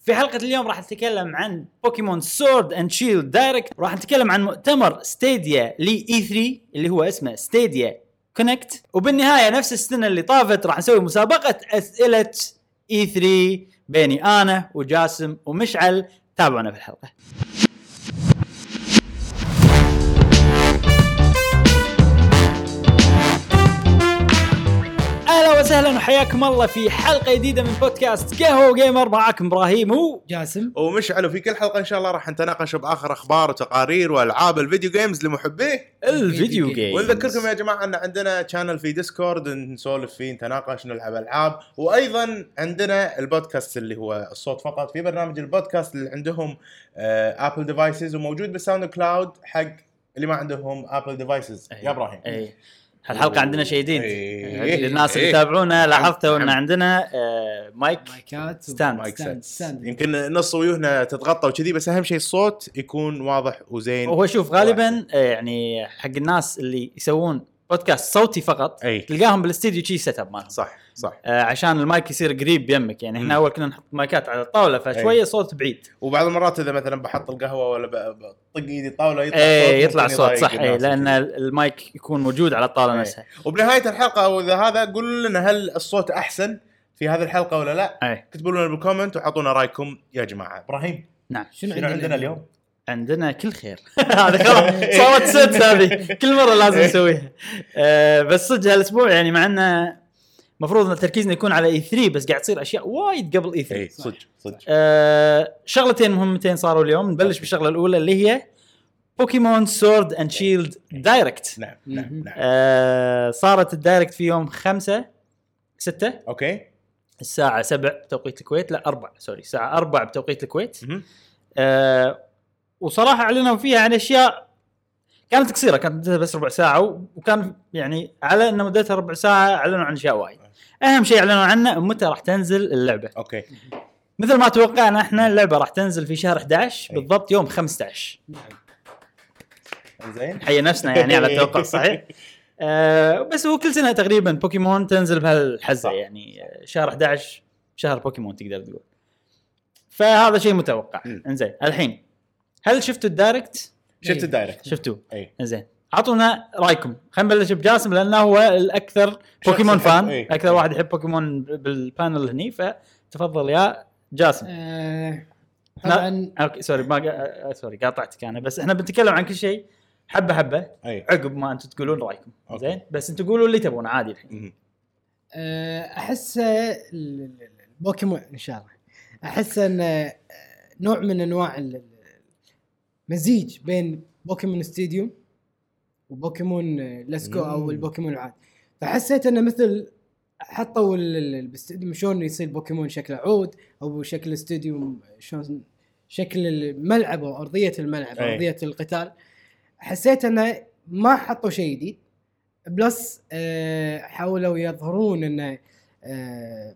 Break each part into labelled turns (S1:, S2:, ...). S1: في حلقة اليوم راح نتكلم عن بوكيمون سورد اند شيلد دايركت راح نتكلم عن مؤتمر ستيديا لي اي 3 اللي هو اسمه ستيديا كونكت وبالنهاية نفس السنة اللي طافت راح نسوي مسابقة أسئلة اي 3 بيني انا وجاسم ومشعل تابعونا في الحلقة اهلا وسهلا وحياكم الله في حلقة جديدة من بودكاست قهوة جيمر معاكم ابراهيم و
S2: جاسم
S3: ومشعل وفي كل حلقه ان شاء الله راح نتناقش باخر اخبار وتقارير والعاب الفيديو جيمز لمحبيه
S1: الفيديو جيم
S3: ونذكركم يا جماعه ان عندنا شانل في ديسكورد نسولف فيه نتناقش نلعب العاب وايضا عندنا البودكاست اللي هو الصوت فقط في برنامج البودكاست اللي عندهم آه، ابل ديفايسز وموجود بالساوند كلاود حق اللي ما عندهم ابل ديفايسز يا ابراهيم
S1: اي هالحلقه عندنا شيء أيوة. جديد
S3: إيه.
S1: الناس يعني اللي
S3: إيه. نعم.
S1: يتابعونا لاحظتوا ان
S3: عم-
S1: عندنا آه، مايك
S2: مايكات
S1: ستاند.
S3: مايك
S2: ستاند-
S3: سيتس.
S2: ستاند.
S3: يمكن نص ويوهنا تتغطى وكذي بس اهم شيء الصوت يكون واضح وزين
S1: وهو شوف غالبا آه، يعني حق الناس اللي يسوون بودكاست صوتي فقط
S3: اي
S1: تلقاهم بالاستديو شي سيت اب مالهم
S3: صح صح
S1: آه، عشان المايك يصير قريب يمك يعني احنا
S3: مم.
S1: اول كنا نحط مايكات على الطاوله فشويه
S3: إيه.
S1: صوت بعيد
S3: وبعض المرات اذا مثلا بحط القهوه ولا ب- بطق ايدي طاوله يطلع
S1: اي
S3: صوت
S1: إيه، يطلع
S3: ممكن
S1: صوت
S3: يضايق
S1: صح اي
S3: الناس
S1: لان
S3: وكذي.
S1: المايك يكون موجود على الطاوله
S3: إيه.
S1: نفسها
S3: وبنهايه الحلقه او اذا هذا قولوا لنا هل الصوت احسن في هذه الحلقه ولا لا
S1: اي
S3: اكتبوا لنا بالكومنت وحطونا رايكم يا جماعه ابراهيم
S1: نعم
S2: شنو
S3: شنو عندنا اليوم
S1: عندنا كل خير هذا خلاص صارت ست هذه كل مره لازم نسويها آه، بس صدق هالاسبوع يعني مع انه المفروض ان تركيزنا يكون على اي 3 بس قاعد تصير اشياء وايد قبل اي 3
S3: اي إيه، صدق صدق
S1: آه، شغلتين مهمتين صاروا اليوم نبلش بالشغله الاولى اللي هي بوكيمون سورد اند شيلد دايركت
S3: نعم نعم
S2: مهم.
S3: نعم
S1: آه، صارت الدايركت في يوم 5 6
S3: اوكي
S1: الساعة 7 بتوقيت الكويت لا 4 سوري الساعة 4 بتوقيت الكويت
S3: مهم.
S1: آه وصراحه اعلنوا فيها عن اشياء كانت قصيره كانت مدتها بس ربع ساعه و- وكان يعني على ان مدتها ربع ساعه اعلنوا عن اشياء وايد اهم شيء اعلنوا عنه متى راح تنزل اللعبه
S3: اوكي
S1: مثل ما توقعنا احنا اللعبه راح تنزل في شهر 11
S3: أي.
S1: بالضبط يوم 15
S3: زين
S1: نحيي نفسنا يعني على التوقع صحيح آه بس هو كل سنه تقريبا بوكيمون تنزل بهالحزه
S3: صح.
S1: يعني آه، شهر 11 شهر بوكيمون تقدر تقول فهذا شيء متوقع
S3: مم.
S1: انزين الحين هل شفتوا الدايركت
S2: إيه.
S3: شفت الدايركت إيه،
S1: شفتوه
S3: اي
S1: زين اعطونا رايكم خلينا نبلش بجاسم لانه هو الاكثر بوكيمون
S3: يحب-
S1: فان
S3: إيه.
S1: اكثر واحد يحب بوكيمون بالبانل هني فتفضل يا جاسم
S2: آه، طبعا
S1: اوكي سوري ما قا- آه، سوري قاطعتك انا بس احنا بنتكلم عن كل شيء حبه حبه
S3: اي
S1: عقب ما انتم تقولون رايكم
S3: أوكي.
S1: زين بس انتم قولوا اللي تبون عادي الحين
S3: مهم.
S2: آه، احس ال- ال- ال- البوكيمون ان شاء الله احس ان آه، نوع من انواع ال- ال- مزيج بين بوكيمون ستيديوم وبوكيمون آه، ليتس جو او
S3: مم.
S2: البوكيمون العادي فحسيت انه مثل حطوا ال- ال- ال- بالاستديوم شلون يصير بوكيمون شكله عود او شكل استديوم شلون شكل الملعب او ارضيه الملعب
S1: إيه.
S3: أي.
S2: ارضيه القتال حسيت انه ما حطوا شيء جديد بلس آه، حاولوا يظهرون انه آه،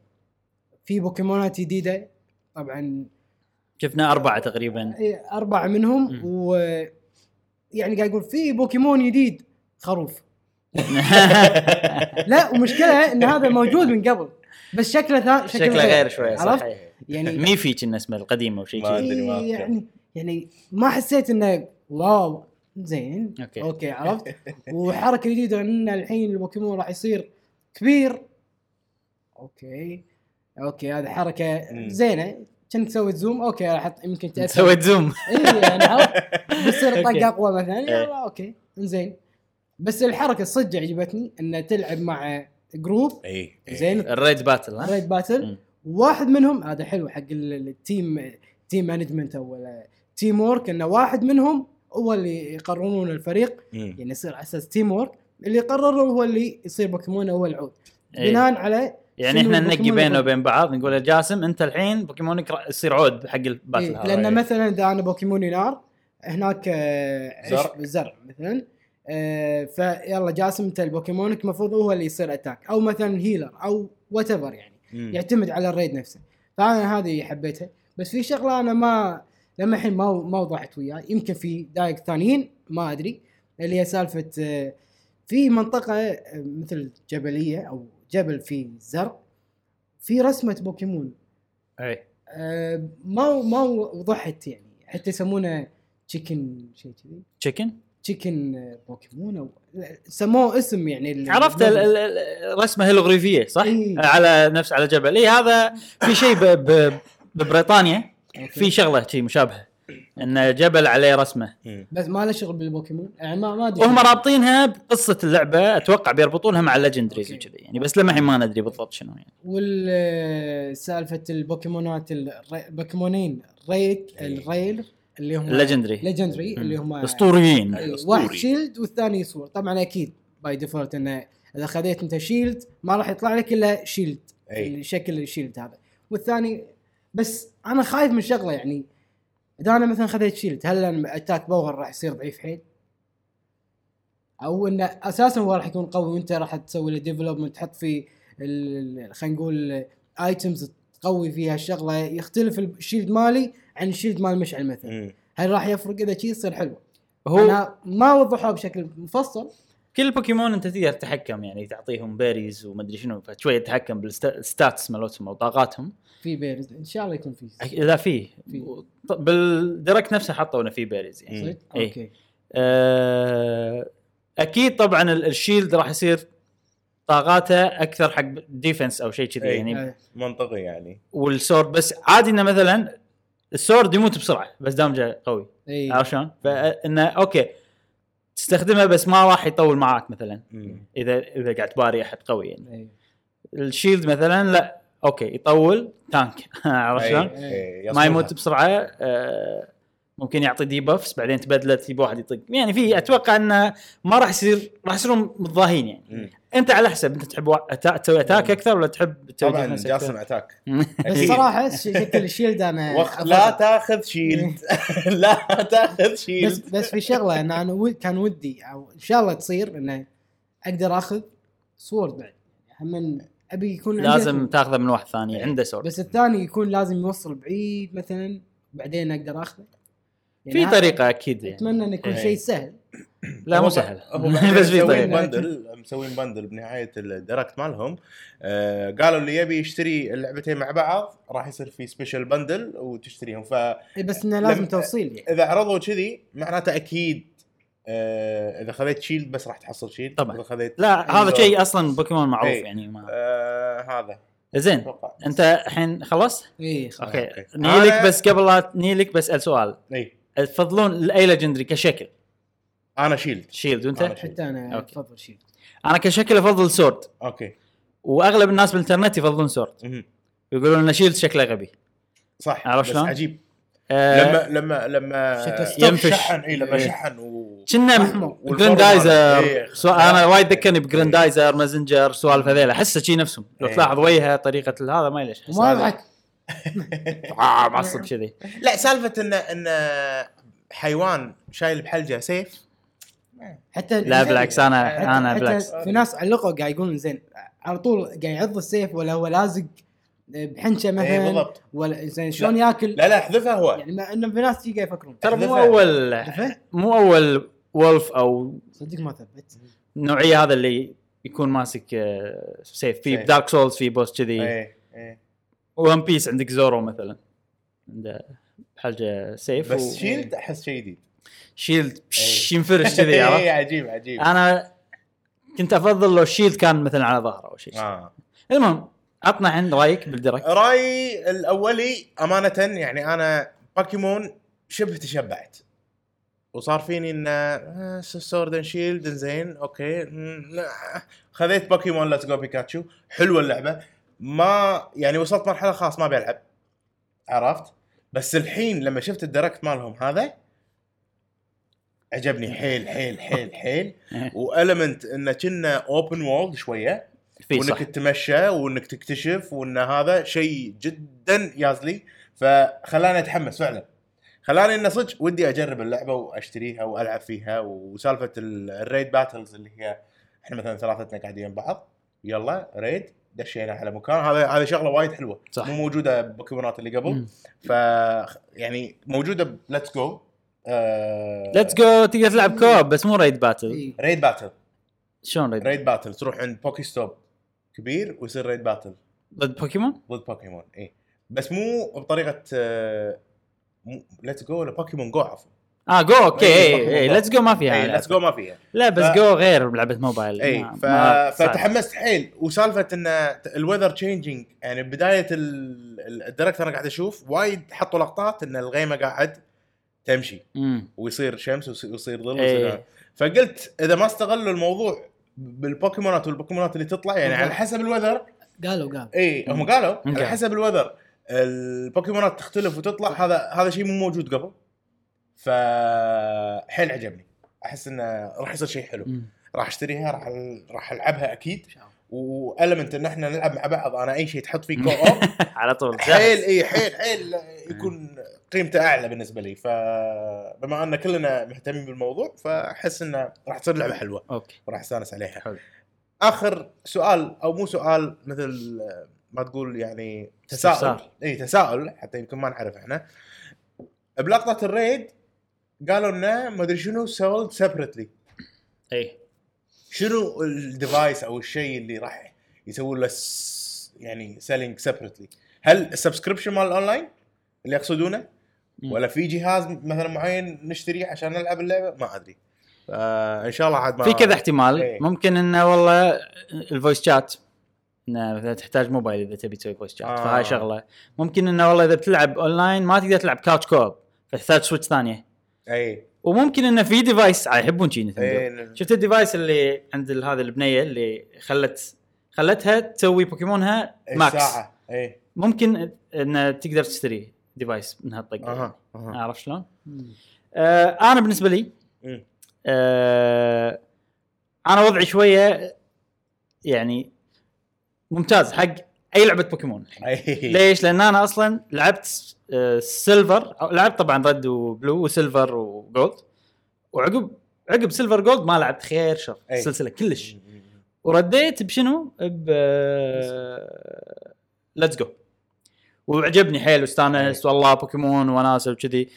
S2: في بوكيمونات جديده طبعا
S1: شفنا اربعه تقريبا
S2: آه، اربعه منهم
S1: مم.
S2: و يعني قاعد يقول في بوكيمون جديد خروف لا ومشكله ان هذا موجود من قبل بس شكله ثا...
S1: شكله غير شوي
S2: عرفت؟
S1: صحيح
S2: يعني
S1: ميفي كنا اسمه القديم او شيء
S3: ما
S1: كذي
S3: أدري ما
S2: إيه،
S3: أذكر.
S2: يعني يعني ما حسيت انه واو زين
S1: أوكي.
S2: اوكي عرفت وحركه جديده ان الحين البوكيمون راح يصير كبير اوكي اوكي هذه حركه
S3: مم.
S2: زينه كنت تسوي زوم اوكي راح أحط- يمكن تاثر
S1: سويت زوم
S2: اي يعني عرفت؟ بيصير
S1: أوكي.
S2: طق اقوى مثلا
S1: إيه.
S2: يلا اوكي زين بس الحركه الصدق عجبتني انه تلعب مع جروب
S3: اي إي.
S2: زين
S1: الريد باتل ها
S2: ريد باتل
S1: مم.
S2: واحد منهم هذا حلو حق ال- التيم تيم مانجمنت او ال- تيم وورك انه واحد منهم هو اللي يقررون الفريق
S3: مم.
S2: يعني يصير على اساس تيم وورك اللي يقرروا هو اللي يصير بوكيمون هو العود
S1: إيه.
S2: بناء على
S1: يعني
S2: شنو
S1: احنا ننقي
S2: البوكيمون
S1: بينه
S2: اللي-
S1: وبين بعض نقول يا جاسم انت الحين بوكيمونك را- يصير عود حق الباتل
S2: إيه
S1: هذا.
S2: لان
S3: إيه.
S2: مثلا اذا انا بوكيموني نار هناك آه،
S3: زرع.
S2: عشب- زرع مثلا آه، فيلا جاسم انت البوكيمونك المفروض هو اللي يصير اتاك او مثلا هيلر او وات يعني
S3: مم.
S2: يعتمد على الريد نفسه فانا هذه حبيتها بس في شغله انا ما لما الحين ما ما وضحت وياي يمكن في دايق ثانيين ما ادري اللي هي سالفه آه، في منطقه آه، مثل جبليه او جبل فيه زرع في رسمه بوكيمون
S1: اي
S2: آه، آه، ما ما وضحت يعني حتى يسمونه تشيكن شيء كذي
S1: تشيكن
S2: يعني تشيكن بوكيمون او سموه اسم يعني ال-
S1: عرفت ال- ال- ال- الرسمه هيلوغريفيه صح؟
S2: إيه.
S1: على نفس على جبل اي هذا في شيء ب- ب- ببريطانيا
S2: أوكي.
S1: في شغله شيء مشابهه ان جبل عليه رسمه
S2: بس ما له شغل بالبوكيمون يعني ما ما ادري
S1: وهم رابطينها بقصه اللعبه اتوقع بيربطونها مع الليجندريز
S2: أوكي.
S1: وكذي يعني بس لمحين ما ندري بالضبط شنو يعني
S2: والسالفه البوكيمونات الر- البوكيمونين الريل الريل اللي هم
S1: الليجندري
S2: ليجندري اللي هم
S1: اسطوريين
S2: أيوة،
S3: الأسطوري.
S2: واحد شيلد والثاني سور طبعا اكيد باي ديفولت انه اذا خذيت انت شيلد ما راح يطلع لك الا شيلد
S3: اي
S1: إيه.
S2: شكل الشيلد هذا والثاني بس انا خايف من شغله يعني اذا انا مثلا خذيت شيلد هل أنا اتاك باور راح يصير ضعيف حيل؟ او انه اساسا هو راح يكون قوي وانت راح تسوي له ديفلوبمنت تحط فيه ال- ال- خلينا نقول ايتمز تقوي فيها الشغله يختلف الشيلد مالي عن الشيلد مال مشعل مثلا
S3: مم.
S2: هل راح يفرق اذا شي يصير حلو؟
S1: هو
S2: انا ما وضحوها بشكل مفصل
S1: كل بوكيمون انت تقدر تتحكم يعني تعطيهم بيريز ومدري شنو فشويه تتحكم بالستاتس مالتهم او طاقاتهم
S2: في بيرز ان شاء الله يكون في
S1: أك- لا فيه
S2: فيه.
S1: ط- بالديركت نفسه حطوا انه فيه بيريز يعني
S3: مم.
S2: صدق؟
S1: إيه.
S2: اوكي
S1: آه، اكيد طبعا ال- الشيلد راح يصير طاقاته اكثر حق ديفنس او شيء كذي
S3: أي.
S1: يعني
S2: آه،
S3: منطقي يعني
S1: والسورد بس عادي انه مثلا السورد يموت بسرعه بس دامجه قوي
S2: إيه.
S1: عرفت شلون؟ فانه اوكي تستخدمه بس ما راح يطول معاك مثلا
S3: مم.
S1: اذا اذا قاعد تباري احد قوي يعني
S2: إيه.
S1: الشيلد مثلا لا اوكي يطول تانك عرفت
S3: أي-
S1: شلون؟
S3: أي،
S1: ما
S3: يصلها.
S1: يموت بسرعه آه، ممكن يعطي دي بفس بعدين تبدله تجيب واحد يطق يعني في اتوقع انه ما راح يصير راح يصيرون متضاهين يعني
S3: مم.
S1: انت على حسب انت تحب وا- أتا- تسوي اتاك اكثر ولا تحب تسوي
S3: طبعا
S1: defense
S3: جاسم
S1: أكثر؟
S3: اتاك
S2: بس
S3: أكيد.
S2: صراحه ش- شكل الشيلد انا
S3: وخ... لا
S2: أفضل.
S3: تاخذ شيلد
S1: إيه.
S3: لا تاخذ
S2: بس
S3: شيلد
S2: بس في شغله ان انا ود- كان ودي او ان شاء الله تصير انه اقدر اخذ سورد بعد هم ابي يكون عندي
S1: لازم
S2: أكثر.
S1: تاخذه من واحد
S3: إيه.
S1: ثاني عنده سورد
S2: بس الثاني يكون لازم يوصل بعيد مثلا بعدين يعني اقدر اخذه
S1: في
S2: ه-
S1: طريقه اكيد يعني
S2: اتمنى انه يكون
S3: إيه.
S2: شيء سهل
S1: لا مو
S3: هو-
S1: سهل
S3: هو
S1: بس
S3: بعدين
S1: في
S3: مسوين
S1: طريقه
S3: بندل مسوين بندل بنهايه الديركت مالهم آه قالوا اللي يبي يشتري اللعبتين مع بعض راح يصير في سبيشل بندل وتشتريهم فاذا
S2: إيه، بس انه لازم
S3: لم-
S2: توصيل يعني
S3: عرضوا كذي معناته اكيد آه اذا خذيت شيلد بس راح تحصل شيلد
S1: طبعاً.
S3: اذا خذيت
S1: لا هذا
S3: أيوة.
S1: شيء اصلا بوكيمون معروف
S3: إيه.
S1: يعني ما.
S3: آه هذا
S1: زين
S3: اتوقع
S1: انت الحين خلصت؟
S2: اي إيه، خلاص
S1: اوكي
S3: أوكي.
S1: نيلك
S3: أنا-
S1: بس قبل لا نيلك بسال سؤال
S3: اي
S1: تفضلون اي ليجندري كشكل
S3: انا شيلد
S1: شيلد وانت؟
S3: أنا
S2: حتى انا
S1: أوكي.
S2: افضل شيء
S1: انا كشكل افضل سورد
S3: اوكي
S1: واغلب الناس بالانترنت يفضلون سورد
S3: مهم.
S1: يقولون ان شيلد شكله غبي
S3: صح
S1: عرفت
S3: بس
S1: شلون؟
S3: عجيب
S1: آه
S3: لما لما لما
S2: شكله ستوب
S1: ينفش.
S3: شحن اي لما
S1: إيه.
S3: شحن و
S1: كنا
S2: أحمر.
S1: ب- جراندايزر
S3: إيه.
S1: سو... انا وايد ذكرني بجراندايزر مازنجر سوالف هذيل احسه شي نفسهم لو
S3: إيه.
S1: تلاحظ وجهه طريقه ال- هذا ما ليش
S2: وما اضحك
S1: آه، معصب كذي
S3: لا سالفه ان ان حيوان شايل بحلجه سيف
S2: حتى
S1: لا بالعكس انا انا
S2: حتى
S1: بالعكس
S2: في ناس علقوا قاعد يقولون زين على طول قاعد يعض السيف ولا هو لازق بحنشه
S3: اي
S2: مثلا
S3: إيه، بالضبط
S2: ولا زين شلون ياكل
S3: لا لا احذفها هو
S2: يعني ما انه في ناس شي قاعد يفكرون
S1: ترى مو
S3: أحذفها.
S1: اول
S2: عرفت؟
S1: مو اول وولف او
S2: صدق ما ثبت
S1: نوعيه هذا اللي يكون ماسك آه، سيف في
S3: سيف.
S1: دارك سولز في بوس كذي
S3: إيه، إيه.
S1: وان بيس عندك زورو مثلا عنده حاجه سيف
S3: بس شيلد احس شيء جديد
S1: شيلد بش ينفرش إيه. كذي عرفت؟ آه.
S3: إيه، عجيب عجيب
S1: انا كنت افضل لو الشيلد كان مثلا على ظهره او شيء
S3: آه.
S1: المهم عطنا عند رايك بالدرك
S3: رايي الاولي امانه يعني انا بوكيمون شبه تشبعت وصار فيني آه، انه سورد اند شيلد زين اوكي مم، لا. خذيت بوكيمون ليتس جو بيكاتشو حلوه اللعبه ما يعني وصلت مرحله خلاص ما بلعب عرفت بس الحين لما شفت الدركت مالهم هذا عجبني حيل حيل حيل حيل والمنت انه كنا اوبن وولد شويه
S1: في صح
S3: وانك تتمشى وانك تكتشف وان هذا شيء جدا يازلي فخلاني اتحمس فعلا خلاني انه صدق ودي اجرب اللعبه واشتريها والعب فيها وسالفه ال- الريد باتلز اللي هي احنا مثلا ثلاثتنا قاعدين ويا بعض يلا ريد دشينا على مكان هذا هذه شغله وايد حلوه
S1: صح.
S3: مو موجوده ببوكيمونات اللي قبل
S1: مم.
S3: ف يعني موجوده ليتس جو آه،
S1: ليتس جو تقدر تلعب كوب بس مو ريد باتل
S2: إي.
S3: ريد باتل
S1: شلون ريد
S3: ريد باتل تروح عند بوكي ستوب كبير ويصير ريد باتل
S1: ضد بوكيمون
S3: ضد بوكيمون اي بس مو آه، بطريقه ليتس جو ولا بوكيمون جو عفوا
S1: اه جو اوكي
S3: إيه،
S1: اي اي
S3: Pokemon Go.
S1: ليتس جو ما فيها
S3: ليتس جو ما فيها
S1: لا بس
S3: ف-
S1: جو غير بلعبه موبايل
S3: اي
S1: ما-
S3: ف...
S1: ما- صعب.
S3: فتحمست حيل وسالفه ان الويذر تشينجينج يعني بدايه ال- ال- الدركت انا قاعد اشوف وايد حطوا لقطات ان الغيمه قاعد تمشي
S1: مم.
S3: ويصير شمس ويص- ويصير ظل
S1: إيه.
S3: ويصير- فقلت اذا ما استغلوا الموضوع بالبوكيمونات والبوكيمونات اللي تطلع يعني على حسب الوذر
S2: قالوا قالوا
S3: اي هم قالوا
S1: مم.
S3: على حسب الوذر البوكيمونات تختلف وتطلع هذا هذا شيء مو موجود قبل ف حيل عجبني احس انه راح يصير شيء حلو
S1: مم.
S3: راح اشتريها راح ال- راح العبها اكيد
S2: إن شاء الله.
S3: والمنت ان احنا نلعب مع بعض انا اي شيء تحط فيه كو اوب
S1: على طول
S3: حيل
S1: جاهز.
S3: اي حيل حيل يكون قيمته اعلى بالنسبه لي فبما ان كلنا مهتمين بالموضوع فاحس انه راح تصير لعبه حلوه
S1: اوكي
S3: وراح استانس عليها
S1: حلو.
S3: اخر سؤال او مو سؤال مثل ما تقول يعني تساؤل
S1: استفسار.
S3: اي تساؤل حتى يمكن ما نعرف احنا بلقطه الريد قالوا انه ما ادري شنو سولد سيبرتلي
S1: اي
S3: شنو الديفايس او الشيء اللي راح يسوون له س- يعني سيلينج سيبرتلي هل السبسكريبشن مال الاونلاين اللي يقصدونه
S1: مم.
S3: ولا في جهاز مثلا معين نشتريه عشان نلعب اللعبه ما ادري آه ان شاء الله عاد ما
S1: في كذا احتمال
S3: إيه.
S1: ممكن انه والله الفويس شات انه مثلا تحتاج موبايل اذا تبي تسوي فويس شات
S3: آه.
S1: فهاي شغله ممكن انه والله اذا بتلعب اونلاين ما تقدر تلعب كاوتش كوب فتحتاج سويتش ثانيه
S3: اي
S1: وممكن انه في ديفايس عاد يحبون شي نتندو
S3: اي
S1: شفت الديفايس اللي عند ال- هذه البنيه اللي خلت خلتها تسوي بوكيمونها
S3: إيه،
S1: ماكس
S3: الساعه اي
S1: ممكن ان تقدر تشتري ديفايس من هالطقه
S3: اها اها
S1: عرفت شلون؟ آه انا بالنسبه لي
S3: مم.
S1: آه انا وضعي شويه يعني ممتاز حق اي لعبه بوكيمون الحين
S3: اي
S1: ليش؟ لان انا اصلا لعبت آه، سيلفر أو لعبت طبعا رد وبلو وسيلفر وجولد وعقب عقب سيلفر جولد ما لعبت خير شر
S3: أي.
S1: السلسله كلش ورديت بشنو؟ ب ليتس جو وعجبني حيل واستانست والله بوكيمون وناسه وكذي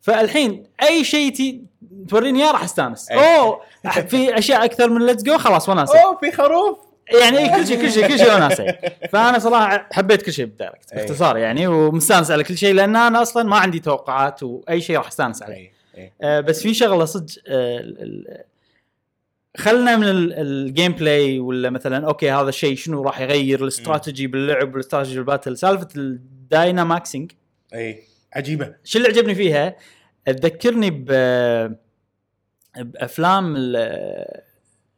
S1: فالحين اي شيء تي- توريني اياه راح استانس
S3: أي.
S1: اوه أح- في اشياء اكثر من ليتس جو خلاص وناسه
S3: اوه في خروف
S1: يعني إيه، كل شيء كل شيء كل شيء وناسه فانا صراحه حبيت كل شيء بالدايركت
S3: أي.
S1: باختصار يعني ومستانس على كل شيء لان انا اصلا ما عندي توقعات واي شيء راح استانس عليه
S3: اي اي
S1: آه، بس في شغله صدق آه، ال- ال- خلنا من ال- الجيم بلاي ولا مثلا اوكي هذا الشيء شنو راح يغير الاستراتيجي باللعب والاستراتيجي بالباتل سالفه الدايناماكسينج
S3: اي عجيبه
S1: شو اللي عجبني فيها تذكرني ب بافلام ال-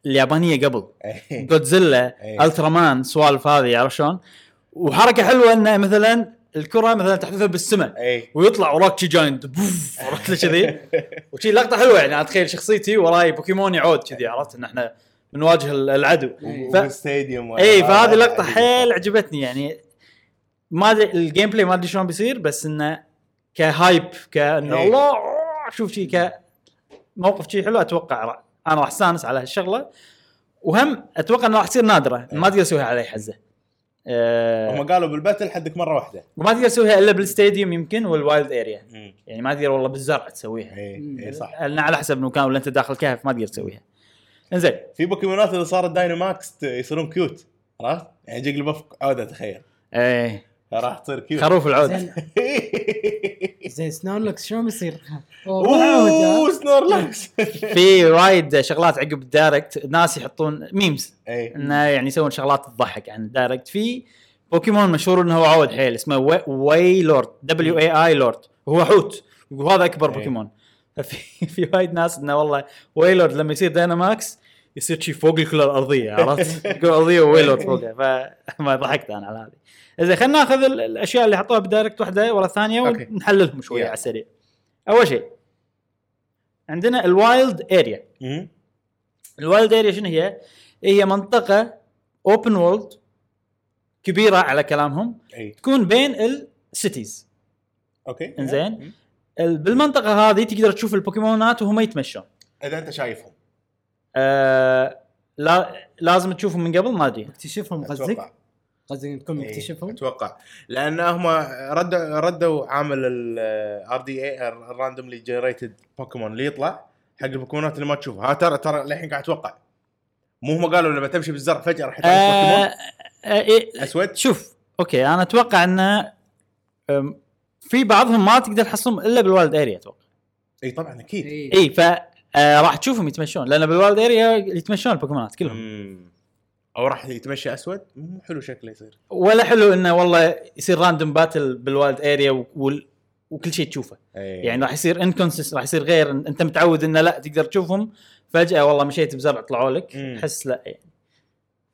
S1: اليابانيه قبل
S3: أي.
S1: جودزيلا
S3: أي.
S1: الترا مان سوالف هذه عرفت شلون؟ وحركه حلوه انه مثلا الكره مثلا تحذفها بالسماء
S3: اي
S1: ويطلع وراك شي جاينت بوف عرفت لي كذي وشي لقطه حلوه يعني أنا اتخيل شخصيتي وراي بوكيمون يعود كذي عرفت ان احنا بنواجه ال- العدو
S3: و-
S1: ف-
S3: وبالستاديوم ولا-
S1: اي فهذه لقطه
S3: عجيبة.
S1: حيل عجبتني يعني ما ادري الجيم بلاي ما ادري شلون بيصير بس انه كهايب كانه
S3: إيه.
S1: الله شوف شي ك موقف شي حلو اتوقع راح- انا راح استانس على هالشغله وهم اتوقع انه راح تصير نادره ما تقدر تسويها على اي حزه أه
S3: هم قالوا بالباتل حدك مره واحده
S1: وما تقدر تسويها الا بالستاديوم يمكن والوايلد اريا
S3: مم.
S1: يعني ما تقدر والله بالزرع تسويها
S3: اي اي إيه. صح
S1: لان على حسب المكان ولا انت داخل كهف ما تقدر تسويها. انزين
S3: في بوكيمونات اذا صارت دايناماكس ت- يصيرون كيوت عرفت؟ يعني جيجلبوف عوده تخيل
S1: ايه
S3: راح تصير كيوت
S1: خروف العود
S2: زين زين سنورلكس شلون بيصير؟
S3: اوه سنورلاكس
S1: في وايد شغلات عقب الدايركت ناس يحطون ميمز
S3: اي
S1: انه يعني يسوون شغلات تضحك عن الدايركت في بوكيمون مشهور انه هو عود حيل اسمه وي, واي لورد دبليو اي اي لورد هو حوت وهذا اكبر
S3: إيه.
S1: بوكيمون ففي في وايد ناس انه والله ويلورد لما يصير دايناماكس يصير شي فوق الكره الارضيه عرفت؟ الكره الارضيه وويلورد فوقها فما ضحكت انا على هذه. زين خلينا ناخذ ال- الاشياء اللي حطوها بدايركت واحده ورا الثانيه
S3: أوكي.
S1: ونحللهم شويه
S3: يلا.
S1: على السريع. اول شيء عندنا الوايلد اريا
S3: مم.
S1: الوايلد اريا شنو هي؟ إيه، هي منطقه اوبن وورلد كبيره على كلامهم
S3: اي
S1: تكون بين السيتيز
S3: اوكي
S1: إنزين.
S3: مم.
S1: ال- بالمنطقه هذه تقدر تشوف البوكيمونات وهم يتمشون
S3: اذا انت شايفهم
S1: آه لا لازم تشوفهم من قبل ما ادري
S2: اكتشفهم
S3: اتوقع
S2: قصدك؟ قصدك انكم
S3: إي،
S2: مكتشفهم؟
S3: اتوقع لان إيه، هم ردوا ردوا عامل الار دي إيه، اي الراندوملي جنريتد بوكيمون اللي يطلع حق البوكيمونات اللي ما تشوفها ها ترى ترى للحين قاعد اتوقع مو هم قالوا لما تمشي بالزرع فجاه راح
S1: آه
S3: يطلع لك بوكيمون
S1: آه إيه،
S3: اسود
S1: شوف اوكي انا اتوقع انه أم، في بعضهم ما تقدر تحصلهم الا بالوالد اريا اتوقع
S3: اي طبعا اكيد
S2: إيه.
S1: اي ف آه، راح تشوفهم يتمشون لان بالوالد اريا يتمشون البوكيمونات كلهم
S3: مم. او راح يتمشى اسود مو حلو شكله يصير
S1: ولا حلو انه والله يصير راندوم باتل بالوالد اريا و- وال- وكل شيء تشوفه
S3: أي.
S1: يعني راح يصير انكونسس راح يصير غير إن- انت متعود انه لا تقدر تشوفهم فجاه والله مشيت بزرع طلعوا لك
S3: مم.
S1: تحس لا يعني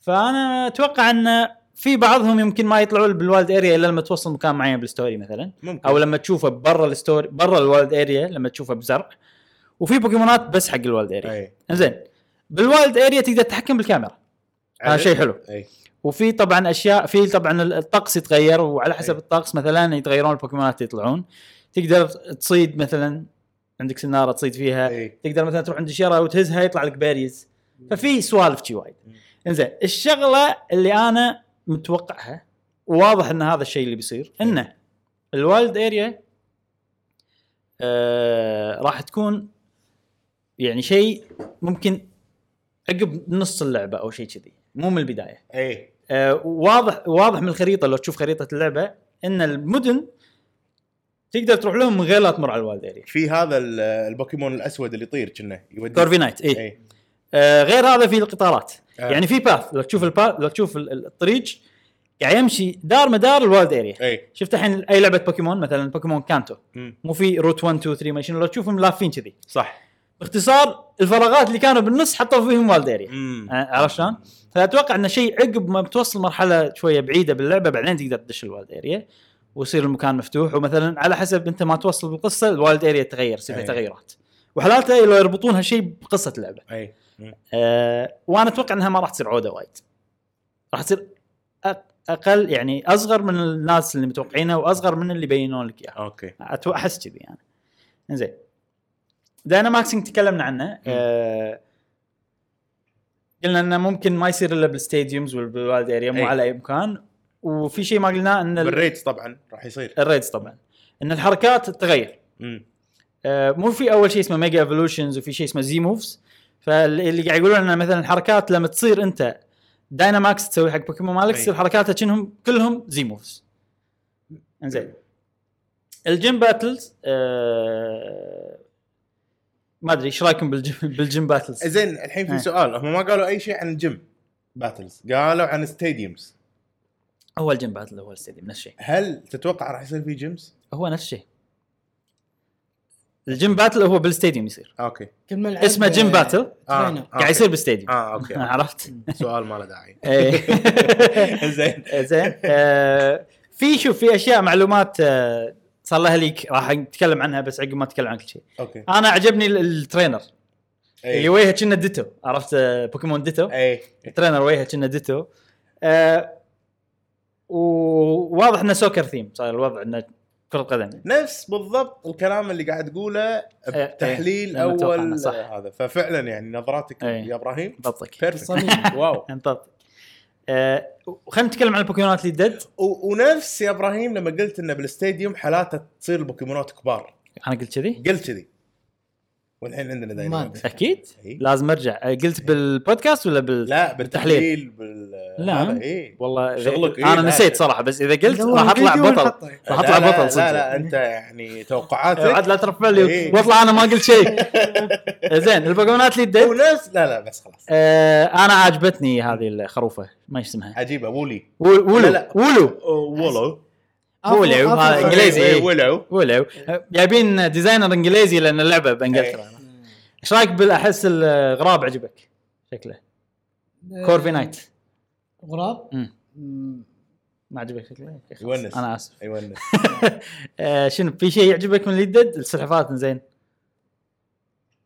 S1: فانا اتوقع ان في بعضهم يمكن ما يطلعوا بالوالد اريا الا لما توصل مكان معين بالستوري مثلا
S3: ممكن
S1: او لما تشوفه برا الستوري برا الوالد اريا لما تشوفه بزرع وفي بوكيمونات بس حق الوالد اريا
S3: اي
S1: زين بالوالد اريا تقدر تتحكم بالكاميرا هذا
S3: يعني
S1: شيء حلو
S3: اي
S1: وفي طبعا اشياء في طبعا الطقس يتغير وعلى حسب
S3: أي.
S1: الطقس مثلا يتغيرون البوكيمونات اللي يطلعون تقدر تصيد مثلا عندك سناره تصيد فيها
S3: اي
S1: تقدر مثلا تروح عند شيره وتهزها يطلع لك باريز ففي سوالف شي وايد
S3: مم.
S1: انزين الشغله اللي انا متوقعها واضح ان هذا الشيء اللي بيصير انه الوالد اريا آه راح تكون يعني شيء ممكن عقب نص اللعبه او شيء كذي مو من البدايه
S3: اي
S1: آه، واضح واضح من الخريطه لو تشوف خريطه اللعبه ان المدن تقدر تروح لهم من غير لا تمر على الوالد يعني. اريا
S3: في هذا ال- البوكيمون الاسود اللي يطير كنا يودي
S1: كورفينايت اي
S3: اي
S1: إيه. آه غير هذا في القطارات
S3: إيه. آه.
S1: يعني في باث لو تشوف الباث لو تشوف ال- ال- الطريق قاعد يمشي دار مدار الوالد اريا
S3: اي
S1: شفت الحين اي لعبه بوكيمون مثلا بوكيمون كانتو
S3: مم.
S1: مو في روت 1 2 3 ما شنو لو تشوفهم لافين كذي
S3: صح
S1: باختصار الفراغات اللي كانوا بالنص حطوا فيهم والد اريا
S3: مم.
S1: آه، عرفت شلون؟ فاتوقع انه شيء عقب ما بتوصل مرحله شويه بعيده باللعبه بعدين تقدر تدش الوالد اريا ويصير المكان مفتوح ومثلا على حسب انت ما توصل بالقصه الوالد اريا تغير يصير فيها
S3: أي.
S1: تغيرات وحالاته لو يربطون هالشيء بقصه اللعبه
S3: اي
S1: أه وانا اتوقع انها ما راح تصير عوده وايد راح تصير أق- اقل يعني اصغر من الناس اللي متوقعينها واصغر من اللي يبينون لك اياها
S3: اوكي
S1: أتو- احس كذي يعني زين دايناماكسينج تكلمنا عنه أه قلنا انه ممكن ما يصير الا بالستاديومز والوالد اريا مو
S3: أي.
S1: على اي مكان وفي شيء ما قلناه ان ال- أه.
S3: بالريتس طبعا راح يصير
S1: الريدز طبعا ان الحركات تتغير
S3: مم.
S1: آه، مو في اول شيء اسمه ميجا ايفولوشنز وفي شيء اسمه زي موفز فاللي قاعد يقولون ان مثلا الحركات لما تصير انت دايناماكس تسوي حق بوكيمون مالك
S3: أي.
S1: تصير حركاتها كأنهم كلهم زي موفز انزين الجيم باتلز آه، ما ادري ايش رايكم بالجيم بالجيم باتلز
S3: زين الحين
S1: إيه.
S3: في سؤال هم ما قالوا اي شيء عن الجيم باتلز قالوا عن ستاديومز
S1: اول جيم باتل اول ستاديوم نفس الشيء
S3: هل تتوقع راح يصير في جيمز؟
S1: هو نفس الشيء الجيم باتل هو بالستاديوم يصير
S3: اوكي
S2: كل ما لعب-
S1: اسمه جيم باتل
S3: آه.
S2: ترينر.
S1: قاعد يصير بالستاديوم
S3: اه اوكي
S1: عرفت؟
S3: سؤال ما له داعي
S1: إيه.
S3: زين
S1: زين آه، في شوف في اشياء معلومات آه، صار لها ليك راح نتكلم عنها بس عقب ما نتكلم عن كل شيء.
S3: اوكي
S1: انا عجبني ال- الترينر اللي
S3: اي
S1: وجهه كنا ديتو عرفت آه، بوكيمون ديتو
S3: اي
S1: الترينر وجهه كنا ديتو آه، وواضح انه سوكر ثيم صار الوضع انه كره قدم يعني.
S3: نفس بالضبط الكلام اللي قاعد تقوله بتحليل
S1: إيه. لما توقعنا،
S3: اول
S1: صح.
S3: هذا ففعلا يعني نظراتك
S1: إيه.
S3: يا ابراهيم
S1: ضبطك
S3: بيرفكت
S2: صميم.
S3: واو
S1: انطبطك آه، وخلينا نتكلم عن البوكيمونات اللي ديد
S3: و- ونفس يا ابراهيم لما قلت انه بالاستاديوم حالاته تصير البوكيمونات كبار
S1: انا قلت كذي
S3: قلت كذي والحين عندنا إيه. داينامكس
S1: اكيد
S3: إي.
S1: لازم ارجع آه، قلت بالبودكاست ولا بال
S3: لا بالتحليل بال
S1: لا.
S3: هذا اي
S1: والله إذا-
S3: شغلك إيه،
S1: انا
S3: لا،
S1: نسيت
S3: شغل.
S1: صراحه بس اذا قلت
S2: ندور
S1: راح اطلع
S2: الفيديو
S1: بطل
S2: ونحطه.
S1: راح اطلع
S3: لا، لا،
S1: بطل
S3: لا
S1: صدق أيوه،
S3: لا انت يعني
S1: عاد
S3: توقعاتك
S1: لا ترفع لي
S3: إيه.
S1: واطلع انا ما قلت شيء زين البوكيمونات اللي ديد
S3: ونفس لا لا بس خلاص
S1: آه انا عجبتني هذه الخروفه ما إيش اسمها
S3: عجيبه وولي
S1: وول-
S3: لا،
S1: وولو
S3: لا.
S1: وولو
S3: ولو
S2: أفضل-
S1: بولي، ما
S2: أفضل-
S1: إنجليزي. إيه.
S3: ولو
S1: وولو آه، جايبين ديزاينر انجليزي لان اللعبه بانجلترا
S3: إيه.
S1: ايش رايك بالاحس الغراب عجبك شكله
S3: آه.
S1: كورفي نايت
S2: غراب
S1: مم.
S2: مم.
S1: ما عجبك شكله أوكي، خلاص.
S3: يونس.
S1: انا اسف
S3: يونس
S1: آه شنو في شيء يعجبك من اللي ديد السلحفات زين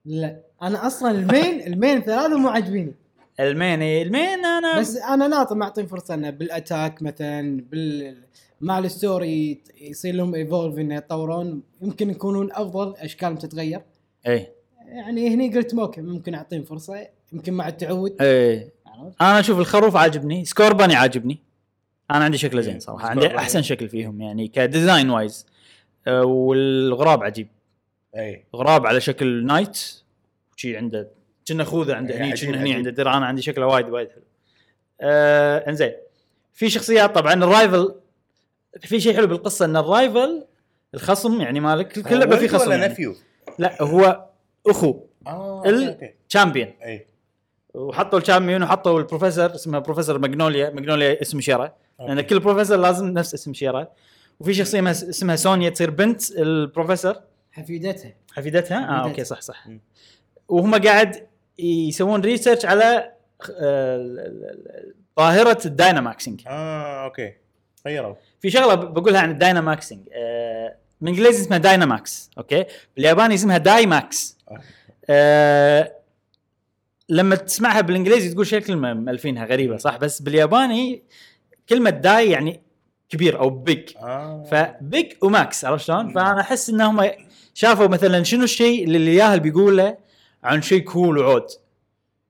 S2: لا انا اصلا المين المين ثلاثه مو عاجبيني
S1: المين إيه، المين انا
S2: بس انا ناطر معطين فرصه انه بالاتاك مثلا بال مع الستوري يت- يصير لهم ايفولف انه يتطورون يمكن يكونون افضل اشكالهم تتغير
S1: اي
S2: يعني هني قلت اوكي ممكن اعطيهم فرصه يمكن مع التعود
S1: اي
S2: عرفت؟
S1: انا اشوف إيه. الخروف عاجبني سكورباني عاجبني انا عندي شكله زين
S3: إيه،
S1: صراحه عندي
S3: سكورباني.
S1: احسن شكل فيهم يعني كديزاين وايز أه، والغراب عجيب
S3: اي
S1: غراب على شكل نايت شي عنده كنا خوذه عنده
S3: إيه،
S1: هني
S3: عجيب،
S1: كنا هني
S3: عجيب.
S1: عنده درع انا عندي آه، شكله وايد وايد حلو أه انزين في شخصيات طبعا الرايفل في شيء حلو بالقصه ان الرايفل الخصم يعني مالك كل كل لعبه في خصم
S3: ولا
S1: يعني.
S3: نفيو
S1: لا هو اخو
S3: اه
S1: ال-
S3: اوكي اوكي
S1: تشامبيون
S3: اي
S1: وحطوا الشامبيون وحطوا البروفيسور اسمه بروفيسور ماجنوليا ماجنوليا اسم شيرة لان
S3: أوكي.
S1: كل بروفيسور لازم نفس اسم شيرة وفي شخصيه مس- اسمها سونيا تصير بنت البروفيسور
S2: حفيدتها
S1: حفيدتها اه
S2: حفيدتها.
S1: اوكي صح صح
S3: مم.
S1: وهم قاعد يسوون ريسيرش على خ- آه، ال- ال- ال- ظاهره الدايناماكسينج
S3: اه اوكي غيروا
S1: في شغله ب- بقولها عن الدايناماكسينج آه، بالانجليزي اسمها دايناماكس اوكي بالياباني اسمها دايماكس
S3: أوكي.
S1: آه، لما تسمعها بالانجليزي تقول شكل ما مالفينها غريبه صح بس بالياباني كلمه داي يعني كبير او بيج
S3: اه
S1: فبيج وماكس عرفت شلون؟ فانا احس انهم شافوا مثلا شنو الشيء اللي الياهل بيقوله عن شيء كول وعود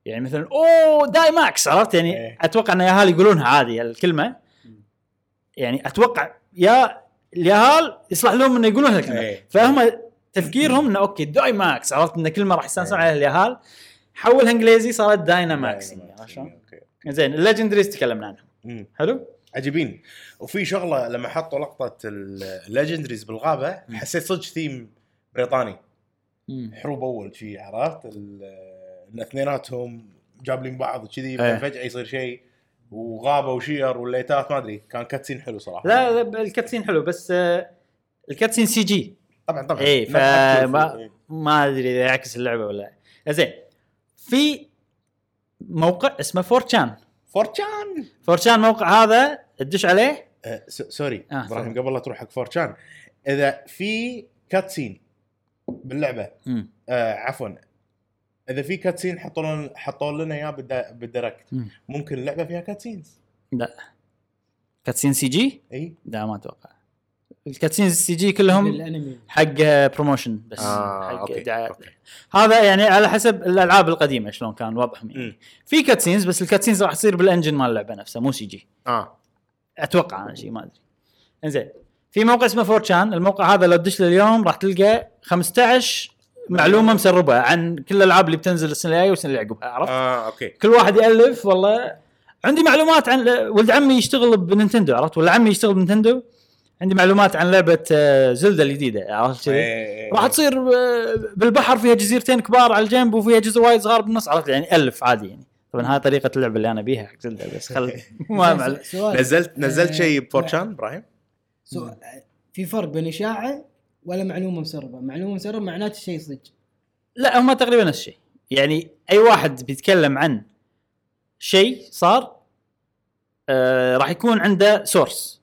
S1: يعني مثلا اوه داي ماكس عرفت يعني
S3: إيه.
S1: اتوقع ان الياهال يقولونها عادي الكلمه يعني اتوقع يا الياهال يصلح لهم انه يقولون الكلمه
S3: إيه.
S1: فهم تفكيرهم انه اوكي داي ماكس عرفت ان كلمه راح يستانسون
S3: إيه.
S1: عليها الياهال حولها انجليزي صارت دايناماكس عرفت شلون؟
S3: اوكي
S1: زين الليجندريز تكلمنا عنهم
S3: مم.
S1: حلو؟
S3: عجيبين وفي شغله لما حطوا لقطه الليجندريز بالغابه حسيت صدق ثيم بريطاني حروب اول شي عرفت ال- ان اثنيناتهم جابلين بعض كذي
S1: إيه.
S3: فجاه يصير شيء وغابه وشير والليتات ما ادري كان كاتسين حلو صراحه
S1: لا لا الكاتسين حلو بس آه، الكاتسين سي جي
S3: طبعا طبعا
S1: اي
S3: نفس أكتر في-
S1: إيه، فما ما ادري اذا يعكس اللعبه ولا لا. زين في موقع اسمه فورتشان
S3: فورتشان
S1: فورتشان موقع هذا تدش عليه
S3: آه، س- سوري
S1: آه،
S3: ابراهيم قبل لا تروح حق فورتشان اذا في كاتسين باللعبه
S1: مم.
S3: آه عفوا اذا في كاتسين حطوا لنا حطوا لنا اياه بالدا- بالدايركت
S1: مم.
S3: ممكن اللعبه فيها كاتسينز
S1: لا كاتسين سي جي
S3: اي
S1: لا ما اتوقع الكاتسين السي جي كلهم
S2: الانمي
S1: حق بروموشن بس
S3: آه، أوكي،
S1: دعاية.
S3: أوكي.
S1: هذا يعني على حسب الالعاب القديمه شلون كان وضعهم
S3: مم.
S1: يعني. في كاتسينز بس الكاتسينز راح تصير بالانجن مال اللعبه نفسها مو سي جي
S3: اه
S1: اتوقع انا شيء ما ادري انزين في موقع اسمه فورتشان الموقع هذا لو تدش له اليوم راح تلقى 15 معلومه مسربه عن كل الالعاب اللي بتنزل السنه الجايه والسنه اللي عقبها عرفت؟
S3: اه اوكي
S1: كل واحد يالف والله عندي معلومات عن ولد عمي يشتغل بنينتندو عرفت؟ ولا عمي يشتغل بنينتندو عندي معلومات عن لعبه آه، زلده الجديده عرفت كذي؟
S3: إيه.
S1: راح تصير آه، بالبحر فيها جزيرتين كبار على الجنب وفيها جزء وايد صغار بالنص عرفت يعني الف عادي يعني طبعا هاي طريقه اللعب اللي انا بيها حق زلده بس خل ما معلوم
S2: سؤال
S3: نزلت نزلت
S2: آه،
S3: شيء بفورتشان ابراهيم؟
S2: سؤال في فرق بين اشاعه ولا معلومه مسربه معلومه مسربه معناته شيء صدق
S1: لا هما تقريبا نفس الشيء يعني اي واحد بيتكلم عن شيء صار آه راح يكون عنده سورس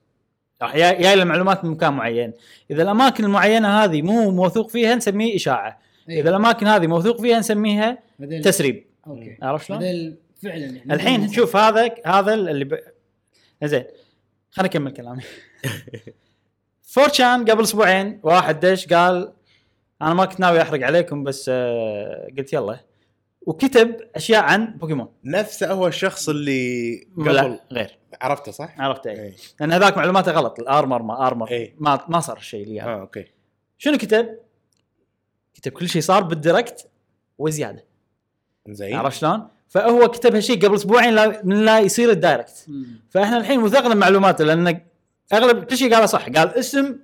S1: راح يا- جاي له معلومات من مكان معين اذا الاماكن المعينه هذه مو موثوق فيها نسميه اشاعه
S2: إيه،
S1: اذا الاماكن هذه موثوق فيها نسميها
S2: هذيل-
S1: تسريب
S2: اوكي
S1: عرفت آه، شلون
S2: هذيل فعلا يعني
S1: الحين نشوف هذا هذا اللي ب... زين خليني اكمل كلامي فورشان قبل اسبوعين واحد دش قال انا ما كنت ناوي احرق عليكم بس آه، قلت يلا وكتب اشياء عن بوكيمون
S3: نفسه هو الشخص اللي قبل
S1: لا غير
S3: عرفته صح؟ إيه.
S1: عرفت ايه
S3: اي
S1: لان هذاك معلوماته غلط الارمر ما ارمر
S3: إيه.
S1: ما ما صار شيء لي هذا.
S3: اه اوكي
S1: شنو كتب؟ كتب كل شيء صار بالديركت وزياده
S3: زين
S1: عرفت شلون؟ فهو كتب هالشيء قبل اسبوعين لا- من لا يصير الدايركت
S2: مم.
S1: فاحنا الحين وثقنا معلوماته لان اغلب كل شيء قاله صح قال اسم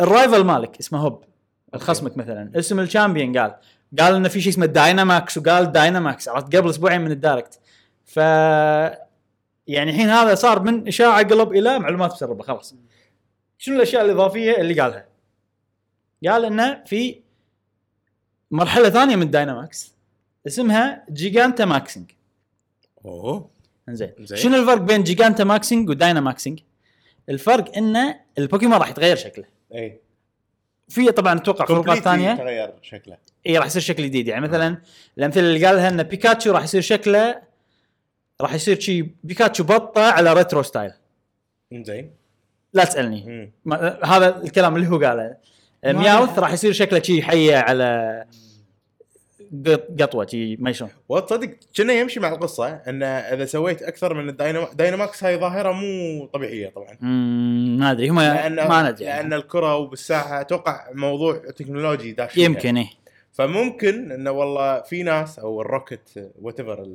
S1: الرايفل مالك اسمه هوب الخصمك مثلا اسم الشامبيون قال قال انه في شيء اسمه دايناماكس وقال دايناماكس عرفت قبل اسبوعين من الدايركت ف يعني الحين هذا صار من اشاعه قلب الى معلومات مسربه خلاص شنو الاشياء الاضافيه اللي قالها؟ قال انه في مرحله ثانيه من دايناماكس اسمها جيجانتا ماكسينج
S3: اوه
S1: انزين
S3: زين.
S1: شنو الفرق بين جيجانتا ماكسينج وداينا ماكسينج؟ الفرق انه البوكيمون راح يتغير شكله
S3: اي
S1: في طبعا اتوقع فروقات
S3: كومبليتلي
S1: ثانيه
S3: تغير شكله
S1: اي راح يصير شكل جديد يعني مثلا الامثله اللي قالها ان بيكاتشو راح يصير شكله راح يصير شي بيكاتشو بطه على ريترو ستايل
S3: زين
S1: لا تسالني
S3: مم.
S1: ما هذا الكلام اللي هو قاله مياوث راح يصير شكله شي حيه على قط- قطوه شي ما شلون
S3: وتصدق كنا يمشي مع القصه ان اذا سويت اكثر من الداينام- دايناماكس هاي ظاهره مو طبيعيه طبعا
S1: مم، ما ادري هم
S3: لان
S1: ما ندري
S3: لان
S1: يعني.
S3: الكره وبالساعه اتوقع موضوع يعني. تكنولوجي داش فيها.
S1: يمكن ايه
S3: فممكن انه والله في ناس او الروكت وات ايفر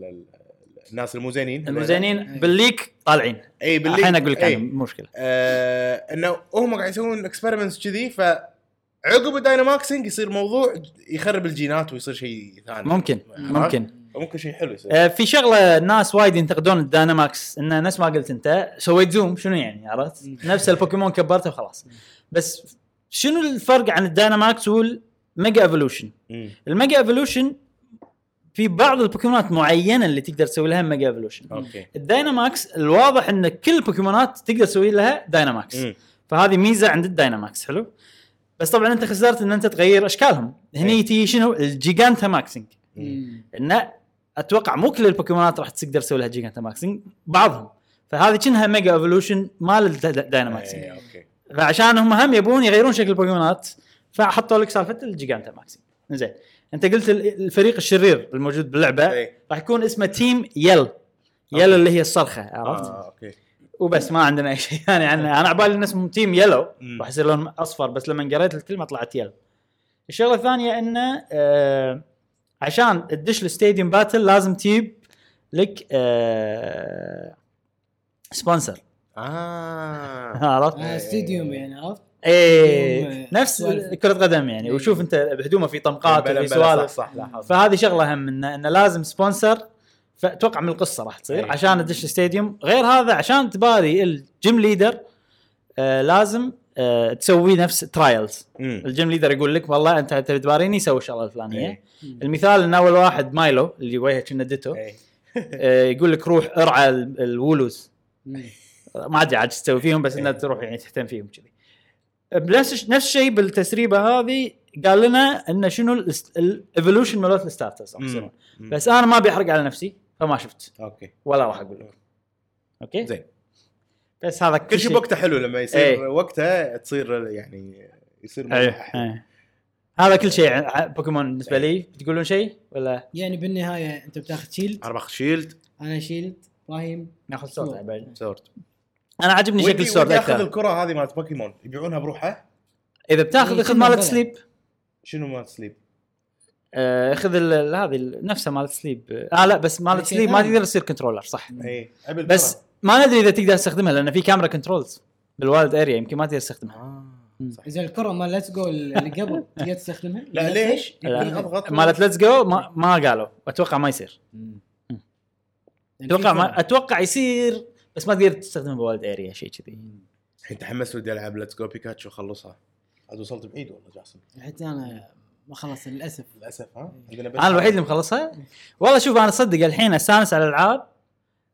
S3: الناس المو زينين
S1: المزينين بالليك طالعين
S3: اي باللي
S1: الحين اقول لك
S3: إي.
S1: أنا مشكله
S3: إيه. آه انه هم قاعد يسوون اكسبيرمنتس كذي فعقب الدايناماكسنج يصير موضوع يخرب الجينات ويصير شيء ثاني
S1: ممكن
S3: عرفت؟
S1: ممكن
S3: ممكن شيء حلو يصير
S1: آه، في شغله الناس وايد ينتقدون الدايناماكس انه نفس ما قلت انت سويت زوم شنو يعني عرفت؟
S2: مم.
S1: نفس البوكيمون كبرته وخلاص بس شنو الفرق عن الدايناماكس والميجا ايفولوشن؟
S3: مم.
S1: الميجا ايفولوشن في بعض البوكيمونات معينه اللي تقدر تسوي لها ميجا ايفولوشن
S3: اوكي
S1: الدايناماكس الواضح ان كل البوكيمونات تقدر تسوي لها دايناماكس
S3: مم.
S1: فهذه ميزه عند الدايناماكس حلو بس طبعا انت خسرت ان انت تغير اشكالهم هني
S3: إيه.
S1: تجي شنو الجيجانتا ماكسينج
S2: مم.
S1: انه اتوقع مو كل البوكيمونات راح تقدر تسوي لها جيجانتا ماكسينج بعضهم فهذه كأنها ميجا ايفولوشن مال الدايناماكسينج
S3: إي، اوكي
S1: فعشان هم هم يبون يغيرون شكل البوكيمونات فحطوا لك سالفه الجيجانتا ماكسينج زين انت قلت ال- الفريق الشرير الموجود باللعبه
S3: إي.
S1: راح يكون اسمه تيم يل يل
S3: إيه. أوكي.
S1: اللي هي الصرخه عرفت؟
S3: اه اوكي
S1: وبس ما عندنا اي شيء ثاني عنه انا عبالي الناس تيم يلو
S3: مم.
S1: راح يصير لون اصفر بس لما قريت الكلمه طلعت يلو الشغله الثانيه انه آه عشان تدش الستاديوم باتل لازم تجيب لك آه سبونسر
S3: اه
S1: عرفت؟
S2: آه، استديوم يعني عرفت؟
S1: ايه
S2: آه،
S1: نفس
S2: سوالف.
S1: كره قدم يعني
S2: إيه.
S1: وشوف انت بهدومه في طمقات
S3: بلا-
S1: وفي
S3: بلا،
S1: سوالف
S3: صح صح لاحظت
S1: فهذه شغله هم انه انه لازم سبونسر فاتوقع من القصه راح تصير
S3: أي.
S1: عشان تدش ستاديوم غير هذا عشان تباري الجيم ليدر آه لازم آه تسوي نفس ترايلز
S3: مم.
S1: الجيم ليدر يقول لك والله انت تبي تباريني سوي الشغله
S3: إي.
S1: الفلانيه المثال ان اول واحد مايلو اللي وجهه كنا ديتو
S3: إي.
S1: آه يقول لك روح ارعى ال- الولوز
S2: مم.
S1: ما ادري عاد ايش تسوي فيهم بس انها
S3: إيه.
S1: تروح يعني تهتم فيهم كذي نفس نفس الشيء بالتسريبه هذه قال لنا انه شنو الايفولوشن مالت الستارترز راح يصيرون.
S3: مم.
S1: بس انا ما بيحرق على نفسي فما شفت
S3: اوكي
S1: ولا راح اقول لك اوكي
S3: زين.
S1: بس هذا
S3: كل شيء بوقته حلو لما يصير
S1: إي.
S3: وقتها تصير يعني يصير موضوع
S1: أيه.
S3: حلو.
S1: أيه. هذا كل شيء عن- عن بوكيمون
S3: إيه.
S1: بالنسبه لي تقولون شيء ولا
S2: يعني بالنهايه انت بتاخذ شيلد
S3: اربع شيلد
S2: انا شيلد ابراهيم
S1: ناخذ صوت بعد
S3: سورد
S1: انا عاجبني شكل
S3: ودي
S1: السورد
S3: ودي اخذ
S1: اكثر
S3: الكره هذه مالت بوكيمون يبيعونها بروحها
S1: اذا بتاخذ
S2: إيه،
S1: اخذ مالت
S2: كنا
S1: سليب
S3: شنو مالت سليب؟
S1: آه، اخذ ال- ال- هذه ال- نفسها مالت سليب اه لا بس مالت
S2: شيء
S1: سليب ما
S2: ثاني.
S1: تقدر تصير كنترولر صح
S3: اي ابي إيه. الكرة.
S1: بس ما ندري اذا تقدر تستخدمها لان في كاميرا كنترولز بالوايلد اريا يمكن ما تقدر تستخدمها
S3: آه، صح.
S2: اذا الكره مال ليتس جو اللي قبل تقدر تستخدمها يعني
S3: لا ليش؟ يمكن
S1: لا.
S3: اضغط
S1: مالت ليتس جو ما, ما قالوا اتوقع ما يصير اتوقع ما اتوقع يصير بس ما تقدر تستخدمه بوالد اريا شيء كذي
S3: الحين تحمست ودي العب ليتس جو بيكاتشو خلصها عاد وصلت بعيد والله جاسم
S2: حتى انا ما خلصت للاسف
S3: للاسف ها عندنا بس
S1: انا إيه. الوحيد اللي مخلصها والله شوف انا صدق الحين استانس على الالعاب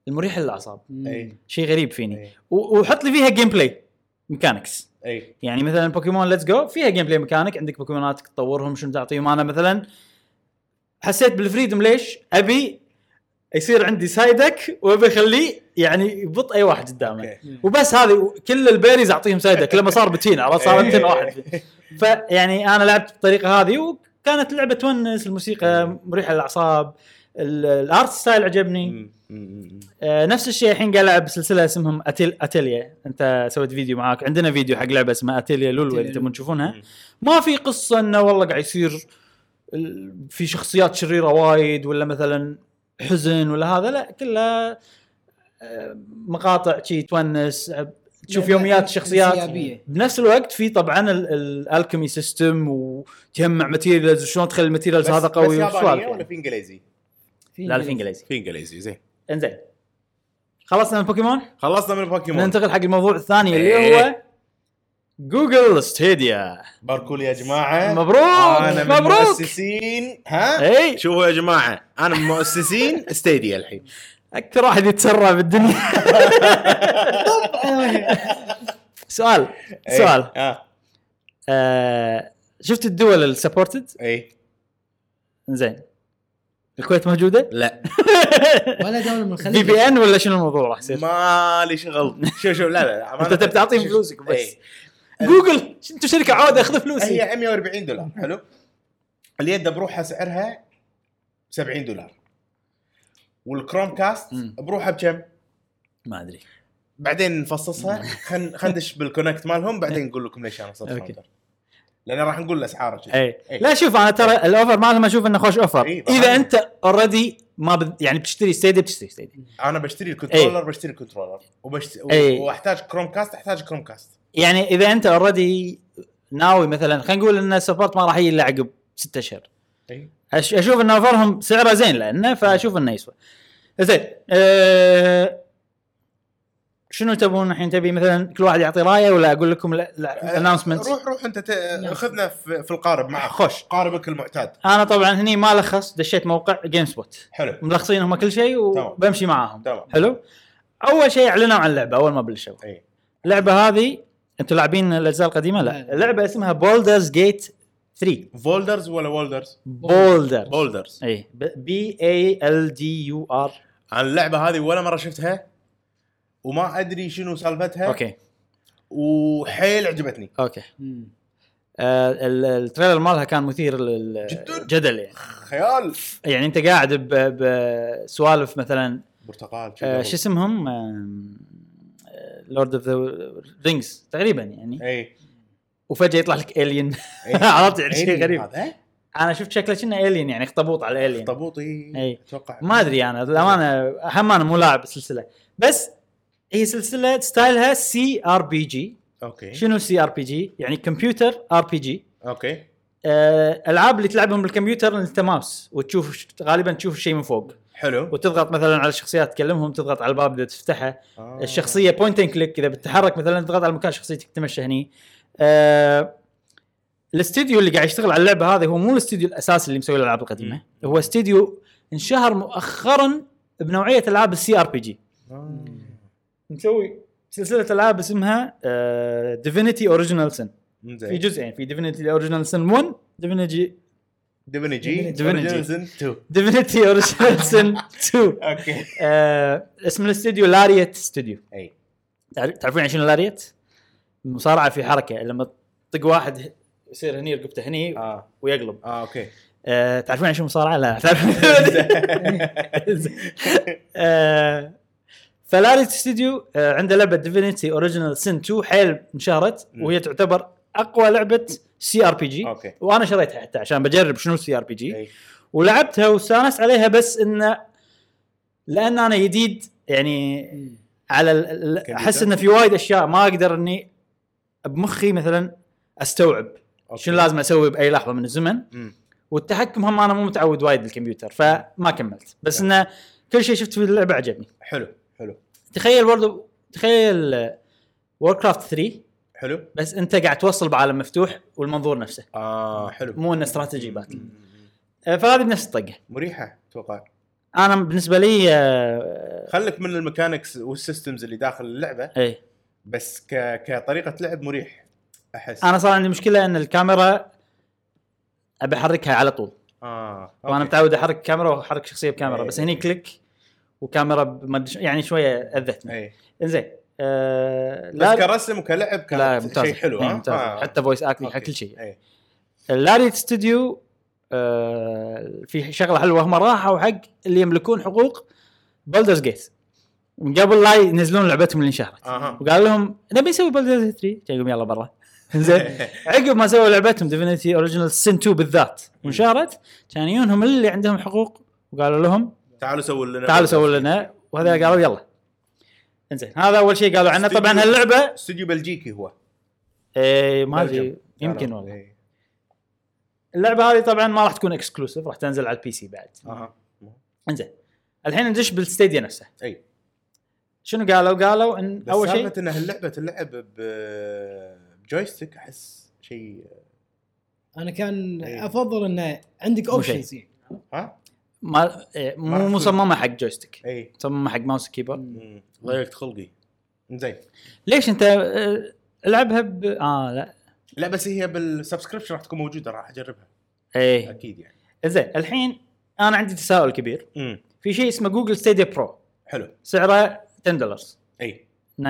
S1: المريحه للاعصاب
S3: اي
S1: شيء غريب فيني
S3: اي
S1: و- وحط لي فيها جيم بلاي ميكانكس
S3: اي
S1: يعني مثلا بوكيمون ليتس جو فيها جيم بلاي ميكانيك عندك بوكيموناتك تطورهم شنو تعطيهم انا مثلا حسيت بالفريدم ليش ابي يصير عندي سايدك وابي اخليه يعني يبط اي واحد قدامه
S3: اوكي
S1: وبس هذه كل البيريز اعطيهم سايدك لما صار بتين عرفت صار بتين واحد فيعني انا لعبت بالطريقه هذه وكانت لعبه تونس الموسيقى مريحه للاعصاب ال- الارت ستايل عجبني
S3: أمم، أمم، أمم.
S1: آه نفس الشيء الحين قاعد العب سلسله اسمهم أتيل اتيليا انت سويت فيديو معاك عندنا فيديو حق لعبه اسمها اتيليا لولو اللي
S2: أتيليا
S1: تبون تشوفونها
S3: مم.
S1: ما في قصه انه والله قاعد يصير ال- في شخصيات شريره وايد ولا مثلا حزن ولا هذا لا كلها آه، مقاطع شي تونس آه، تشوف
S2: لا، لا،
S1: يوميات شخصيات
S2: انسيابية.
S1: بنفس الوقت في طبعا الالكيمي سيستم وتجمع ماتيريالز وشلون تخلي الماتيريالز
S3: بس-
S1: هذا
S3: بس
S1: قوي
S3: يابانيه
S1: وسوالف
S3: ولا
S1: يعني.
S3: في انجليزي؟
S1: لا لا في انجليزي
S3: في انجليزي زين
S1: انزين خلصنا من بوكيمون
S3: خلصنا من بوكيمون
S1: ننتقل حق الموضوع الثاني اللي
S3: إيه.
S1: هو جوجل ستيديا
S3: باركول يا جماعه
S1: مبروك،
S3: انا من
S1: مبروك.
S3: مؤسسين ها
S1: إي.
S3: شوفوا يا جماعه انا من مؤسسين ستيديا الحين
S1: اكثر واحد يتسرع بالدنيا سؤال
S3: إي.
S1: سؤال
S3: اه
S1: آه شفت الدول السبورتد
S3: اي
S1: زين الكويت موجوده
S3: لا
S2: ولا دوله من
S1: في
S2: الخليج
S1: بي ان ولا شنو الموضوع راح يصير
S3: مالي شغل شوف شوف لا لا أمانة.
S1: انت تبي تعطيهم
S3: شوف-
S1: فلوسك بس
S3: إي.
S1: جوجل انتم شركه عوده اخذ فلوسي
S3: هي 140 دولار حلو اليد بروحها سعرها 70 دولار والكروم كاست
S1: مم.
S3: بروحها بكم؟
S1: ما ادري
S3: بعدين نفصصها خن خندش بالكونكت مالهم بعدين نقول لكم ليش انا صرت
S1: أوكي.
S3: founder. لان راح نقول الاسعار وشي.
S1: اي
S3: إي.
S1: إيه. لا شوف انا ترى الاوفر مالهم اشوف انه خوش اوفر
S3: إي،
S1: اذا
S3: إيه. طبعاً.
S1: انت اوريدي ما بد... يعني بتشتري ستيديا بتشتري ستيديا
S3: انا بشتري
S1: إيه.
S3: الكنترولر بشتري الكنترولر وبشت...
S1: إي.
S3: واحتاج كروم كاست احتاج كروم كاست
S1: يعني اذا انت اوريدي ناوي مثلا خلينا نقول ان السبورت ما راح يجي الا عقب ستة اشهر
S3: اي
S1: أش... اشوف ان اوفرهم سعره زين لانه فاشوف انه يسوى زين أه... شنو تبون الحين تبي مثلا كل واحد يعطي رايه ولا اقول لكم الانونسمنت
S3: آه، روح روح انت ت... خذنا في... في القارب معك خوش قاربك المعتاد
S1: انا طبعا هني ما لخص دشيت موقع جيم سبوت
S3: حلو
S1: ملخصين هم كل شيء وبمشي معاهم
S3: تمام
S1: حلو اول شيء اعلنوا عن اللعبه اول ما بلشوا
S3: اي
S1: اللعبه هذه انتم لاعبين الاجزاء القديمه لا
S2: لا.
S1: اللعبه اسمها بولدرز جيت 3
S3: فولدرز ولا وولدرز؟
S1: بولدر
S3: بولدرز
S1: اي بي اي ال دي يو ار
S3: انا اللعبه هذه ولا مره شفتها وما ادري شنو سالفتها
S1: اوكي
S3: وحيل عجبتني
S1: اوكي
S2: مم.
S1: آه ال- التريلر مالها كان مثير
S3: جداً.
S1: للجدل يعني
S3: خيال
S1: يعني انت قاعد ب- بسوالف مثلا
S3: برتقال
S1: آه شو اسمهم آه، لورد اوف ذا رينجز تقريبا يعني
S3: اي
S1: وفجاه يطلع لك الين
S3: إي.
S1: عرفت يعني شيء
S3: إي،
S1: غريب.
S3: هذا إيه؟
S1: انا شفت شكله كأنه الين يعني اخطبوط على الين
S3: اخطبوطي
S1: إي.
S3: اتوقع
S1: إيه. ما ادري انا للامانه هم انا مو لاعب السلسله بس هي سلسله ستايلها سي ار بي جي
S3: اوكي
S1: شنو سي ار بي جي يعني كمبيوتر ار بي جي
S3: اوكي
S1: العاب آه، اللي تلعبهم بالكمبيوتر انت ماوس وتشوف غالبا تشوف الشيء من فوق
S3: حلو
S1: وتضغط مثلا على الشخصيات تكلمهم تضغط على الباب اذا تفتحه
S3: آه.
S1: الشخصيه بوينت اند كليك اذا بتتحرك مثلا تضغط على مكان شخصيتك تمشى هني آه، الاستديو اللي قاعد يشتغل على اللعبه هذه هو مو الاستديو الاساسي اللي مسوي الالعاب القديمه هو استديو انشهر مؤخرا بنوعيه العاب السي ار بي جي
S3: آه.
S1: مسوي سلسله العاب اسمها آه، ديفينيتي اوريجينال سن في
S3: زين
S1: جزئين في ديفينيتي اوريجينال سن 1 ديفينيتي
S3: دبني جي
S1: دبني جي.
S3: أوريجينال سن 2
S1: ديفينيتي اوريجينال سن 2
S3: اوكي
S1: آه، اسم الاستديو لاريت استوديو
S3: اي
S1: تعر- تعرفون يعني شنو لاريت؟ المصارعه في حركه لما تطق واحد يصير هني رقبته هني
S3: اه
S1: ويقلب
S3: اه اوكي
S1: أه تعرفون يعني شنو مصارعه؟ لا تعرفون أه فلاريت استوديو أه عنده لعبه ديفينيتي اوريجينال سن 2 حيل انشهرت وهي تعتبر اقوى لعبه سي ار بي جي
S3: أوكي.
S1: وانا شريتها حتى عشان بجرب شنو السي ار بي جي
S3: إي.
S1: ولعبتها واستانست عليها بس انه لان انا جديد يعني
S2: إيه.
S1: على ال- ال- احس انه في وايد اشياء ما اقدر اني بمخي مثلا استوعب
S3: أوكي.
S1: شنو لازم اسوي باي لحظه من الزمن
S3: أمم.
S1: والتحكم هم انا مو متعود وايد بالكمبيوتر فما كملت بس انه كل شيء شفته في اللعبه عجبني
S3: حلو حلو
S1: تخيل برضو تخيل وور كرافت 3
S3: حلو
S1: بس انت قاعد توصل بعالم مفتوح والمنظور نفسه
S3: اه حلو
S1: مو انه استراتيجي باتل
S3: أمم.
S1: أه، فهذه بنفس الطقه
S3: مريحه اتوقع
S1: انا بالنسبه لي أه،
S3: خلك من الميكانكس والسيستمز اللي داخل اللعبه
S1: ايه
S3: بس ك... كطريقه لعب مريح احس
S1: انا صار عندي مشكله ان الكاميرا ابي احركها على طول
S3: اه أوكي.
S1: وانا متعود احرك كاميرا واحرك شخصيه بكاميرا
S3: إيه.
S1: بس هني كليك وكاميرا بمد... يعني شويه اذتني
S3: اي
S1: انزين آه
S3: إيه. بس
S1: لا
S3: كرسم وكلعب
S1: لا
S3: كان
S1: ممتاز
S3: شيء حلو
S1: إيه،
S3: ها؟
S1: ممتاز
S3: آه.
S1: حتى فويس اكتنج
S3: أوكي. إيه.
S1: كل شيء
S3: اي
S1: لاريت ستوديو آه في شغله حلوه هم راحوا حق اللي يملكون حقوق بولدرز جيت من قبل لا ينزلون لعبتهم اللي انشهرت
S3: اها
S1: وقال لهم نبي نسوي بولدرز 3 قال لهم يلا برا زين عقب ما سووا لعبتهم ديفينيتي اوريجينال سن 2 بالذات وانشهرت كان يجونهم اللي عندهم حقوق وقالوا لهم
S3: تعالوا سووا لنا
S1: تعالوا سووا لنا وهذا قالوا يلا انزين هذا اول شيء قالوا عنه
S3: استديو-
S1: طبعا هاللعبه
S3: استوديو بلجيكي هو إيه.
S1: ايه ما
S3: بلجيك.
S1: ادري يمكن
S3: تعرف.
S1: والله
S3: إي.
S1: اللعبه هذه طبعا ما راح تكون اكسكلوسيف راح تنزل على البي سي بعد
S3: اها
S1: انزين الحين ندش بالستيديا نفسه
S3: اي
S1: شنو قالوا قالوا ان
S3: بس
S1: اول شيء
S3: سالفه ان هاللعبه تلعب ب- بجويستيك احس شيء
S2: انا كان
S3: إيه.
S2: افضل انه عندك
S1: مو شيء.
S2: اوبشنز يعني
S3: ها إيه.
S1: ما إيه، مو
S3: ما راح تكون.
S1: مصممه حق جويستيك
S3: اي
S1: مصممه حق ماوس كيبورد
S3: أمم. ضيقت خلقي زين
S1: ليش انت آه، العبها ب اه لا
S3: لا بس هي بالسبسكريبشن راح تكون موجوده راح اجربها
S1: ايه
S3: اكيد يعني
S1: زين الحين انا عندي تساؤل كبير
S3: امم
S1: في شيء اسمه جوجل ستيديا برو
S3: حلو
S1: سعره 10 دولار
S3: اي
S1: 9.99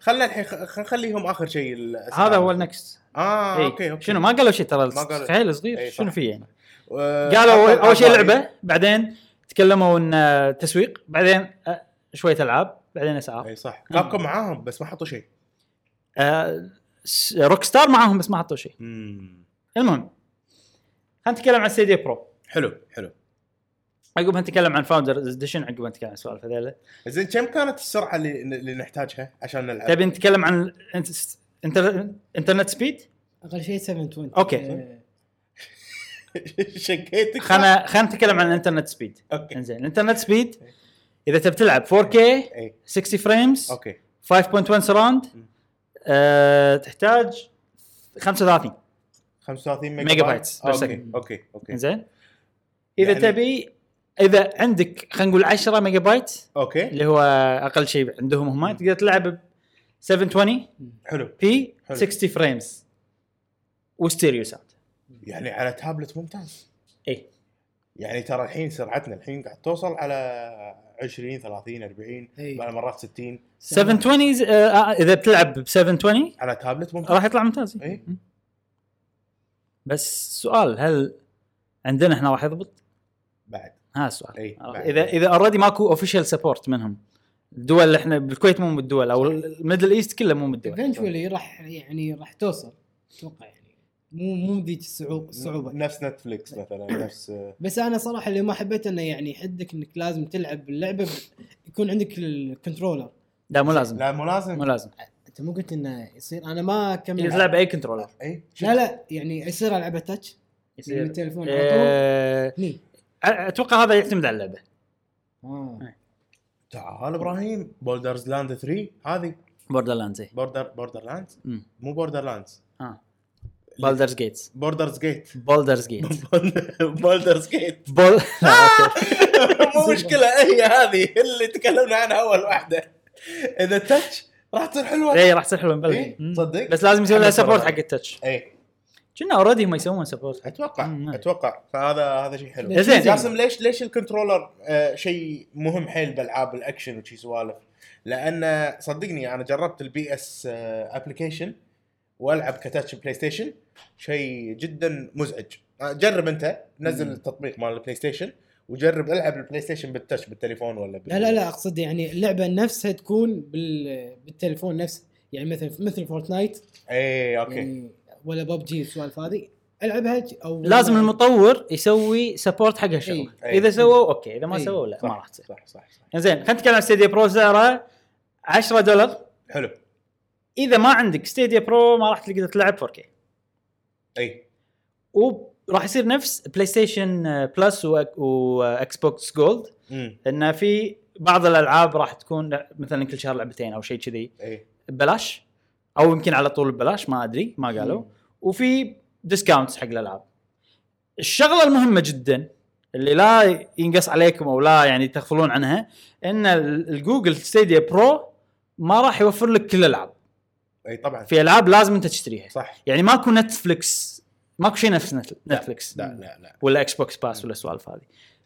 S3: خلنا الحين خ- نخليهم اخر شيء الأسئلة.
S1: هذا هو النكست
S3: اه
S1: إيه.
S3: اوكي اوكي
S1: شنو ما قالوا شيء ترى
S3: قالوا.
S1: خيل
S3: إيه،
S1: صغير
S3: صح.
S1: شنو فيه يعني
S3: آه،
S1: قالوا
S3: أفضل
S1: اول شيء
S3: أعضائي.
S1: لعبه بعدين تكلموا ان آه، تسويق بعدين آه، شويه العاب بعدين اسعار
S3: اي إيه، صح كابكم معاهم بس ما حطوا شيء
S1: آه، روك ستار معاهم بس ما حطوا شيء
S3: امم
S1: المهم خلينا نتكلم عن ستيديا برو
S3: حلو حلو
S1: عقبها نتكلم عن فاوندرز اديشن عقبها نتكلم عن السوالف هذيلا
S3: زين كم كانت السرعه اللي اللي نحتاجها عشان نلعب؟
S1: تبي نتكلم عن الانت- انتر- انترنت سبيد
S2: اقل شيء 720
S1: أوكي.
S2: آه،
S3: شكيتك
S1: خلنا خلنا نتكلم عن الانترنت سبيد
S3: اوكي
S1: انزين الانترنت سبيد اذا تبي تلعب 4K
S3: اي
S1: 60 فريمز
S3: اوكي
S1: 5.1 سراوند أه تحتاج 35
S3: 35 ميجا,
S1: ميجا بايتس per
S3: اوكي
S1: second.
S3: اوكي اوكي
S1: انزين اذا
S3: يعني-
S1: يعني تبي اذا عندك خلينا نقول 10 ميجا بايت
S3: اوكي
S1: اللي هو اقل شيء عندهم هم تقدر تلعب ب 720
S3: حلو
S1: بي
S3: حلو.
S1: 60 فريمز وستيريو ساوند
S3: يعني على تابلت ممتاز
S1: اي
S3: يعني ترى الحين سرعتنا الحين قاعد توصل على 20 30 40
S2: إي.
S3: بعض مرات 60
S1: 720 ز- آه، اذا بتلعب ب 720
S3: على تابلت ممتاز
S1: راح يطلع ممتاز
S3: إي.
S1: م. بس سؤال هل عندنا احنا راح يضبط؟
S3: بعد
S1: هذا السؤال
S3: إي،
S1: عرفت؟
S3: إيه، بعد.
S1: اذا اذا اوريدي ماكو اوفيشال سبورت منهم الدول اللي احنا بالكويت مو من الدول او الميدل ايست كله مو من الدول
S2: ايفنشولي راح يعني راح توصل اتوقع يعني مو مو ذيك الصعوبه الصعوبه
S3: نفس نتفليكس مثلا نفس
S2: بس انا صراحه اللي ما حبيت انه يعني حدك انك لازم تلعب اللعبه ب- يكون عندك الكنترولر
S1: لا مو لازم
S3: لا مو لازم
S1: مو لازم
S2: انت مو قلت انه يصير انا ما
S1: يصير
S2: كملت
S1: تلعب اي كنترولر
S3: اي
S2: لا لا يعني يصير العبها تاتش
S1: يصير-
S2: من التليفون على طول
S1: آه،
S2: هني
S1: اتوقع هذا يعتمد على اللعبه
S2: آه.
S3: تعال ابراهيم بولدرز لاند 3 هذه
S1: بوردر لاند زي
S3: بوردر بوردر لاند
S1: مم.
S3: مو بوردر لاند
S1: اه بولدرز جيتس
S3: بوردرز جيت
S1: بولدرز جيتس
S3: بولدرز جيت
S1: بول لا، اوكي
S3: مو مشكله هي هذه اللي تكلمنا عنها اول واحده اذا تاتش راح تصير حلوه
S2: إيه.
S1: اي إيه، راح تصير حلوه
S3: إي،
S1: مبلغ
S3: تصدق؟
S1: بس لازم يسوي لها
S3: إيه، أنا
S1: سبورت
S3: أتفرج.
S1: حق التاتش
S3: اي
S1: كنا اوريدي هم يسوون سبورت
S3: اتوقع
S1: مم.
S2: إيه.
S3: اتوقع فهذا هذا شيء حلو
S1: زين.
S3: جاسم ليش ليش الكنترولر آه شيء مهم حيل بالعاب الاكشن وشي سوالف لان صدقني انا جربت البي اس ابلكيشن والعب كتاتش بلاي ستيشن شيء جدا مزعج آه، جرب انت نزل التطبيق مال البلاي ستيشن وجرب العب البلاي ستيشن بالتاتش بالتليفون ولا بال...
S2: لا لا لا اقصد يعني اللعبه نفسها تكون بال... بالتليفون نفسه يعني مثل مثل فورتنايت
S3: اي اوكي
S2: يعني ولا ببجي السوالف هذه العبها ج- او
S1: لازم المطور يسوي سبورت حق هالشغله
S3: إي.
S1: اذا سووا اوكي اذا ما
S2: إي.
S1: سووا لا
S3: إيه. صح
S1: ما راح تصير
S3: صح صح, صح.
S1: زين خلينا نتكلم عن ستيديا برو سعره 10 دولار
S3: حلو
S1: اذا ما عندك ستيديا برو ما راح تقدر تلعب 4K
S3: اي
S1: وراح يصير نفس بلاي ستيشن آه، بلس وأك- واكس بوكس جولد
S3: امم
S1: انه في بعض الالعاب راح تكون مثلا كل شهر لعبتين او شيء كذي
S3: اي
S1: ببلاش او يمكن على طول ببلاش ما ادري ما قالوا وفي ديسكاونتس حق الالعاب الشغله المهمه جدا اللي لا ينقص عليكم او لا يعني تغفلون عنها ان ال- الجوجل ستيديا برو ما راح يوفر لك كل الالعاب
S3: اي طبعا
S1: في العاب لازم انت تشتريها
S3: إيه، صح
S1: يعني ماكو نتفلكس ماكو شيء نفس نت- نتفلكس
S3: لا لا لا
S1: ولا اكس بوكس باس ولا السوالف هذه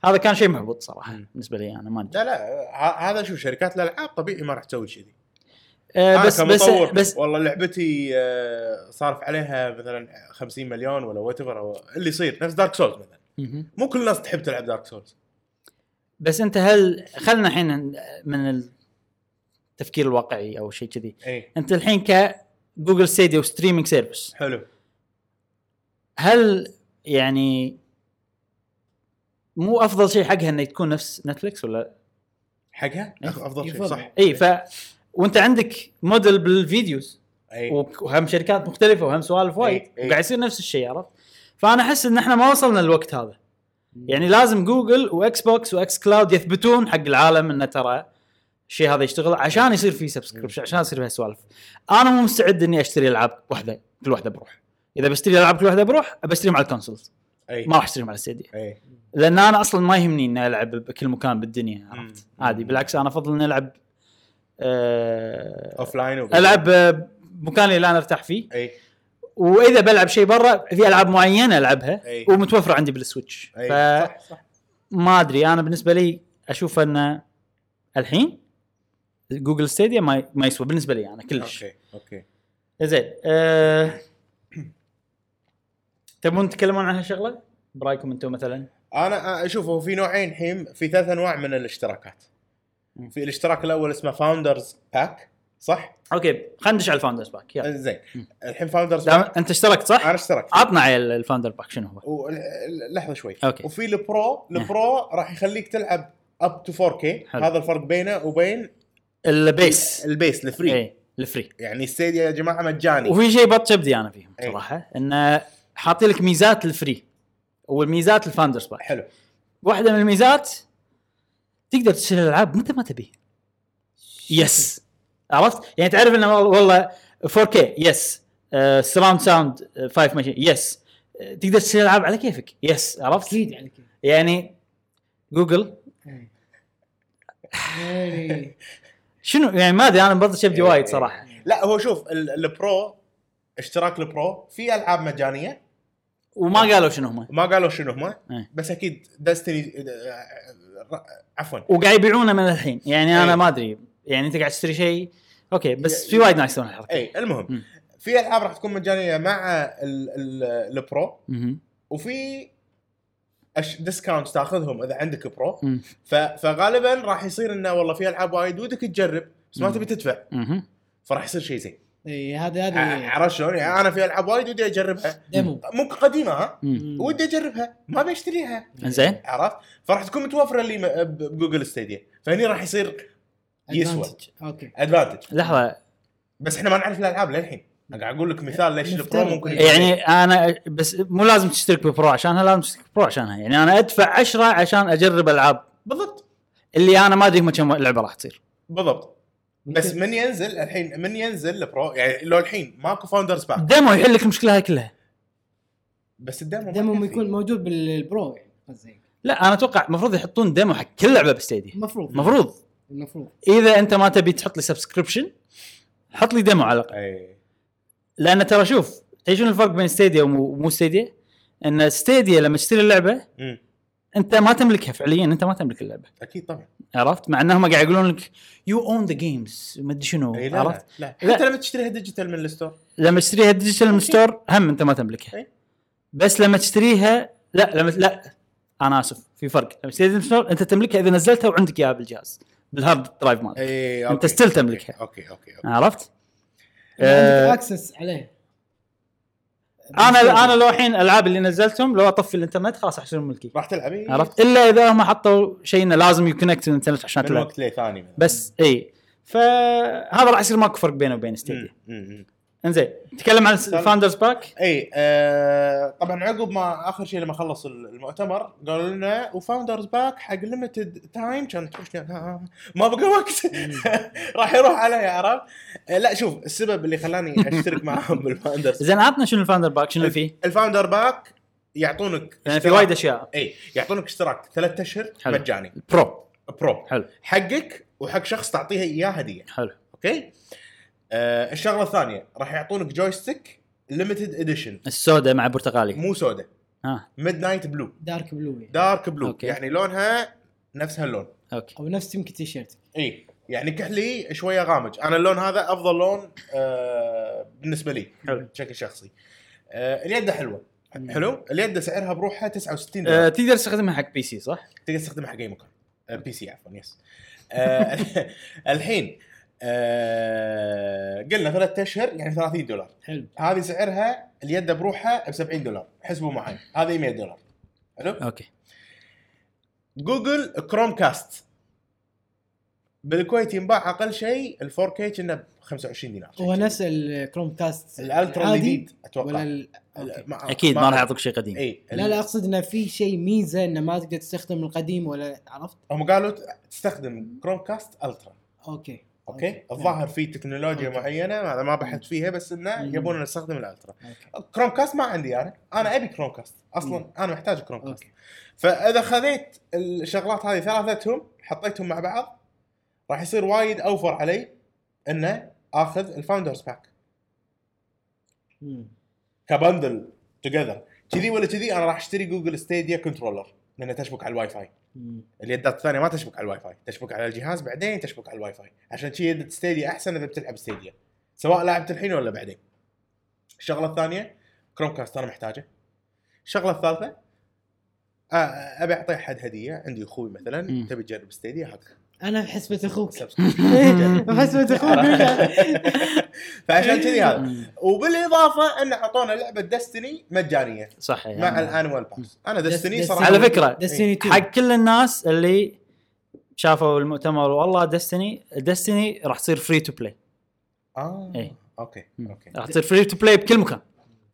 S1: هذا كان شيء محبط صراحه
S3: مم.
S1: بالنسبه لي انا ما ادري
S3: لا لا ه- هذا شو شركات الالعاب طبيعي ما راح تسوي كذي
S1: آه
S3: أنا
S1: بس بس
S3: كمطور،
S1: بس
S3: والله لعبتي آه، صارف عليها مثلا 50 مليون ولا وات او اللي يصير نفس دارك سولز مثلا
S1: مهم.
S3: مو كل الناس تحب تلعب دارك سولز
S1: بس انت هل خلنا الحين من التفكير الواقعي او شيء كذي
S3: اي
S1: انت الحين ك جوجل ستيديا وستريمينج سيرفيس
S3: حلو
S1: هل يعني مو افضل شيء حقها انه تكون نفس نتفلكس ولا
S3: حقها
S1: إيه.
S3: أخ- افضل شيء
S2: يفضل.
S3: صح
S1: اي ف وانت عندك موديل بالفيديوز
S3: اي
S1: وك- وهم شركات مختلفه وهم سوالف وايد
S3: إي.
S1: وقاعد يصير نفس الشيء عرفت فانا احس ان احنا ما وصلنا للوقت هذا يعني لازم جوجل واكس بوكس واكس كلاود يثبتون حق العالم انه ترى الشيء هذا يشتغل عشان يصير فيه سبسكربشن عشان يصير فيه هالسوالف انا مو مستعد اني اشتري العاب واحده كل واحده بروح اذا بشتري العاب كل واحده بروح بشتريهم على الكونسولز
S3: اي
S1: ما راح اشتريهم على السيدي
S3: اي
S1: لان انا اصلا ما يهمني اني العب بكل مكان بالدنيا عرفت
S3: مم.
S1: عادي بالعكس انا افضل اني العب آه
S3: اوف لاين
S1: العب آه، مكان اللي انا ارتاح فيه
S3: اي
S1: واذا بلعب شيء برا في العاب معينه العبها
S3: إي.
S1: ومتوفره عندي بالسويتش
S3: اي
S1: ف-
S3: إيه. صح صح
S1: ما ادري انا بالنسبه لي اشوف ان الحين جوجل ستيديا ما ما يسوى بالنسبه لي انا كلش
S3: اوكي اوكي
S1: زين أه... تبون تتكلمون عن هالشغله؟ برايكم انتم مثلا؟
S3: انا اشوف هو في نوعين الحين في ثلاث انواع من الاشتراكات في الاشتراك الاول اسمه فاوندرز باك صح؟
S1: اوكي خلينا ندش على الفاوندرز باك يلا
S3: زين الحين فاوندرز
S1: دام انت اشتركت صح؟
S3: انا اشتركت
S1: عطنا على الفاوندر باك شنو هو؟
S3: وال- لحظه شوي
S1: أوكي.
S3: وفي البرو البرو راح يخليك تلعب اب تو 4K
S1: حلو.
S3: هذا الفرق بينه وبين
S1: البيس
S3: البيس الفري
S1: اي الفري
S3: يعني السيديا يا جماعه مجاني
S1: إيه. وفي شيء بط كبدي انا فيهم
S3: إيه.
S1: صراحه انه حاطين لك ميزات الفري والميزات الفاوندرز باك
S3: حلو
S1: واحده من الميزات تقدر تشتري الالعاب متى ما تبي يس عرفت يعني تعرف انه وال- والله 4K يس سراوند ساوند 5 ماشين يس آه، تقدر تشتري العاب على كيفك يس عرفت
S2: اكيد على كذا
S1: يعني جوجل
S2: إيه. إيه.
S1: شنو يعني ما ادري انا برضه شبدي
S3: إيه،
S1: وايد
S3: إيه.
S1: صراحه
S3: لا هو شوف ال- البرو اشتراك البرو في العاب مجانيه
S1: وما قالوا شنو هم
S3: ما قالوا شنو هم
S1: إيه.
S3: بس آه، اكيد دستني عفوا
S1: وقاعد يبيعونه من الحين يعني انا
S3: إيه.
S1: ما ادري يعني انت قاعد تشتري شيء اوكي بس في وايد ناس يسوون الحركه
S3: اي
S1: مم.
S3: إيه، المهم في العاب راح تكون مجانيه مع ال ال البرو
S1: مهم.
S3: وفي أش ديسكاونت تاخذهم اذا عندك برو
S1: مم.
S3: ف فغالبا راح يصير انه والله في العاب وايد ودك تجرب بس ما
S1: مم.
S3: تبي تدفع
S1: مهم.
S3: فراح يصير شيء زين
S2: إيه، هذا
S3: ع-
S2: هذا
S3: عرفت شلون؟ يعني انا في العاب وايد ودي اجربها
S2: ديمو
S3: ممكن قديمه ها
S1: مم.
S3: ودي اجربها ما بشتريها
S1: زين
S3: عرفت؟ فراح تكون متوفره لي م- ب- بجوجل ستيديا فهني راح يصير يسوى.
S2: Advantage. اوكي
S3: ادفانتج
S1: لحظه
S3: بس احنا ما نعرف الالعاب للحين أنا قاعد اقول لك مثال ليش البرو
S2: نفترض.
S3: ممكن يكون
S1: يعني انا بس مو لازم تشترك ببرو عشانها لازم تشترك برو عشانها يعني انا ادفع 10 عشان اجرب العاب
S3: بالضبط
S1: اللي انا ما ادري هم كم لعبه راح تصير
S3: بالضبط بس من ينزل الحين من ينزل البرو يعني لو الحين ماكو فاوندرز باك
S1: ديمو يحل لك المشكله هاي كلها
S3: بس الديمو ما
S2: ديمو
S3: يكفي.
S2: يكون موجود بالبرو يعني قصدي
S1: لا انا اتوقع المفروض يحطون ديمو حق كل لعبه بستيديا
S2: المفروض
S1: المفروض
S2: المفروض
S1: اذا انت ما تبي تحط لي سبسكريبشن حط لي ديمو على الاقل
S3: اي
S1: لان ترى شوف تعيشون الفرق بين ستيديا ومو مو ستيديا ان ستيديا لما تشتري اللعبه
S3: أمم.
S1: انت ما تملكها فعليا انت ما تملك اللعبه
S3: اكيد طبعا
S1: عرفت مع انهم قاعد يقولون لك يو اون ذا جيمز ما ادري شنو
S3: اي إيه، لا,
S1: عرفت
S3: لا لا
S1: لا.
S3: حتى لما تشتريها ديجيتال من الستور
S1: لما تشتريها ديجيتال من ستور هم انت ما تملكها
S3: إيه.
S1: بس لما تشتريها لا لما لا انا اسف في فرق لما تشتريها من ستور انت تملكها اذا نزلتها وعندك اياها بالجهاز بالهارد درايف مالك
S3: اي
S1: أنت still تملكها.
S3: اوكي اوكي, إيه، أوكي.
S1: عرفت؟ آه،
S2: عندك اكسس عليه
S1: انا انا لو الحين الالعاب اللي نزلتهم لو اطفي الانترنت خلاص احسن ملكي
S3: راح تلعب إيه.
S1: عرفت؟ الا اذا هم حطوا شيء انه لازم يكونكت الانترنت عشان
S3: من
S1: تلعب
S3: وقت لثاني من-
S1: بس اي فهذا راح يصير ماكو فرق بينه وبين ستيديا
S3: أمم، أمم، أمم.
S1: انزين نتكلم عن الفاوندرز باك
S3: اي آه طبعا عقب ما اخر شيء لما خلص ال- المؤتمر قالوا لنا وفاوندرز باك حق ليمتد تايم كان تحوش كان، آه، ما بقى وقت راح يروح علي عرفت؟ آه لا شوف السبب اللي خلاني اشترك معاهم بالفاوندرز
S1: زين عطنا شنو الفاوندر باك
S3: إيه.
S1: شنو فيه؟
S3: الفاوندر باك يعطونك
S1: يعني في وايد اشياء
S3: اي يعطونك اشتراك ثلاثة اشهر
S1: حلو.
S3: مجاني
S1: برو
S3: برو
S1: حلو
S3: حقك وحق شخص تعطيه اياه هديه
S1: حلو
S3: اوكي آه الشغله الثانيه راح يعطونك جويستيك ليمتد اديشن
S1: السوداء مع آه، برتقالي
S3: مو سوداء
S1: ها
S3: ميد نايت بلو
S2: دارك بلو يعني.
S3: دارك بلو
S1: أوكي.
S3: أوكي. يعني لونها نفس هاللون
S1: اوكي
S2: او نفس يمكن تيشيرتك
S3: اي يعني كحلي شويه غامج انا اللون هذا افضل لون آه بالنسبه لي
S1: حلو.
S3: بشكل شخصي آه اليد حلوه حلو اليد سعرها بروحها 69 دولار
S1: أه تقدر تستخدمها حق بي سي صح؟
S3: تقدر تستخدمها حق اي مكان آه، بي سي عفوا يس آه، الحين آه، قلنا ثلاثة اشهر يعني 30 دولار
S2: حلو
S3: هذه سعرها اليد بروحها ب 70 دولار حسبوا معي هذه 100 دولار حلو
S1: اوكي
S3: جوجل كروم كاست بالكويت ينباع اقل شيء ال 4 كي كنا ب 25 دينار
S2: هو نفس الكروم كاست
S3: الالترا
S2: العادي
S3: الجديد
S2: ولا
S3: اتوقع
S2: ال... أوكي.
S1: اكيد ما راح يعطوك شيء قديم
S3: اي
S2: لا لا اقصد انه في شيء ميزه انه ما تقدر تستخدم القديم ولا عرفت؟
S3: هم قالوا تستخدم كروم كاست الترا
S2: اوكي
S3: اوكي
S2: أوكي. نعم.
S3: الظاهر في تكنولوجيا
S2: أوكي.
S3: معينه هذا ما بحثت فيها بس انه
S2: مم.
S3: يبون نستخدم الالترا
S2: اوكي
S3: كروم كاست ما عندي انا انا ابي كروم كاست
S2: مم.
S3: اصلا انا محتاج كروم كاست
S2: اوكي
S3: فاذا خذيت الشغلات هذه ثلاثتهم حطيتهم مع بعض راح يصير وايد اوفر علي انه اخذ الفاوندرز باك
S2: مم.
S3: كبندل توجذر كذي ولا كذي انا راح اشتري جوجل ستيديا كنترولر لانها تشبك على الواي فاي
S2: مم.
S3: اليدات الثانيه ما تشبك على الواي فاي تشبك على الجهاز بعدين تشبك على الواي فاي عشان كذي يد ستيديا احسن اذا بتلعب ستيديا سواء لعبت الحين ولا بعدين الشغله الثانيه كروم كاست انا محتاجه الشغله الثالثه آه، ابي اعطي احد هديه عندي اخوي مثلا
S1: مم.
S3: تبي تجرب ستيديا هاك
S2: انا بحسبه اخوك
S3: Subscribe.
S2: بحسبه اخوك
S3: فعشان كذي هذا وبالاضافه ان اعطونا لعبه دستني مجانيه
S1: صح
S3: مع
S1: يعني.
S3: الانوال باس انا دستني
S2: Destiny.
S3: صراحه
S1: على فكره
S2: دستني 2
S1: حق كل الناس اللي شافوا المؤتمر والله دستني دستني راح تصير فري تو بلاي
S3: اه
S1: إيه.
S3: اوكي اوكي
S1: راح تصير فري تو بلاي بكل مكان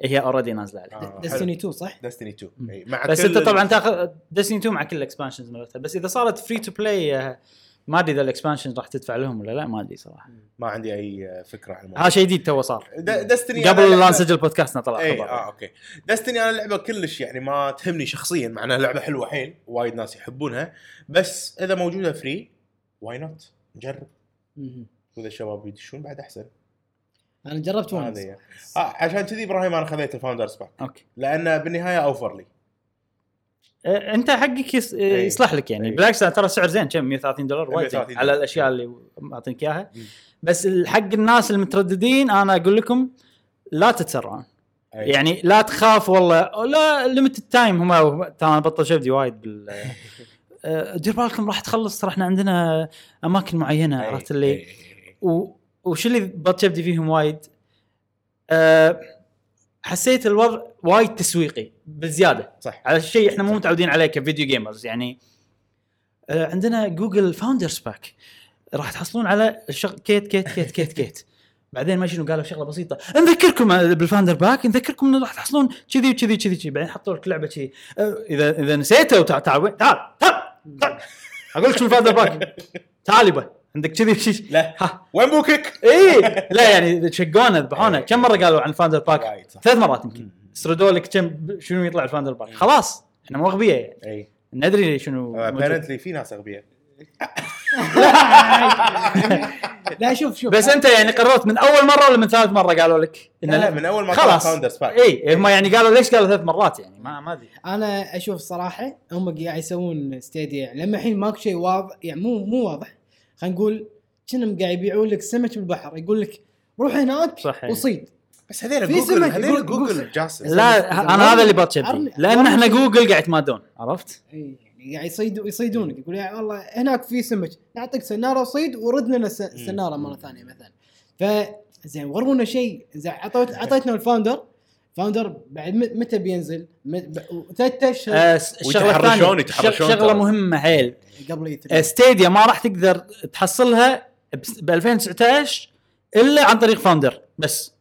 S1: هي اوريدي نازله عليه
S3: آه،
S2: دستني 2 صح؟
S3: دستني 2
S1: مم.
S3: إي، إيه، مع
S1: بس
S3: كل
S1: انت
S3: ال-
S1: طبعا تاخذ ديزني 2 مع كل الاكسبانشنز مالتها بس اذا صارت فري تو بلاي آه، ما ادري اذا الاكسبانشنز راح تدفع لهم ولا لا ما ادري صراحه
S3: ما عندي اي فكره عن الموضوع
S1: هذا شيء جديد تو صار
S3: د- دستني
S1: قبل لا
S3: لعبة-
S1: نسجل بودكاستنا طلع
S3: اي
S1: خبر
S3: اه اوكي دستني انا لعبه كلش يعني ما تهمني شخصيا مع انها لعبه حلوه حيل وايد ناس يحبونها بس اذا موجوده فري واي نوت نجرب
S2: مم.
S3: واذا الشباب يدشون بعد احسن
S2: انا جربت
S3: هذه
S2: ون
S3: هي. آه عشان كذي ابراهيم انا خذيت الفاوندرز باك
S1: اوكي
S3: لانه بالنهايه اوفر لي
S1: أه، انت حقك يص...
S3: إي.
S1: يصلح لك يعني
S3: إي.
S1: بالعكس أنا ترى السعر زين كم 130 دولار وايد
S3: 130
S1: زين
S3: إيه، دولار.
S1: على الاشياء اللي معطينك اياها
S3: مم.
S1: بس حق الناس المترددين انا اقول لكم لا تتسرعون
S3: أي.
S1: يعني لا تخاف والله أو لا ليمت التايم هم ترى أنا بطل شبدي وايد بال أه، دير بالكم راح تخلص ترى احنا عندنا اماكن معينه
S3: أي.
S1: عرفت اللي
S3: أي. أي.
S1: و... وش اللي بط شبدي فيهم وايد؟ أه حسيت الوضع وايد تسويقي بالزياده
S3: صح.
S1: على شيء احنا مو متعودين عليه كفيديو جيمرز يعني أه عندنا جوجل فاوندرز باك راح تحصلون على شغ... كيت كيت كيت كيت كيت بعدين ما شنو قالوا شغله بسيطه نذكركم بالفاندر باك نذكركم انه راح تحصلون كذي وكذي كذي كذي بعدين حطوا لك لعبه كذي أه، اذا اذا نسيتها وتع- تعال وين- تعال تعال تعال اقول لك شو الفاندر باك تعال يبا عندك كذي
S3: لا
S1: ها
S3: وين بوكك؟
S1: اي لا يعني شقونا ذبحونا
S3: إيه.
S1: كم مره قالوا عن الفاندر باك
S3: وايد صح
S1: ثلاث مرات يمكن سردوا لك كم شنو يطلع الفاندر باك خلاص احنا مو اغبياء يعني
S3: اي
S1: ندري شنو
S3: آه،
S1: موجود.
S3: ابيرنتلي في ناس اغبياء
S2: لا شوف شوف
S1: بس انت يعني قررت من اول مره ولا من ثالث مره قالوا لك إن
S3: لا لا من اول ما
S1: خلاص
S3: فاوندرز باك
S1: اي هم يعني قالوا ليش قالوا ثلاث مرات يعني ما ما ادري
S2: انا اشوف صراحه هم قاعد يسوون ستيديا يعني لما الحين ماكو شيء واضح يعني مو مو واضح خلينا نقول كأنهم قاعد يبيعون لك سمك بالبحر يقول لك روح هناك
S1: صح.
S2: وصيد
S3: بس هذول
S2: في
S3: جوجل
S2: سمك، جوجل-
S3: هذول جوجل
S2: جوجل.
S3: جاسم
S1: لا انا هذا اللي بتشبه
S2: أرنب.
S1: لان احنا جوجل قاعد يتمادون عرفت؟
S2: اي يعني قاعد يصيدوا يصيدونك يقول يا والله هناك في سمك نعطيك سناره وصيد ورد لنا الس- السناره مره ثانيه مثلا ف زين ورونا شيء زين عطوت عطيتنا الفاوندر فاوندر بعد مت- متى بينزل؟ ثلاث اشهر
S1: آه، س- الشغله
S3: ويتحرشون-
S1: الثانيه شغ-
S3: يتحرشون
S1: شغله
S3: ترى.
S1: مهمه حيل
S2: قبل E اي
S1: ستيديا آه، ما راح تقدر تحصلها ب 2019 الا عن طريق فاوندر بس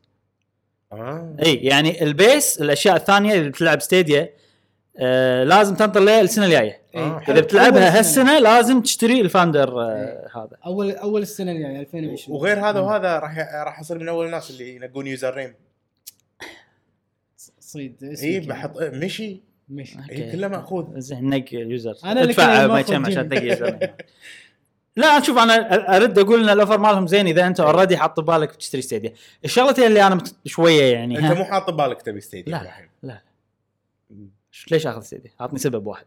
S3: آه.
S1: اي يعني البيس الاشياء الثانيه اللي بتلعب ستيديا آه لازم تنطر لها السنه الجايه
S3: آه،
S1: اذا بتلعبها
S2: هالسنه
S1: هالسنه لازم تشتري الفاندر آه هذا
S2: اول اول السنه الجايه 2020
S3: وغير هذا وهذا راح راح اصير من اول الناس اللي ينقون يوزر نيم
S2: صيد إيه،
S3: اي إيه، بحط إيه. مشي
S2: مشي
S1: أوكي.
S3: اي كله ماخوذ
S1: زين نق اليوزر
S2: أنا اللي
S1: ادفع ما
S2: كان باخذ
S1: كم عشان
S2: جيمي.
S1: تلقى يوزر لا شوف انا أ- ارد اقول ان الاوفر مالهم زين اذا انت اوريدي حاط ببالك بتشتري ستيديا الشغلتين اللي انا مت- شويه يعني
S3: انت
S1: ها،
S3: مو حاط ببالك تبي ستيديا
S1: لا.
S3: ابراهيم
S1: ش- ليش اخذ ستيديا؟ اعطني سبب واحد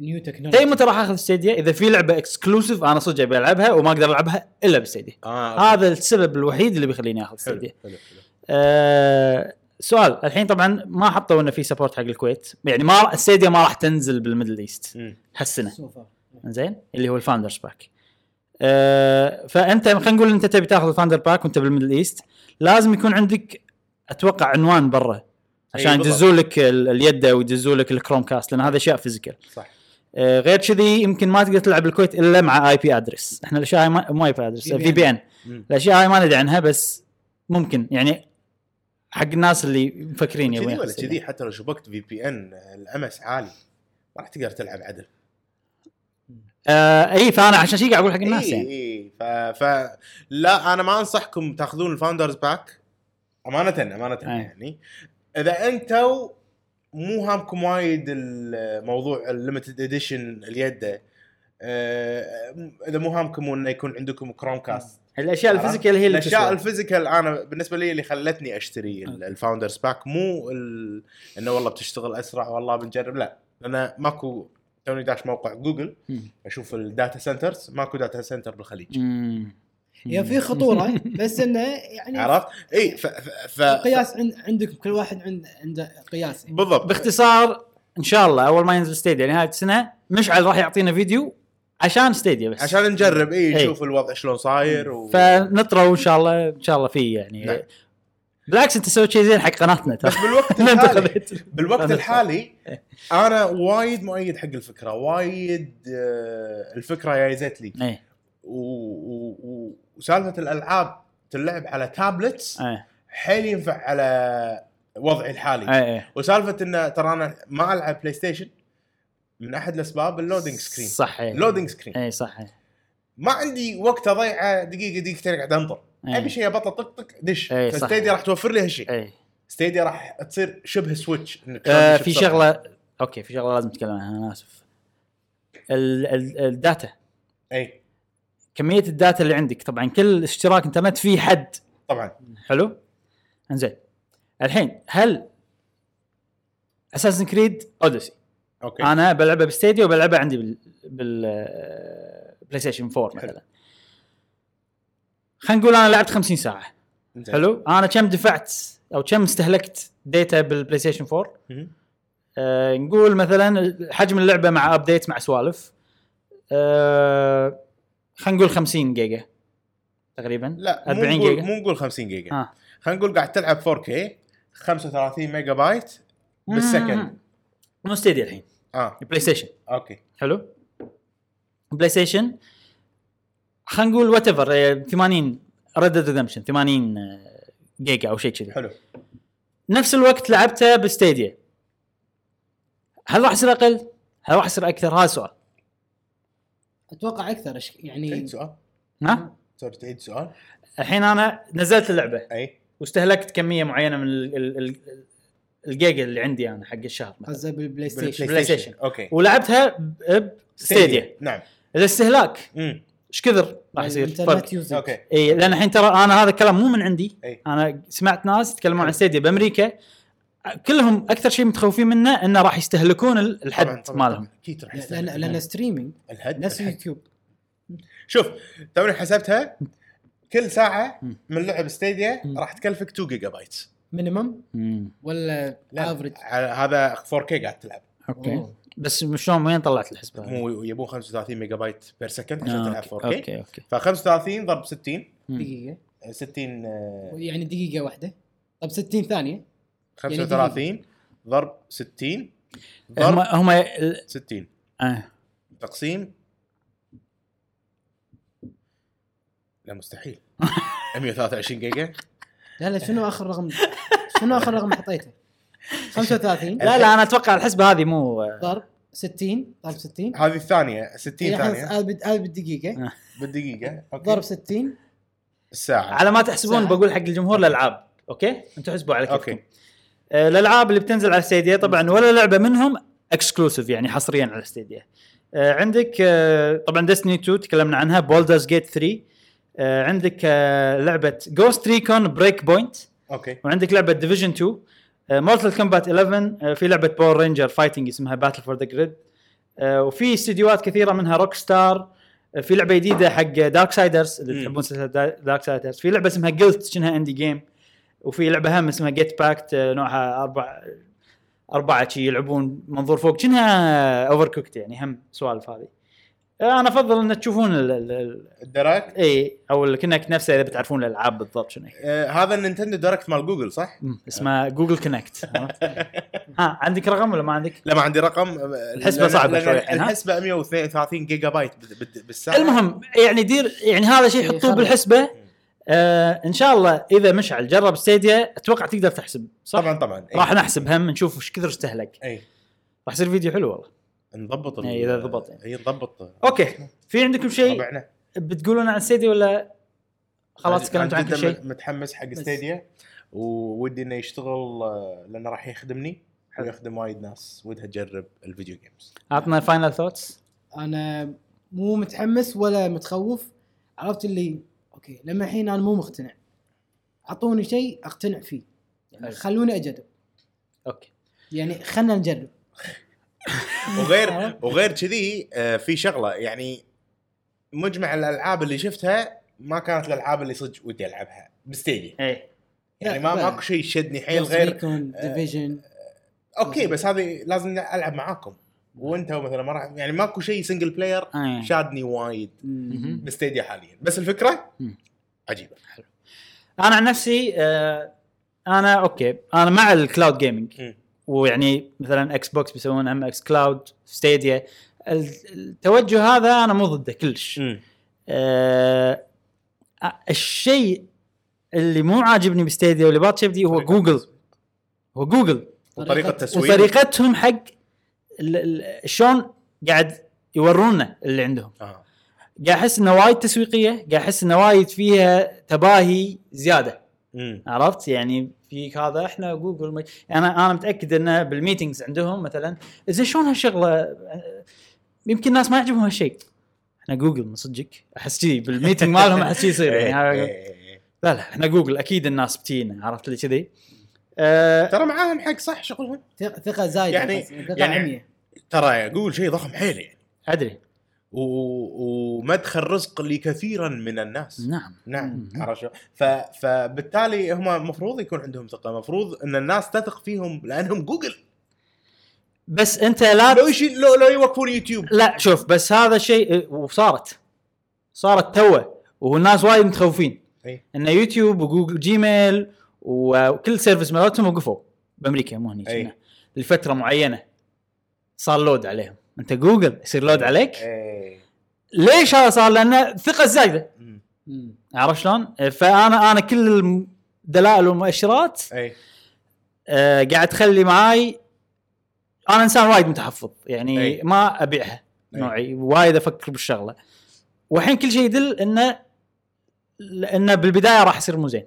S2: نيو
S1: تدري
S2: تكنولوجي
S1: متى راح اخذ ستيديا؟ اذا في لعبه اكسكلوسيف انا صدق ابي العبها وما اقدر العبها الا بستيديا
S3: اه
S1: هذا السبب الوحيد اللي بيخليني اخذ
S3: حلو
S1: آه، ستيديا
S3: حلو حلو.
S1: آه سؤال الحين طبعا ما حطوا انه في سبورت حق الكويت يعني ما ستيديا ما راح تنزل بالميدل ايست
S3: مم.
S1: هالسنه
S2: سوفر
S1: زين اللي هو الفاوندرز باك آه فانت خلينا نقول انت تبي تاخذ الفاوندر باك وانت بالميدل ايست لازم يكون عندك اتوقع عنوان برا عشان
S3: بالضبط.
S1: يدزوا لك ال- اليده ويدزوا لك الكروم كاست لان هذا اشياء فيزيكال
S3: صح
S1: آه، غير كذي يمكن ما تقدر تلعب الكويت الا مع اي بي ادرس احنا الاشياء هاي ما- مو اي بي ادرس في بي ان
S3: مم.
S1: الاشياء هاي ما ندري عنها بس ممكن يعني حق الناس اللي مفكرين
S3: كذي
S1: يبون
S3: ولا
S1: يحصلون.
S3: كذي حتى لو شبكت في بي ان الامس عالي ما راح تقدر تلعب عدل
S1: آه اي فانا عشان شي قاعد اقول حق الناس
S3: اي
S1: يعني
S3: اي إيه، ف... ف لا انا ما انصحكم تاخذون الفاوندرز باك امانه امانه
S1: أي.
S3: يعني اذا انتم مو هامكم وايد الموضوع الليمتد اديشن اليده أه، اذا مو هامكم انه يكون عندكم كروم كاست
S1: الاشياء الفيزيكال هي اللي
S3: الاشياء
S1: تسوى.
S3: الفيزيكال انا بالنسبه لي اللي خلتني اشتري
S1: أوكي.
S3: الفاوندرز باك مو ال... انه والله بتشتغل اسرع والله بنجرب لا انا ماكو توني داش موقع جوجل
S1: مم.
S3: اشوف الداتا سنترز ماكو داتا سنتر بالخليج
S1: مم. يعني
S2: هي في خطوره بس انه يعني
S3: عرفت؟ اي ف... ف... ف...
S2: قياس عند عندكم كل واحد عند عنده قياس يعني.
S3: بالضبط
S1: باختصار ان شاء الله اول ما ينزل ستيديا نهايه السنه مشعل راح يعطينا فيديو عشان ستيديا بس
S3: عشان نجرب اي
S1: إي.
S3: نشوف الوضع شلون صاير و...
S1: فنطروا ان شاء الله ان شاء الله فيه يعني
S3: نعم.
S1: بالعكس انت سويت شيء زين حق قناتنا
S3: بس
S1: ترى
S3: بالوقت
S1: إن انت
S3: الحالي
S1: خذيت
S3: بالوقت
S1: أنا-
S3: الحالي انا وايد مؤيد حق الفكره وايد آه، الفكره جايزت لي
S1: ايه
S3: و- و- و- وسالفه الالعاب تلعب على تابلتس
S1: ايه
S3: حيل ينفع على وضعي الحالي
S1: ايه
S3: وسالفه انه ترى انا ما العب بلاي ستيشن من احد الاسباب اللودنج سكرين
S1: صح ايه
S3: لودنج سكرين
S1: ايه صح ايه
S3: ما عندي وقت اضيعه دقيقه دقيقتين قاعد انطر
S1: إيه.
S3: ابي شيء ابطل طق طق دش
S1: إيه، صح.
S3: فستيديا راح توفر لي هالشيء
S1: ايه
S3: ستيديا راح تصير شبه سويتش إنك
S1: آه،
S3: شلون تدش
S1: في
S3: بسرعة.
S1: شغله اوكي في شغله لازم نتكلم عنها انا اسف ال- ال- الداتا
S3: اي
S1: كميه الداتا اللي عندك طبعا كل اشتراك انترنت فيه حد
S3: طبعا
S1: حلو انزين الحين هل اساسن كريد اوديسي
S3: اوكي
S1: انا بلعبها بستيديا وبلعبها عندي بال بال آه، بلاي ستيشن 4 مثلا خلينا نقول انا لعبت 50 ساعه
S3: إنزين.
S1: حلو انا كم دفعت او كم استهلكت ديتا بالبلاي ستيشن 4
S3: مهم.
S1: آه، نقول مثلا حجم اللعبه مع ابديت مع سوالف آه خلينا نقول 50 جيجا تقريبا
S3: لا
S1: 40
S3: 40 جيجا
S1: جيجا
S3: مو نقول 50 جيجا
S1: آه.
S3: خلينا نقول قاعد تلعب 4K 35 ميجا بايت بالسكند
S1: مو ستيديا الحين
S3: اه
S1: بلاي ستيشن
S3: اوكي
S1: حلو بلاي ستيشن خلينا نقول آه، وات ايفر 80 ريد ريدمشن 80 آه، جيجا او شيء كذي
S3: حلو
S1: نفس الوقت لعبتها بستيديا هل راح يصير اقل؟ هل راح يصير اكثر؟ هذا السؤال
S2: اتوقع اكثر أش- يعني
S3: تعيد سؤال
S1: ها؟
S3: صار تعيد سؤال إيه،
S1: الحين انا نزلت اللعبه
S3: اي
S1: واستهلكت كميه معينه من ال ال ال الجيجا اللي عندي انا حق الشهر مثلا
S2: قصدي بالبلاي ستيشن
S1: بلاي ستيشن.
S3: اوكي
S1: ولعبتها ب- بستيديا إيه،
S3: نعم
S1: الاستهلاك
S3: امم
S1: ايش كثر راح يصير؟ فرق.
S2: اوكي
S3: اوكي
S1: اي لان الحين ترى انا هذا الكلام مو من عندي
S3: أي.
S1: انا سمعت ناس يتكلمون عن ستيديا بامريكا كلهم اكثر شيء متخوفين منه انه راح يستهلكون ال-
S3: طبعاً،
S1: الحد
S3: طبعاً،
S1: مالهم
S3: طبعاً. اكيد راح
S2: لان
S3: يستهلك
S2: لان ستريمينج
S3: الهد
S2: نفس
S3: الهد.
S2: يوتيوب
S3: شوف توني حسبتها كل ساعه
S1: مم.
S3: من لعب ستيديا
S1: مم.
S3: راح تكلفك 2 جيجا بايت
S2: مينيمم
S1: مم.
S2: ولا
S3: لا
S2: افريج
S3: على- هذا 4K قاعد تلعب
S1: اوكي بس شلون وين طلعت الحسبه؟
S3: مو يبون 35 ميجا بايت بير سكند عشان
S1: طيب. آه،
S3: تلعب
S1: اوكي
S3: 4K
S1: اوكي اوكي
S3: ف 35 ضرب 60
S1: مم.
S2: دقيقه
S3: 60 آه،
S2: يعني دقيقه واحده طب 60 ثانيه
S3: 35 ضرب 60
S1: هم
S3: ضرب
S1: هم
S3: 60
S1: آه.
S3: تقسيم لا مستحيل 123 جيجا
S2: لا لا شنو اخر رقم شنو اخر رقم حطيته 35
S1: لا لا انا اتوقع الحسبه هذه مو
S2: ضرب 60 ضرب 60
S3: هذه الثانية 60
S2: إيه، خلاص،
S3: ثانية
S2: هذا بال- هذا بالدقيقه
S3: بالدقيقة اوكي
S2: ضرب 60
S3: الساعة
S1: آه، على ما تحسبون
S2: ساعة.
S1: بقول حق الجمهور الالعاب اوكي انتم حسبوا على كيفكم
S3: اوكي
S1: آه، الالعاب اللي بتنزل على ستيديا طبعا ولا لعبه منهم اكسكلوسيف يعني حصريا على ستيديا آه، عندك آه، طبعا ديستني 2 تكلمنا عنها بولدرز جيت 3 آه، عندك آه، لعبه جوست ريكون بريك بوينت
S3: اوكي
S1: وعندك لعبه ديفيجن 2 مورتال كومبات 11 آه، في لعبه باور رينجر فايتنج اسمها باتل فور ذا جريد آه، وفي استديوهات كثيره منها روك ستار في لعبه جديده حق دارك سايدرز
S3: مم.
S1: اللي تحبون سلسله دارك سايدرز في لعبه اسمها جلت شنها اندي جيم وفي لعبه هم اسمها جيت باكت نوعها اربع اربعه شي يلعبون منظور فوق شنها اوفر كوكت يعني هم سوالف هذه آه، انا افضل ان تشوفون ال- ال- ال- إيه،
S3: الدراك
S1: اي او الكونكت نفسه اذا بتعرفون الالعاب بالضبط شنو هي.
S3: آه هذا النينتندو دايركت مال جوجل صح؟
S1: مم، اسمه جوجل كونكت ها عندك رقم ولا ما عندك؟
S3: لا ما عندي رقم آه،
S1: الحسبة
S3: لأن-
S1: صعبة
S3: لأن
S1: شوي الحين، ها؟
S3: الحسبة 132 جيجا بايت بال- بال- بالساعة
S1: المهم يعني دير يعني هذا شيء حطوه
S2: خلاص.
S1: بالحسبه آه ان شاء الله اذا مشعل جرب ستيديا اتوقع تقدر تحسب صح؟
S3: طبعا طبعا إيه.
S1: راح نحسب هم نشوف ايش كثر استهلك
S3: اي
S1: راح يصير فيديو حلو والله
S3: نضبط ال-
S1: إيه، إذا ضبط.
S3: اي نضبط
S1: اوكي في عندكم شيء
S3: طبعنا
S1: بتقولون عن ستيديا ولا خلاص
S3: أنا-
S1: تكلمت
S3: أنا
S1: عن كل
S3: جداً
S1: شيء؟
S3: متحمس حق ستيديا وودي انه يشتغل آه، لانه راح يخدمني ويخدم وايد ناس ودها تجرب الفيديو جيمز
S1: اعطنا فاينل ثوتس
S2: انا مو متحمس ولا متخوف عرفت اللي اوكي لما الحين انا مو مقتنع اعطوني شيء اقتنع فيه يعني
S1: حلو.
S2: خلوني اجرب
S1: اوكي
S2: يعني خلنا نجرب
S3: وغير وغير كذي آه، في شغله يعني مجمع الالعاب اللي شفتها ما كانت الالعاب اللي صدق ودي العبها بستيديا
S1: ايه
S3: يعني
S2: لا،
S3: ما
S2: لا.
S3: ماكو شيء إيه، شدني حيل غير
S2: ديفيجن
S3: اوكي بس هذه لازم العب معاكم وانت مثلا ما راح يعني ماكو شيء سنجل بلاير
S1: أي.
S3: شادني وايد
S1: آه. مهم.
S3: بستيديا حاليا بس الفكره
S1: مم.
S3: عجيبه
S1: انا عن نفسي آه، انا اوكي انا مع الكلاود جيمنج
S3: مم.
S1: ويعني مثلا اكس بوكس بيسوون هم اكس كلاود ستيديا ال- التوجه هذا انا مو ضده كلش آه، الشيء اللي مو عاجبني بستيديا واللي باتشبدي هو
S3: طريقة
S1: جوجل هو جوجل
S3: وطريقه تسويق
S1: وطريقتهم حق ال- ال- شلون قاعد يورونا اللي عندهم
S3: آه.
S1: قاعد احس انه وايد تسويقيه قاعد احس انه وايد فيها تباهي زياده
S3: مم.
S1: عرفت يعني فيك هذا احنا جوجل ما انا انا متاكد انه بالميتينجز عندهم مثلا زين شلون هالشغله آه، يمكن الناس ما يعجبهم هالشيء احنا جوجل من صدقك احس كذي بالميتنج مالهم احس كذي يصير
S3: إيه،
S1: يعني
S3: إيه،
S1: ها-
S3: إيه.
S1: لا لا احنا جوجل اكيد الناس بتينا عرفت اللي كذي آه،
S3: ترى معاهم حق صح شغلهم
S2: ثق- ثقه زايده
S3: يعني-
S2: بس- ثقه
S3: يعني-
S2: عمية
S3: ترى جوجل شيء ضخم حيل يعني
S1: ادري
S3: و... و- ومدخل رزق لكثيرا من الناس
S1: نعم
S3: نعم
S1: مم.
S3: عرفت شلون؟ ف... فبالتالي هم المفروض يكون عندهم ثقه المفروض ان الناس تثق فيهم لانهم جوجل
S1: بس انت لا
S3: لو يشي... لو لو يوقفون يوتيوب
S1: لا شوف بس هذا شيء إيه، وصارت صارت توه والناس وايد متخوفين
S3: إي.
S1: ان يوتيوب وجوجل جيميل وكل سيرفيس مالتهم وقفوا بامريكا مو هني
S3: إي.
S1: جنة. لفتره معينه صار لود عليهم انت جوجل يصير لود عليك
S3: إيه.
S1: ليش هذا صار لانه ثقه زايده
S3: مم.
S2: مم.
S1: عرفت شلون؟ فانا انا كل الدلائل والمؤشرات
S3: اي
S1: آه، قاعد تخلي معاي انا انسان وايد متحفظ يعني
S3: أي.
S1: أي. ما ابيعها
S3: أي.
S1: نوعي وايد افكر بالشغله والحين كل شيء يدل انه انه بالبدايه راح يصير مو زين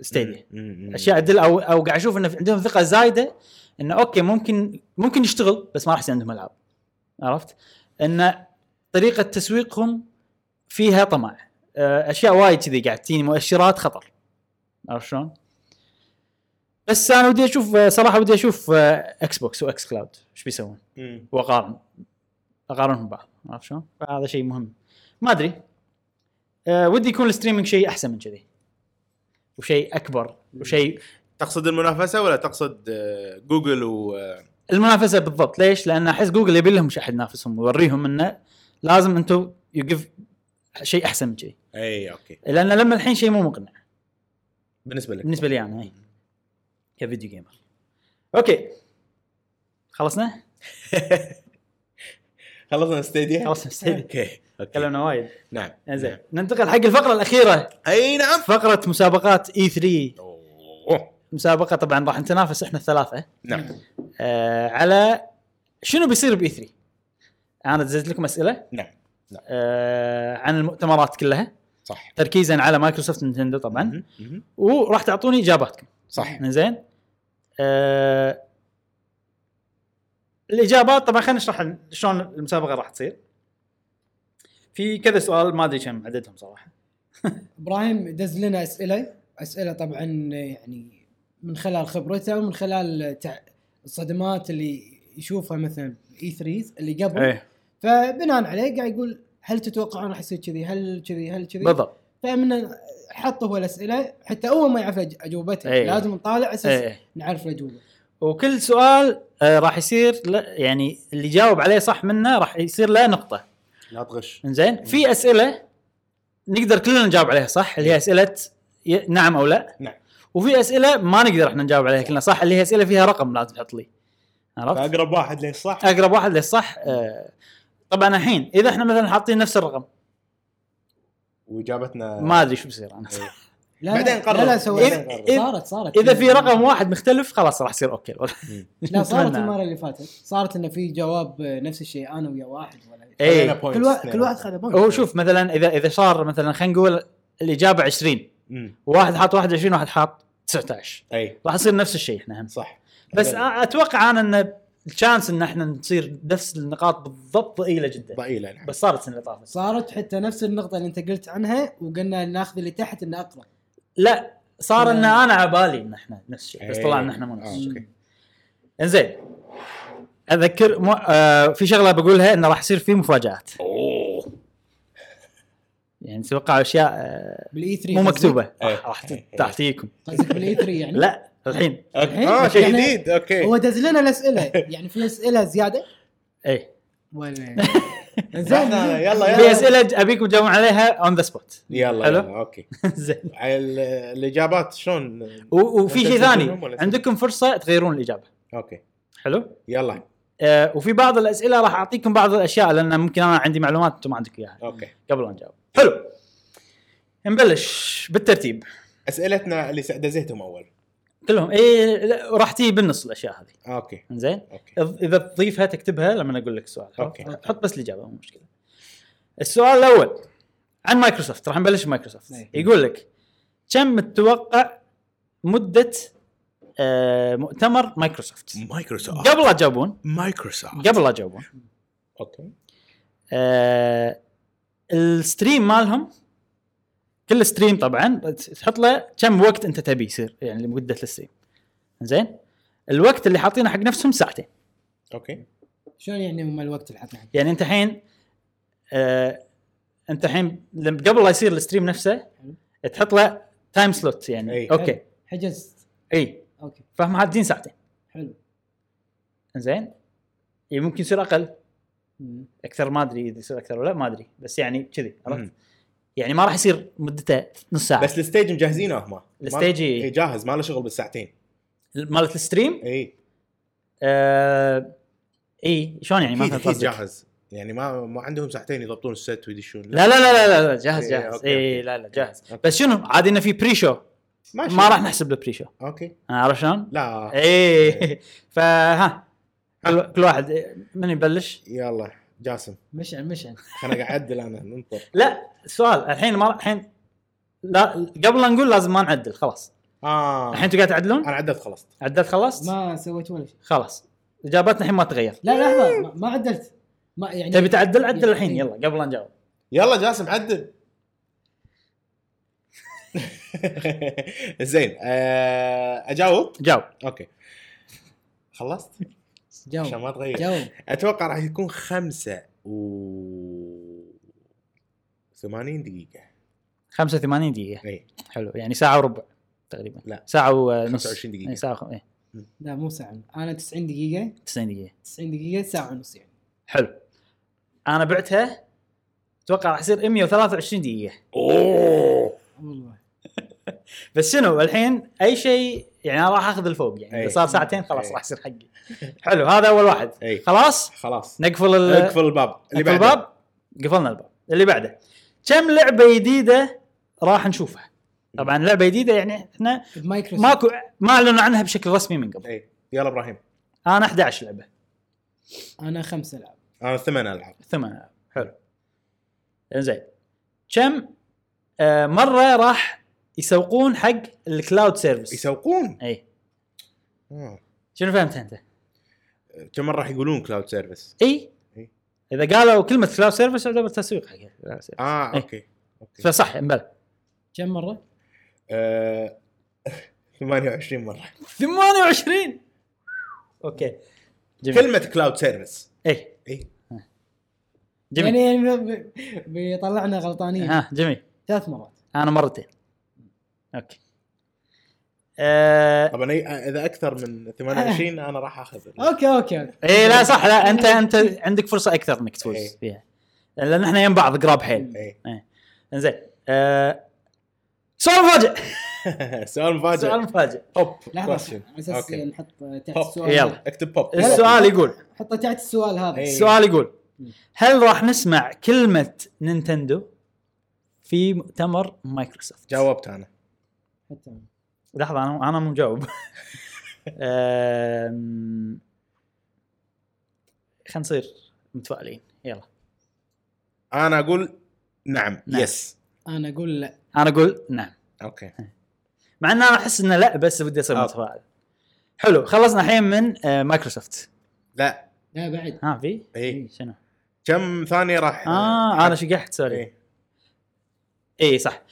S1: ستيديا اشياء تدل او او قاعد اشوف انه عندهم ثقه زايده انه اوكي ممكن ممكن يشتغل بس ما راح يصير عندهم العاب عرفت؟ انه طريقه تسويقهم فيها طمع آه، اشياء وايد كذي قاعد تجيني مؤشرات خطر عرفت شلون؟ بس انا ودي اشوف آه، صراحه ودي اشوف آه، اكس بوكس واكس كلاود ايش بيسوون
S3: مم.
S1: واقارن اقارنهم ببعض عرفت شلون؟ فهذا شيء مهم ما ادري أه ودي يكون الستريمينج شيء احسن من كذي وشيء اكبر وشيء
S3: تقصد المنافسه ولا تقصد آه، جوجل و آه،
S1: المنافسه بالضبط ليش؟ لان احس جوجل يبي لهم شي احد ينافسهم ويوريهم انه لازم انتم يقف شيء احسن من كذي
S3: اي اوكي
S1: لان لما الحين شيء مو مقنع
S3: بالنسبه لك
S1: بالنسبه لي انا اي كفيديو جيمر اوكي خلصنا؟
S3: خلصنا ستيديا
S1: خلصنا ستيديا.
S3: اوكي اوكي
S1: تكلمنا وايد
S3: نعم
S1: زين ننتقل حق الفقره الاخيره
S3: اي نعم
S1: فقره مسابقات E اي 3
S3: أوه.
S1: مسابقه طبعا راح نتنافس احنا الثلاثه
S3: نعم
S1: آه على شنو بيصير باي 3 انا دزيت لكم اسئله
S3: نعم
S1: آه عن المؤتمرات كلها
S3: صح
S1: تركيزا على مايكروسوفت نينتندو طبعا
S3: مهم. مهم.
S1: وراح تعطوني اجاباتكم
S3: صح
S1: زين آه الاجابات طبعا خلينا نشرح ال- شلون المسابقه راح تصير في كذا سؤال ما ادري كم عددهم صراحه
S2: ابراهيم دز لنا اسئله اسئله طبعا يعني من خلال خبرته ومن خلال تع... الصدمات اللي يشوفها مثلا اي 3 اللي
S1: إيه.
S2: قبل فبناء عليه قاعد يقول هل تتوقعون راح يصير كذي هل كذي هل كذي
S1: بالضبط
S2: فمن حط هو الاسئله حتى اول ما يعرف أج- اجوبتها
S1: إيه.
S2: لازم نطالع اساس
S1: ايه
S2: نعرف الاجوبه
S1: وكل سؤال آه، راح يصير ل- يعني اللي يجاوب عليه صح منه راح يصير له نقطه
S3: لا تغش
S1: انزين في اسئله نقدر كلنا نجاوب عليها صح اللي هي اسئله ي- نعم او لا
S3: نعم.
S1: وفي اسئله ما نقدر احنا نجاوب عليها كلنا صح اللي هي اسئله فيها رقم لازم تحط لي عرفت
S3: فاقرب واحد للصح
S1: اقرب واحد للصح آه، طبعا الحين اذا احنا مثلا حاطين نفس الرقم
S3: واجابتنا
S1: ما ادري شو بيصير انا
S3: إيه.
S2: لا
S3: بعدين
S2: لا,
S3: قرر.
S2: لا, لا سويت
S1: إذا- إذا-
S2: صارت صارت
S1: اذا في رقم واحد مختلف خلاص راح يصير اوكي
S2: لا صارت
S1: أتمنى.
S2: المره اللي فاتت صارت انه في جواب آه، نفس الشيء انا ويا واحد ولا
S1: اي
S3: خلينا points
S2: كل واحد
S3: اثنين.
S2: كل واحد خذ بوينت
S1: إيه. هو شوف مثلا اذا اذا صار مثلا خلينا نقول الاجابه 20
S3: مم.
S1: واحد حاط 21 واحد حاط 19
S3: اي
S1: راح يصير نفس الشيء احنا هم
S3: صح
S1: بس آه.
S3: زين.
S1: أ- اتوقع انا ان الشانس ان احنا نصير نفس النقاط بالضبط ضئيله جدا
S3: ضئيله نعم
S1: بس صارت السنه اللي طافت
S2: صارت حتى نفس النقطه اللي انت قلت عنها وقلنا ناخذ اللي تحت انه اقرا
S1: لا صار ان انا عبالي ان احنا نفس الشيء بس
S3: إيه.
S1: طلع ان احنا مو نفس
S3: آه،
S1: الشيء
S3: أوكي.
S1: انزين اذكر مو... آه في شغله بقولها انه راح يصير في مفاجات
S3: آه، اوه
S1: يعني توقعوا اشياء آه
S2: بالاي 3
S1: مو مكتوبه
S3: إيه.
S1: راح راح تجيكم
S2: قصدك بالاي 3 يعني
S1: لا الحين
S2: الحين؟
S3: اه شيء
S2: يعني-
S3: جديد اوكي
S2: هو دز لنا الاسئله يعني في اسئله زياده
S1: اي
S2: ولا يعني؟
S3: زين يلا
S1: إيه. في
S3: يلا
S1: اسئله ج- ابيكم تجاوبون عليها اون ذا سبوت
S3: يلا
S1: حلو.
S3: يلا اوكي
S1: زين
S3: على ال- الاجابات شلون
S1: و- وفي شيء
S3: تسجلهم
S1: ثاني
S3: ولا-
S1: عندكم فرصه تغيرون الاجابه
S3: اوكي
S1: حلو
S3: يلا
S1: آه وفي بعض الاسئله راح اعطيكم بعض الاشياء لان ممكن انا عندي معلومات انتم ما عندك اياها
S3: اوكي
S1: قبل ما نجاوب حلو نبلش بالترتيب
S3: اسئلتنا اللي س- دزيتهم اول
S1: كلهم اي لا، راح تيجي بالنص الاشياء هذه
S3: اوكي
S1: زين
S3: اوكي
S1: إذ- اذا تضيفها تكتبها لما اقول لك السؤال
S3: أوكي.
S1: حط بس الاجابه مو مشكله السؤال الاول عن مايكروسوفت راح نبلش بمايكروسوفت
S2: إيه.
S1: يقول لك كم تتوقع مده آه، مؤتمر مايكروسوفت
S3: مايكروسوفت
S1: قبل لا تجاوبون
S3: مايكروسوفت
S1: قبل لا تجاوبون
S3: اوكي
S1: آه، الستريم مالهم كل ستريم طبعا بس تحط له كم وقت انت تبي يصير يعني مده الستريم زين الوقت اللي حاطينه حق نفسهم ساعتين
S3: اوكي
S2: شلون يعني هم الوقت اللي حطنا
S1: يعني انت الحين آه انت الحين لما- قبل لا يصير الستريم نفسه تحط له تايم سلوت يعني
S3: أي.
S1: اوكي
S2: حجزت
S1: اي
S2: اوكي
S1: فهم حاطين ساعتين
S2: حلو
S1: زين يعني ممكن يصير اقل
S2: مم.
S1: اكثر ما ادري اذا يصير اكثر ولا لا، ما ادري بس يعني كذي عرفت
S3: مم.
S1: يعني ما راح يصير مدته نص ساعه
S3: بس الستيج مجهزينه هم
S1: الستيج إيه. إي.
S3: اي جاهز ما له شغل بالساعتين إيه.
S1: مالت الستريم
S3: اي
S1: آه اي شلون يعني ما
S3: اكيد
S1: فهمت
S3: اكيد
S1: قصدك
S3: جاهز يعني ما ما عندهم ساعتين يضبطون الست ويدشون
S1: لا لا لا لا لا جاهز
S3: إي،
S1: جاهز
S3: أوكي،
S1: اي
S3: أوكي.
S1: لا لا جاهز
S3: أوكي.
S1: بس شنو عادي انه في بري شو
S3: ماشي.
S1: ما راح نحسب البري شو
S3: اوكي
S1: عرفت شلون؟
S3: لا
S1: ايه فها كل, كل واحد من يبلش؟
S3: يلا جاسم
S2: مشعل مشعل
S3: انا قاعد اعدل انا ننطر
S1: لا السؤال الحين ما الحين لا قبل لا نقول لازم ما نعدل خلاص
S3: اه
S1: الحين انتوا قاعد تعدلون؟
S3: انا عدت خلصت
S1: عدلت خلصت؟
S2: ما سويت ولا شيء
S1: خلاص اجابتنا الحين ما تغير
S2: لا لحظه ما- ما عدلت ما يعني
S1: تبي تعدل عدل
S2: يعني-
S1: الحين يلا قبل لا نجاوب
S3: يلا جاسم عدل زين آه، اجاوب
S1: جاوب
S3: اوكي خلصت عشان
S2: جاوب
S3: ما تغير
S2: جاوب
S3: اتوقع راح يكون خمسة و 80 دقيقة
S1: 85 دقيقة
S3: اي
S1: حلو يعني ساعة وربع تقريبا
S3: لا.
S1: ساعة ونص
S3: 25 دقيقة.
S1: إي، ساعة وخ... إيه.
S2: لا مو ساعه انا 90 دقيقه
S1: 90 دقيقة
S2: 90 دقيقه ساعه ونص يعني
S1: حلو انا بعتها اتوقع راح يصير 123 دقيقة
S3: اوه
S2: والله
S1: بس شنو الحين اي شيء يعني انا راح اخذ الفوق يعني اذا
S3: أي.
S1: صار ساعتين خلاص
S3: أي.
S1: راح يصير حقي حلو هذا اول واحد
S3: أي.
S1: خلاص
S3: خلاص
S1: نقفل ال-
S3: اقفل الباب إيه. اللي
S1: نقفل
S3: بعده
S1: الباب قفلنا الباب اللي بعده كم لعبه جديده راح نشوفها طبعا لعبه جديده يعني احنا
S2: بمايكروسوفت
S1: ماكو ما اعلنوا عنها بشكل رسمي من قبل
S3: اي يلا ابراهيم
S1: انا 11 لعبه
S2: انا خمسه العاب
S3: انا ثمان العاب
S1: ثمان ألعاب. حلو زين كم آه، مره راح يسوقون حق الكلاود سيرفيس
S3: يسوقون
S1: اي
S3: آه.
S1: شنو فهمت انت؟
S3: كم مرة راح يقولون كلاود سيرفيس
S1: اي
S3: إي.
S1: اذا قالوا كلمه كلاود سيرفيس يعتبر تسويق حق الكلاود سيرفيس.
S3: اه
S1: إي.
S3: اوكي اوكي
S1: فصح امبلا
S2: كم مره؟
S3: آه، 28 مرة
S1: 28 اوكي جميل كلمة.
S3: كلمة كلاود سيرفيس
S1: اي
S3: اي
S1: جميل
S2: يعني يعني ب- ب- بيطلعنا غلطانين
S1: ها جميل
S2: ثلاث مرات
S1: انا مرتين اوكي آه...
S3: طبعا أي- اذا اكثر من 28 انا راح اخذ
S2: اوكي اوكي اوكي
S1: اي إيه، لا صح لا انت انت عندك فرصه اكثر انك تفوز
S3: إي.
S1: فيها لان احنا يم بعض قراب حيل
S3: اي
S1: انزين آه... سؤال مفاجئ
S3: سؤال
S1: سؤال
S3: مفاجئ
S1: مفاجئ
S3: بوب
S2: لحظه
S3: question.
S2: على اساس
S3: اوكي.
S2: نحط تحت
S3: Pop.
S2: السؤال
S1: يلا.
S3: اكتب
S1: إيه،
S3: بوب
S1: السؤال يقول
S2: حطه تحت السؤال هذا
S3: إيه.
S1: السؤال يقول هل راح نسمع كلمة نينتندو في مؤتمر مايكروسوفت؟
S3: جاوبت انا
S2: حتى أنا.
S1: لحظة انا انا مو مجاوب. أم، خلينا نصير متفائلين يلا
S3: انا اقول نعم
S1: نعم.
S3: يس
S2: انا اقول لا
S1: انا اقول نعم
S3: اوكي
S1: مع ان انا احس انه لا بس بدي اصير
S3: آه.
S1: متفائل. حلو خلصنا الحين من آه، مايكروسوفت
S3: لا
S2: لا بعد
S1: ها في؟
S3: اي
S1: شنو؟
S3: كم ثانية راح
S1: اه انا شقحت سوري
S3: إيه.
S1: اي صح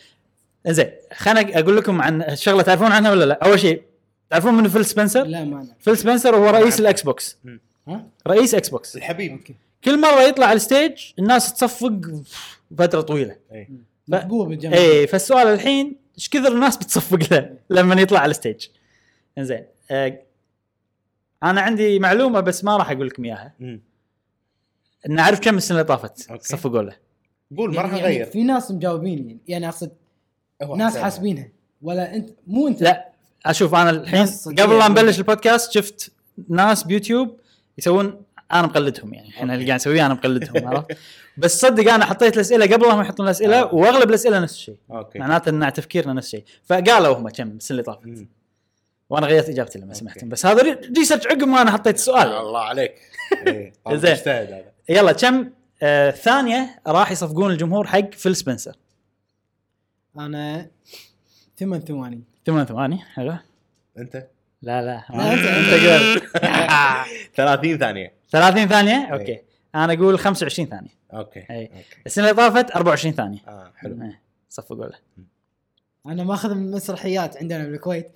S1: زين خليني اقول لكم عن شغله تعرفون عنها ولا لا؟ اول شيء تعرفون من فيل سبنسر؟
S2: لا ما انا
S1: فيل سبنسر هو رئيس الاكس بوكس
S2: ها
S1: رئيس اكس بوكس
S3: الحبيب
S2: اوكي
S1: كل مره يطلع على الستيج الناس تصفق فتره طويله
S3: إيه.
S2: محبوب الجماعه
S1: إيه، اي فالسؤال الحين ايش كثر الناس بتصفق له لما يطلع على الستيج انزين آه، انا عندي معلومه بس ما راح اقول لكم اياها
S3: مم.
S1: ان اعرف كم السنه اللي طافت
S3: أوكي.
S1: صفقوا له
S3: قول ما راح
S1: يعني
S3: اغير
S2: يعني في ناس مجاوبين يعني, يعني اقصد
S3: هو
S2: ناس
S3: حسابها.
S2: حاسبينها ولا انت مو انت
S1: لا اشوف انا الحين
S2: ناس صدقية.
S1: قبل لا نبلش البودكاست شفت ناس بيوتيوب يسوون انا مقلدهم يعني احنا اللي قاعد نسويه انا مقلدهم عرفت بس صدق انا حطيت الاسئله قبل ما هم يحطون الاسئله
S3: آه.
S1: واغلب الاسئله نفس الشيء
S3: اوكي
S1: معناته ان تفكيرنا نفس الشيء فقالوا هم كم السنه اللي طافت
S3: مم.
S1: وانا غيرت اجابتي لما
S3: أوكي. آه،
S1: سمعتهم بس هذا ري- ريسيرش عقب ما انا حطيت السؤال
S3: الله عليك إيه، طبعاً
S1: زين.
S3: مجتهد هذا
S1: يلا كم آه ثانيه راح يصفقون الجمهور حق فيل سبنسر
S2: انا ثمان ثواني
S1: ثمان ثواني حلو
S3: انت
S1: لا لا
S2: لا، أنت-
S1: انت قلت
S3: 30 ثانيه
S1: 30
S2: إيه.
S1: ثانيه اوكي انا اقول 25 ثانيه
S3: اوكي
S1: إيه.
S3: اوكي
S1: السنه اللي طافت 24 ثانيه
S3: اه حلو
S1: إيه، صفقوا له
S2: انا ماخذ من مسرحيات عندنا بالكويت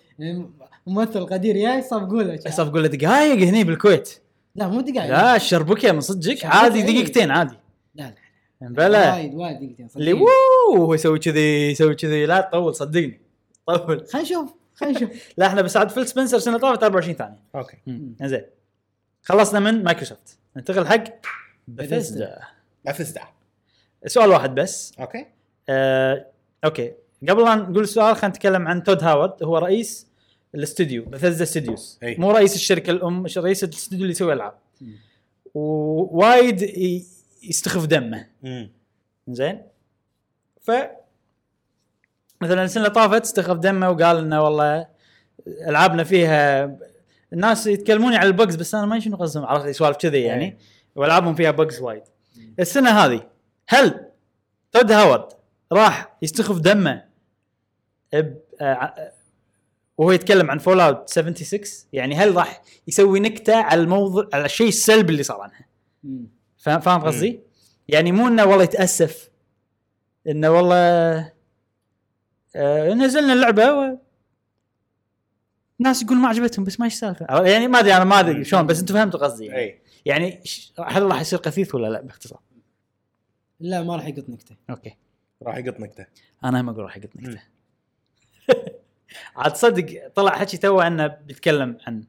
S2: ممثل قدير جاي صفقوا له شعر.
S1: صفقوا له دقائق هني بالكويت
S2: لا مو دقائق
S1: لا الشربكه من صدقك
S2: شربكة،
S1: عادي
S2: إيه.
S1: دقيقتين عادي
S2: لا لا
S1: بلا
S2: وايد وايد دقيقتين
S1: اللي
S2: صدقني.
S1: ووو هو يسوي كذي يسوي كذي لا تطول صدقني طول
S2: خلينا نشوف خلينا نشوف
S1: لا احنا بس عاد فيل سبنسر السنه اللي طافت 24 ثانيه
S3: اوكي
S1: زين خلصنا من مايكروسوفت ننتقل حق بثيسدا
S3: افزدع
S1: سؤال واحد بس
S3: اوكي
S1: آه، اوكي قبل لا نقول السؤال خلينا نتكلم عن تود هاورد هو رئيس الاستوديو بثزة ستوديوز
S3: أي.
S1: مو رئيس الشركه الام ش- رئيس الاستوديو اللي يسوي العاب
S2: مم.
S1: ووايد ي- يستخف دمه
S3: مم.
S1: زين ف مثلا السنه اللي طافت استخف دمه وقال انه والله العابنا فيها الناس يتكلموني على البجز بس انا ما أدري شنو قصدهم عرفت سوالف كذي يعني
S3: أي.
S1: والعابهم فيها بجز وايد السنه هذه هل تود هاورد راح يستخف دمه ب... آه، آه، وهو يتكلم عن فول اوت 76 يعني هل راح يسوي نكته على الموضوع على الشيء السلبي اللي صار عنها
S2: مم.
S1: فا- فاهم قصدي؟ يعني مو انه والله يتاسف انه والله آه نزلنا اللعبه و... ناس يقول ما عجبتهم بس ما ايش السالفه يعني ما ادري انا ما ادري شلون بس انتم فهمتوا قصدي
S2: إيه.
S1: يعني.
S3: اي
S1: يعني ش- هل راح يصير قثيث ولا لا باختصار؟
S2: لا ما راح يقط نكته
S1: اوكي
S3: راح يقط نكته
S1: انا هم اقول راح اقط
S3: مم.
S1: نكته عاد صدق طلع حكي تو انه بيتكلم عن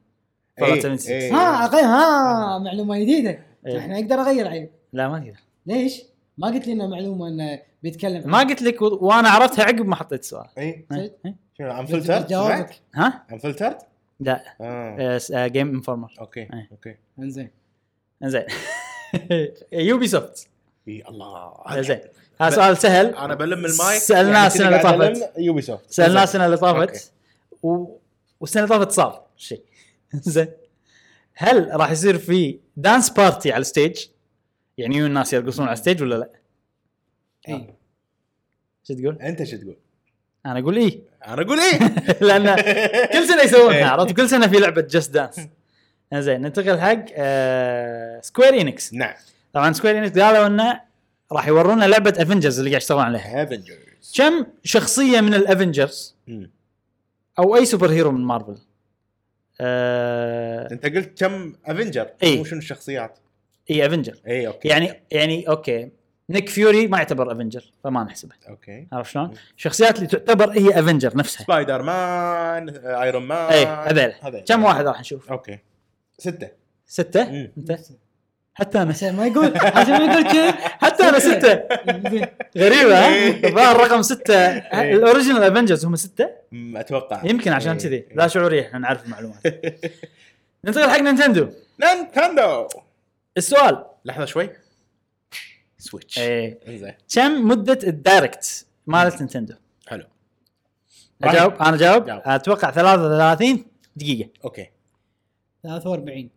S1: Fallout
S3: إي،
S1: 76.
S3: إي.
S2: ها أغير ها معلومه جديده
S1: آه. إيه.
S2: احنا اقدر اغير عيب
S1: لا ما تقدر
S2: ليش؟ ما قلت لنا معلومه انه بيتكلم عن-
S1: ما قلت لك و... وانا عرفتها عقب ما حطيت السؤال
S3: اي
S1: ها؟ ها؟
S3: شنو ام فلترد سمعت؟
S2: جوابك
S1: ها؟ آه،
S3: ام فلترد؟
S1: لا
S3: اه
S1: إيه. جيم انفورمر
S3: اوكي
S1: إي.
S3: اوكي
S2: انزين
S1: زين يوبي سوفت
S3: اي الله
S1: زين هذا سؤال سهل
S3: انا بلم المايك
S1: سألناه
S3: يعني
S1: السنة
S3: كذي
S1: اللي
S3: قاعد
S1: طافت.
S3: ألم يوبي سوفت
S1: سالناه
S3: زين.
S1: السنه اللي
S3: أوكي.
S1: طافت و... والسنه اللي طافت صار شيء زين هل راح يصير في دانس بارتي على الستيج؟ يعني يجون الناس يرقصون على الستيج ولا لا؟
S2: اي
S1: آه. شو تقول؟
S3: انت شو تقول؟
S1: انا اقول ايه
S3: انا اقول ايه
S1: لان كل سنه يسوونها
S3: إيه.
S1: عرفت كل سنه في لعبه جاست دانس زين ننتقل حق آه، سكوير انكس
S3: نعم
S1: طبعا سكوير انكس قالوا انه راح يورونا لعبه افنجرز اللي قاعد يشتغلون عليها
S3: افنجرز
S1: كم شخصيه من الافنجرز او اي سوبر هيرو من مارفل آه...
S3: انت قلت كم افنجر
S1: إي.
S3: مو شنو الشخصيات
S1: اي افنجر
S3: اي اوكي
S1: يعني يعني اوكي نيك فيوري ما يعتبر افنجر فما نحسبه
S3: اوكي
S1: عرفت شلون؟ الشخصيات اللي تعتبر هي افنجر نفسها
S3: سبايدر مان آه، ايرون مان
S1: اي هذيل كم واحد راح نشوف؟
S3: اوكي سته
S1: سته؟
S3: مم.
S1: انت؟ حتى انا
S2: عشان ما يقول عشان ما يقول كذا
S1: حتى انا سته
S2: إنزين.
S1: غريبه ها؟
S3: إيه.
S1: الظاهر رقم سته
S3: إيه.
S1: الاوريجنال افنجرز هم سته
S3: مم، اتوقع
S1: يمكن عشان
S3: إي،
S1: كذي
S3: إي.
S1: لا شعوري احنا نعرف المعلومات ننتقل حق نينتندو
S3: نينتندو
S1: السؤال
S3: لحظه شوي سويتش
S1: ايه
S3: انزين
S1: كم مده الدايركت مالت نينتندو؟
S3: حلو
S1: اجاوب انا اجاوب
S3: جاوب.
S1: اتوقع 33 دقيقه
S3: اوكي
S2: 43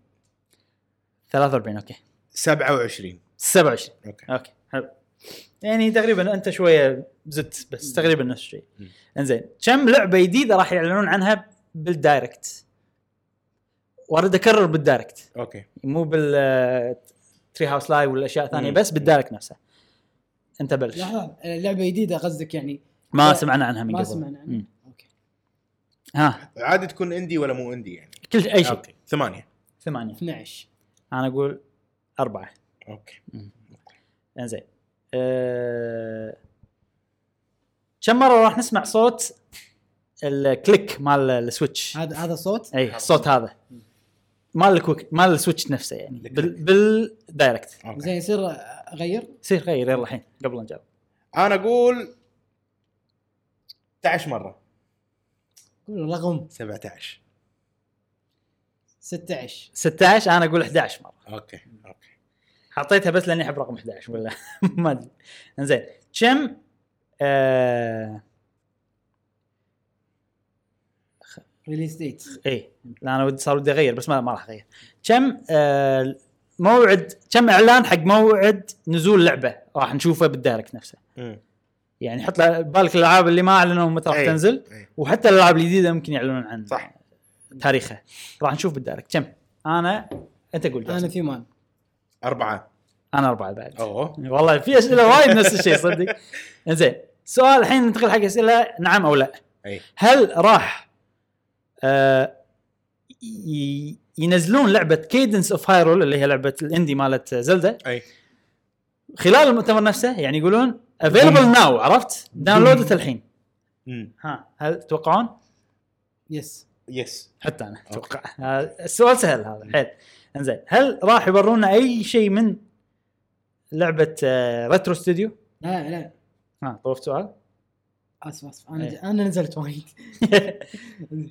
S1: 43 اوكي
S3: 27
S1: 27
S3: اوكي
S1: اوكي حلو يعني تقريبا انت شويه زدت بس تقريبا نفس الشيء
S3: مم.
S1: انزين كم لعبه جديده راح يعلنون عنها بالدايركت وارد اكرر بالدايركت
S3: اوكي
S1: مو بال آه، تري هاوس لايف ولا اشياء ثانيه
S3: مم.
S1: بس بالدايركت نفسه انت بلش
S2: لحظه آه، لعبه جديده قصدك يعني
S1: ما
S2: لا،
S1: سمعنا عنها من
S2: ما
S1: قبل
S2: سمعنا عنها.
S1: مم.
S2: اوكي
S1: ها
S3: عادي تكون اندي ولا مو اندي يعني
S1: كل شيء اي شيء
S3: اوكي ثمانيه
S1: ثمانيه
S2: 12
S1: انا اقول اربعه
S3: اوكي
S1: انزين آه، أه... كم مره راح نسمع صوت الكليك مال السويتش
S2: هذا هذا صوت
S1: اي إيه، الصوت هذا مال الكويك مال السويتش نفسه يعني بال بالدايركت
S3: أوكي.
S2: زين يصير اغير
S1: سير غير يلا الحين قبل لا نجاوب
S3: انا اقول 16 مره
S2: قول رقم
S3: 17
S2: 16
S1: 16 انا اقول 11 مره
S3: اوكي اوكي
S1: حطيتها بس لاني احب رقم 11 ولا ما ادري انزين كم آه...
S2: ريليز ديت
S1: اي إيه، لا انا ودي صار ودي اغير بس ما ما راح اغير كم آه... موعد كم اعلان حق موعد نزول لعبه راح نشوفه بالدايركت نفسه
S3: مم.
S1: يعني حط ل- بالك الالعاب اللي ما اعلنوا متى راح
S3: أي.
S1: تنزل
S3: أي.
S1: وحتى الالعاب الجديده ممكن يعلنون عن
S3: صح.
S1: تاريخها راح نشوف بالدايركت كم انا انت قول
S2: انا
S1: انا
S2: في مان
S3: أربعة
S1: انا اربعه بعد
S3: أوه
S1: والله في اسئله وايد نفس الشيء صدق انزين سؤال الحين ننتقل حق اسئله نعم او لا
S3: أي
S1: هل راح آه ي- ينزلون لعبه كيدنس اوف هايرول اللي هي لعبه الاندي مالت زلدا
S3: أي
S1: خلال المؤتمر نفسه يعني يقولون افيلبل ناو عرفت داونلودت الحين
S3: مم.
S1: ها هل تتوقعون
S2: يس
S3: يس
S1: حتى انا اتوقع آه، السؤال سهل هذا حيل انزين هل راح يبرونا اي شيء من لعبه آه ريترو ستوديو
S2: لا لا
S1: ها طوفت سؤال
S2: اسف اسف انا
S1: إيه.
S2: انا نزلت وايد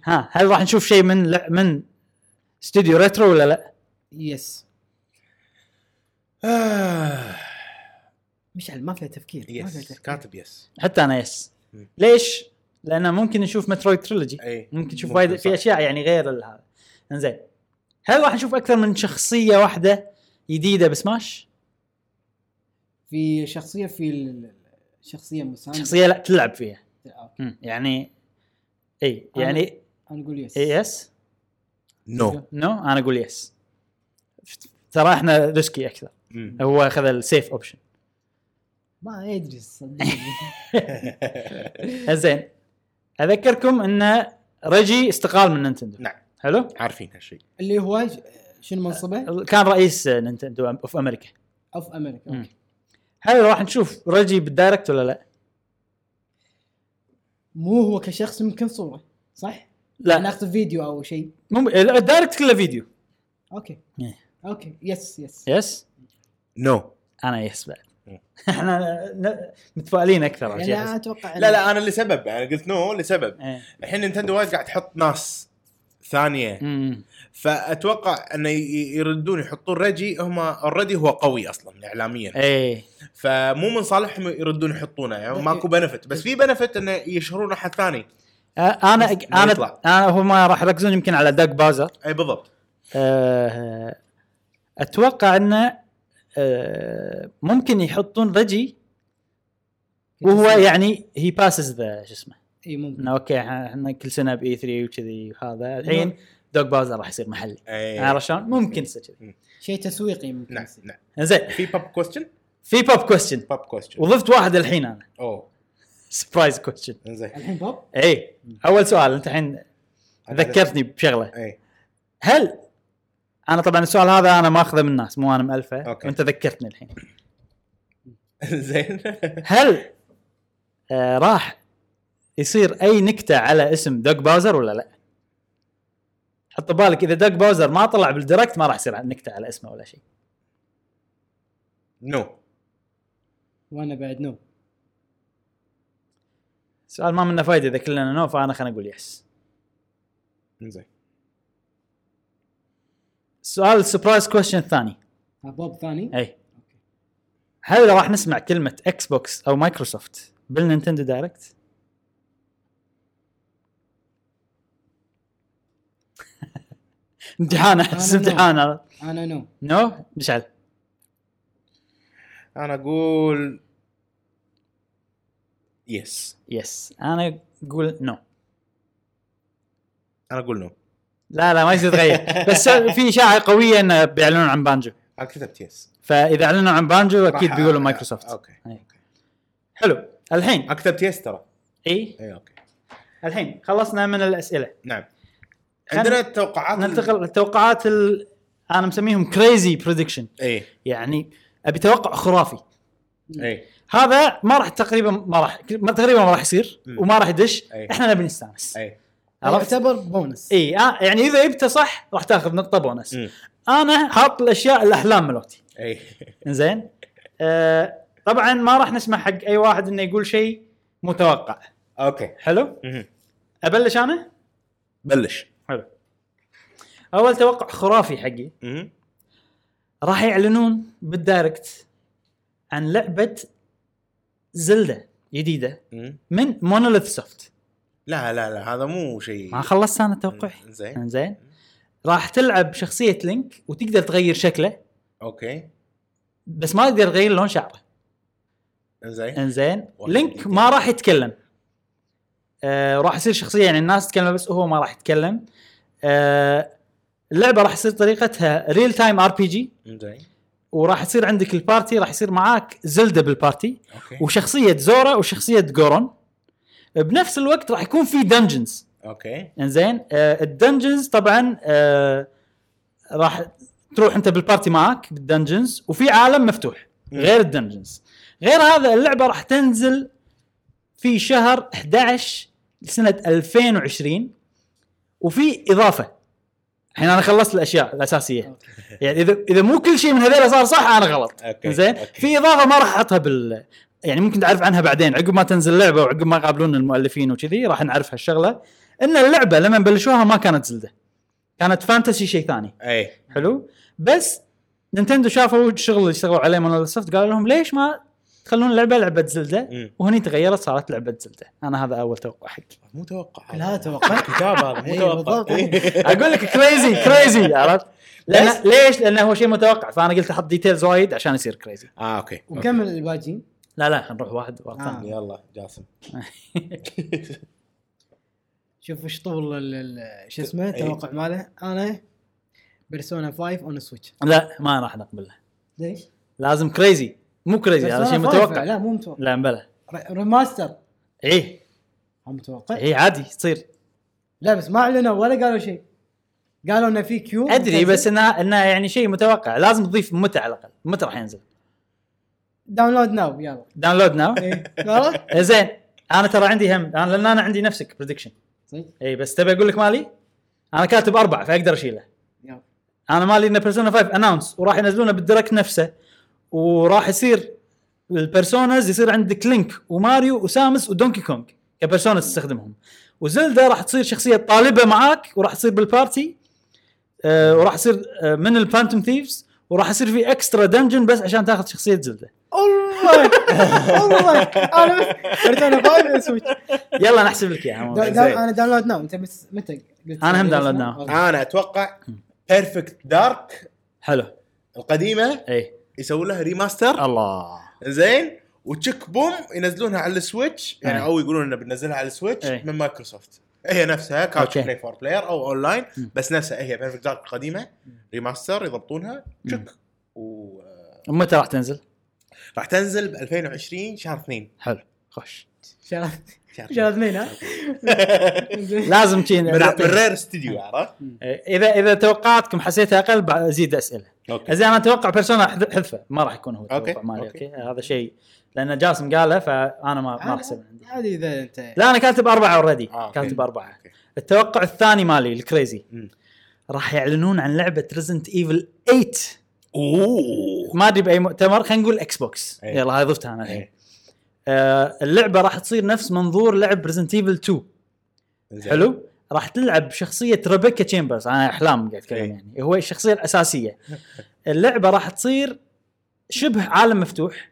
S1: ها هل راح نشوف شيء من لع- من استوديو ريترو ولا لا؟
S2: يس
S3: آه.
S2: مشعل ما فيها تفكير ما فيها
S3: يس
S2: تفكير
S3: كاتب يس
S1: حتى انا يس
S3: مم.
S1: ليش؟ لان ممكن نشوف مترويد تريلوجي
S3: أي
S1: ممكن نشوف
S3: إيه. ممكن،
S1: وايد
S3: صح.
S1: في اشياء يعني غير ال- هذا انزين هل راح نشوف اكثر من شخصيه واحده جديده بسماش؟
S2: في شخصيه في ال- الشخصيه مساندة
S1: شخصيه لا تلعب فيها
S2: أوكي.
S1: مم. يعني اي يعني
S2: انا اقول يس
S1: إي يس
S3: نو
S1: نو انا اقول يس ترى احنا ريسكي اكثر
S3: مم.
S1: هو اخذ السيف اوبشن
S2: ما ادري صدقني
S1: زين اذكركم ان ريجي استقال من نينتندو
S3: نعم.
S1: حلو
S3: عارفين هالشيء
S2: اللي هو ش- شنو منصبه؟
S1: كان رئيس نينتندو اوف امريكا
S2: اوف امريكا
S1: مم.
S2: أوكي.
S1: هل راح نشوف ريجي بالدايركت ولا لا؟
S2: مو هو كشخص يمكن صوره صح؟ يعني
S1: لا
S2: اخذ فيديو او شيء
S1: مم... الدايركت كله فيديو
S2: اوكي
S1: إيه.
S2: اوكي يس يس
S1: يس
S3: نو
S1: انا يس بعد
S3: مم.
S1: احنا ن- متفائلين اكثر عن شيء
S2: يعني
S1: أحس.
S2: اتوقع
S3: لا لا أنا لسبب أنا قلت نو لسبب
S1: إيه.
S3: الحين نينتندو وايد قاعد تحط ناس ثانية
S1: مم.
S3: فأتوقع أنه ي- يردون يحطون ريجي هم أوريدي هو قوي أصلا إعلاميا
S1: ايه
S3: فمو من صالحهم يردون يحطونه يعني ماكو بنفت بس في بنفت انه يشهرون احد ثاني
S1: آه، انا
S3: بس ما
S1: انا
S3: يطلع.
S1: انا هم راح يركزون يمكن على داك بازر
S3: اي بالضبط
S1: آه، اتوقع انه آه، ممكن يحطون ريجي وهو يعني هي باسز ذا شو اسمه
S2: اي إيه، ممكن
S1: انه اوكي إحنا- احنا كل سنه باي 3 وكذي وهذا الحين دوغ باوزر راح يصير محلي
S3: اي
S1: عرفت شلون؟ ممكن يصير كذي
S2: شيء تسويقي ممكن
S3: نعم
S2: يصير.
S3: نعم
S1: زين
S3: في باب كويستشن
S1: في بوب كويستشن
S3: باب كويستشن
S1: وضفت واحد الحين انا
S3: اوه
S1: سبرايز كويستشن
S3: انزين
S2: الحين بوب
S1: اي اول إيه، سؤال انت الحين ذكرتني بشغله
S3: اي
S1: هل انا طبعا السؤال هذا انا ماخذه من الناس مو انا مالفه
S3: أوكي.
S1: وانت ذكرتني الحين
S3: زين
S1: هل آه راح يصير اي نكته على اسم دوغ باوزر ولا لا؟ حط بالك اذا دوغ باوزر ما طلع بالديركت ما راح يصير نكته على اسمه ولا شيء.
S3: نو
S2: وانا بعد نو
S1: سؤال ما منه فايده اذا كلنا نو فانا خليني اقول يس.
S3: انزين
S1: السؤال السبرايز كويشن الثاني
S2: ها بوب ثاني
S1: اي هل راح نسمع كلمه اكس بوكس او مايكروسوفت بالنينتندو دايركت؟ امتحان احس
S2: أنا no.
S1: امتحان
S2: انا نو
S1: نو مشعل
S3: انا اقول يس
S1: يس انا اقول نو
S3: انا اقول نو
S1: لا لا ما يصير تغير بس في اشاعه قويه انه بيعلنون عن بانجو
S3: انا كتبت يس
S1: فاذا اعلنوا عن بانجو اكيد
S3: راح-
S1: بيقولوا مايكروسوفت
S3: اوكي
S1: أي. حلو الحين
S3: انا كتبت يس ترى
S1: اي
S3: اي اوكي
S1: الحين خلصنا من الاسئله
S3: نعم
S1: خل-
S3: عندنا التوقعات ال-
S1: ننتقل للتوقعات ال...
S3: إيه،
S1: انا مسميهم كريزي بريدكشن
S3: اي
S1: يعني ابي توقع خرافي
S3: اي
S1: هذا ما راح تقريبا ما راح ما- تقريبا ما راح يصير
S3: مم.
S1: وما راح يدش
S3: أي.
S1: احنا نبي نستانس
S3: اي
S1: عرفت؟
S2: يعتبر بونس
S1: اي آه يعني اذا جبته صح راح تاخذ نقطه بونس
S3: مم. إيه.
S1: انا حاط الاشياء الاحلام ملوتي
S3: اي
S1: زين آه طبعا ما راح نسمح حق اي واحد انه يقول شيء متوقع
S3: اوكي
S1: حلو
S3: مهم.
S1: ابلش انا
S3: بلش
S1: حلو اول توقع خرافي حقي
S3: مهم.
S1: راح يعلنون بالدايركت عن لعبه زلده جديده
S3: مهم.
S1: من مونوليث سوفت
S3: لا لا لا هذا مو شيء
S1: ما خلصت انا توقعي
S3: زين
S1: زين راح تلعب شخصيه لينك وتقدر تغير شكله
S3: اوكي
S1: بس ما تقدر تغير لون شعره
S3: زين
S1: انزين
S3: واحد
S1: لينك
S3: يتكلم.
S1: ما راح يتكلم آه راح يصير شخصيه يعني الناس تتكلم بس هو ما راح يتكلم آه اللعبه راح يصير طريقتها ريل تايم ار بي جي
S3: زين
S1: وراح يصير عندك البارتي راح يصير معاك زلده بالبارتي
S3: اوكي
S1: وشخصيه زورا وشخصيه جورون بنفس الوقت راح يكون في دنجنز
S3: اوكي
S1: انزين آه الدنجنز طبعا آه راح تروح انت بالبارتي معاك بالدنجنز وفي عالم مفتوح غير الدنجنز غير هذا اللعبه راح تنزل في شهر 11 لسنه 2020 وفي اضافه الحين انا خلصت الاشياء الاساسيه
S2: أوكي.
S1: يعني اذا اذا مو كل شيء من هذول صار صح انا غلط
S3: أوكي،
S1: زين
S3: أوكي.
S1: في اضافه ما راح احطها بال يعني ممكن تعرف عنها بعدين عقب ما تنزل اللعبه وعقب ما يقابلون المؤلفين وكذي راح نعرف هالشغله ان اللعبه لما بلشوها ما كانت زلده كانت فانتسي شيء ثاني
S3: اي
S1: حلو بس نينتندو شافوا الشغل اللي اشتغلوا عليه مونوليث سوفت قالوا لهم ليش ما تخلون اللعبه لعبه زلده
S3: مم.
S1: وهني تغيرت صارت لعبه زلده انا هذا اول توقع حقي
S3: مو توقع
S2: لا توقع
S3: كتاب هذا
S1: إيه،
S2: إي،
S3: مو توقع
S2: بالضبط.
S3: إي.
S1: اقول لك كريزي كريزي عرفت لأن ليش لانه هو شيء متوقع فانا قلت احط ديتيلز وايد عشان يصير كريزي
S3: اه اوكي أوكي.
S2: وكمل الباجين
S1: لا لا خلينا نروح واحد ورا الثاني
S3: يلا جاسم
S2: شوف ايش طول ال- ال- شو اسمه
S3: إيه.
S2: التوقع ماله انا بيرسونا 5 اون سويتش
S1: لا ما راح نقبله
S2: ليش؟
S1: لازم كريزي مو كريزي هذا شيء
S2: بيرسونا فايف،
S1: إيه، متوقع
S2: لا مو متوقع
S1: لا بلا
S2: ر- ريماستر
S1: ايه
S2: مو متوقع
S1: ايه عادي تصير
S2: لا بس ما اعلنوا ولا قالوا شيء قالوا انه في كيو
S1: ادري
S2: متنزل.
S1: بس انها انها يعني شيء متوقع لازم تضيف متى على الاقل متى راح ينزل
S2: داونلود ناو يلا
S1: داونلود ناو
S2: إيه، عرفت؟
S1: زين انا ترى عندي هم انا لان انا عندي نفسك بريدكشن
S2: صدق؟
S1: اي بس تبي اقول لك مالي انا كاتب اربعه فاقدر اشيله
S2: يلا
S1: انا مالي ان بيرسونا 5 اناونس وراح ينزلونه بالدركت نفسه وراح يصير البيرسونز يصير عندك لينك وماريو وسامس ودونكي كونج كبيرسونز تستخدمهم وزلدا راح تصير شخصيه طالبه معاك وراح تصير بالبارتي آه وراح يصير آه من الفانتوم ثيفز وراح يصير في اكسترا دنجن بس عشان تاخذ شخصيه زلدا
S2: الله الله انا بس بيرسونا 5 اون سويتش
S1: يلا نحسب لك اياها
S2: دا-
S1: مو-
S2: دا- انا داونلود ناو انت بس متى قلت
S1: أنا هم
S2: لي
S1: داونلود
S2: اسمه؟
S1: ناو.
S2: أوكي.
S3: انا اتوقع بيرفكت دارك
S1: حلو
S3: القديمه
S1: اي
S3: يسوون لها
S1: آه.
S3: ريماستر
S1: الله
S3: زين وتشيك بوم ينزلونها على السويتش يعني
S1: أي.
S3: او يقولون انه بننزلها على السويتش
S1: أي.
S3: من مايكروسوفت هي نفسها كاوتش
S1: إيه. أوكي.
S3: بلاي فور بلاير او اون لاين
S1: م.
S3: بس نفسها هي بيرفكت دارك القديمه ريماستر يضبطونها
S1: م.
S3: تشيك وراح
S1: متى راح تنزل؟
S3: تنزل ب 2020 شهر 2
S1: حلو خش
S2: شهر
S3: شهر
S2: شهر
S3: اثنين.
S2: اثنين ها زين.
S1: لازم شي
S3: من من
S1: نعطيه. إيه.
S3: رير استوديو عرفت؟
S1: اذا اذا توقعاتكم حسيتها اقل بع- زيد اسئله
S3: اوكي
S1: زين انا اتوقع بيرسونا حذ- حذفه ما راح يكون هو
S3: أوكي،
S1: التوقع مالي
S3: أوكي.
S1: اوكي هذا شيء لان جاسم قاله فانا ما ما احسب عندي
S2: عادي اذا انت
S1: لا انا كاتب اربعه اوريدي
S3: آه، أوكي.
S1: كاتب اربعه
S3: أوكي.
S1: التوقع الثاني مالي الكريزي
S3: مم.
S1: راح يعلنون عن لعبه ريزنت ايفل 8
S3: اوه
S1: ما ادري باي مؤتمر خلينا نقول اكس بوكس
S3: إيه.
S1: يلا هاي ضفتها انا الحين
S3: إيه.
S1: آه اللعبه راح تصير نفس منظور لعب ريزنت ايفل 2
S3: زين.
S1: حلو راح تلعب شخصيه ريبيكا تشامبرز انا احلام قاعد اتكلم
S3: إي.
S1: يعني هو الشخصيه الاساسيه اللعبه راح تصير شبه عالم مفتوح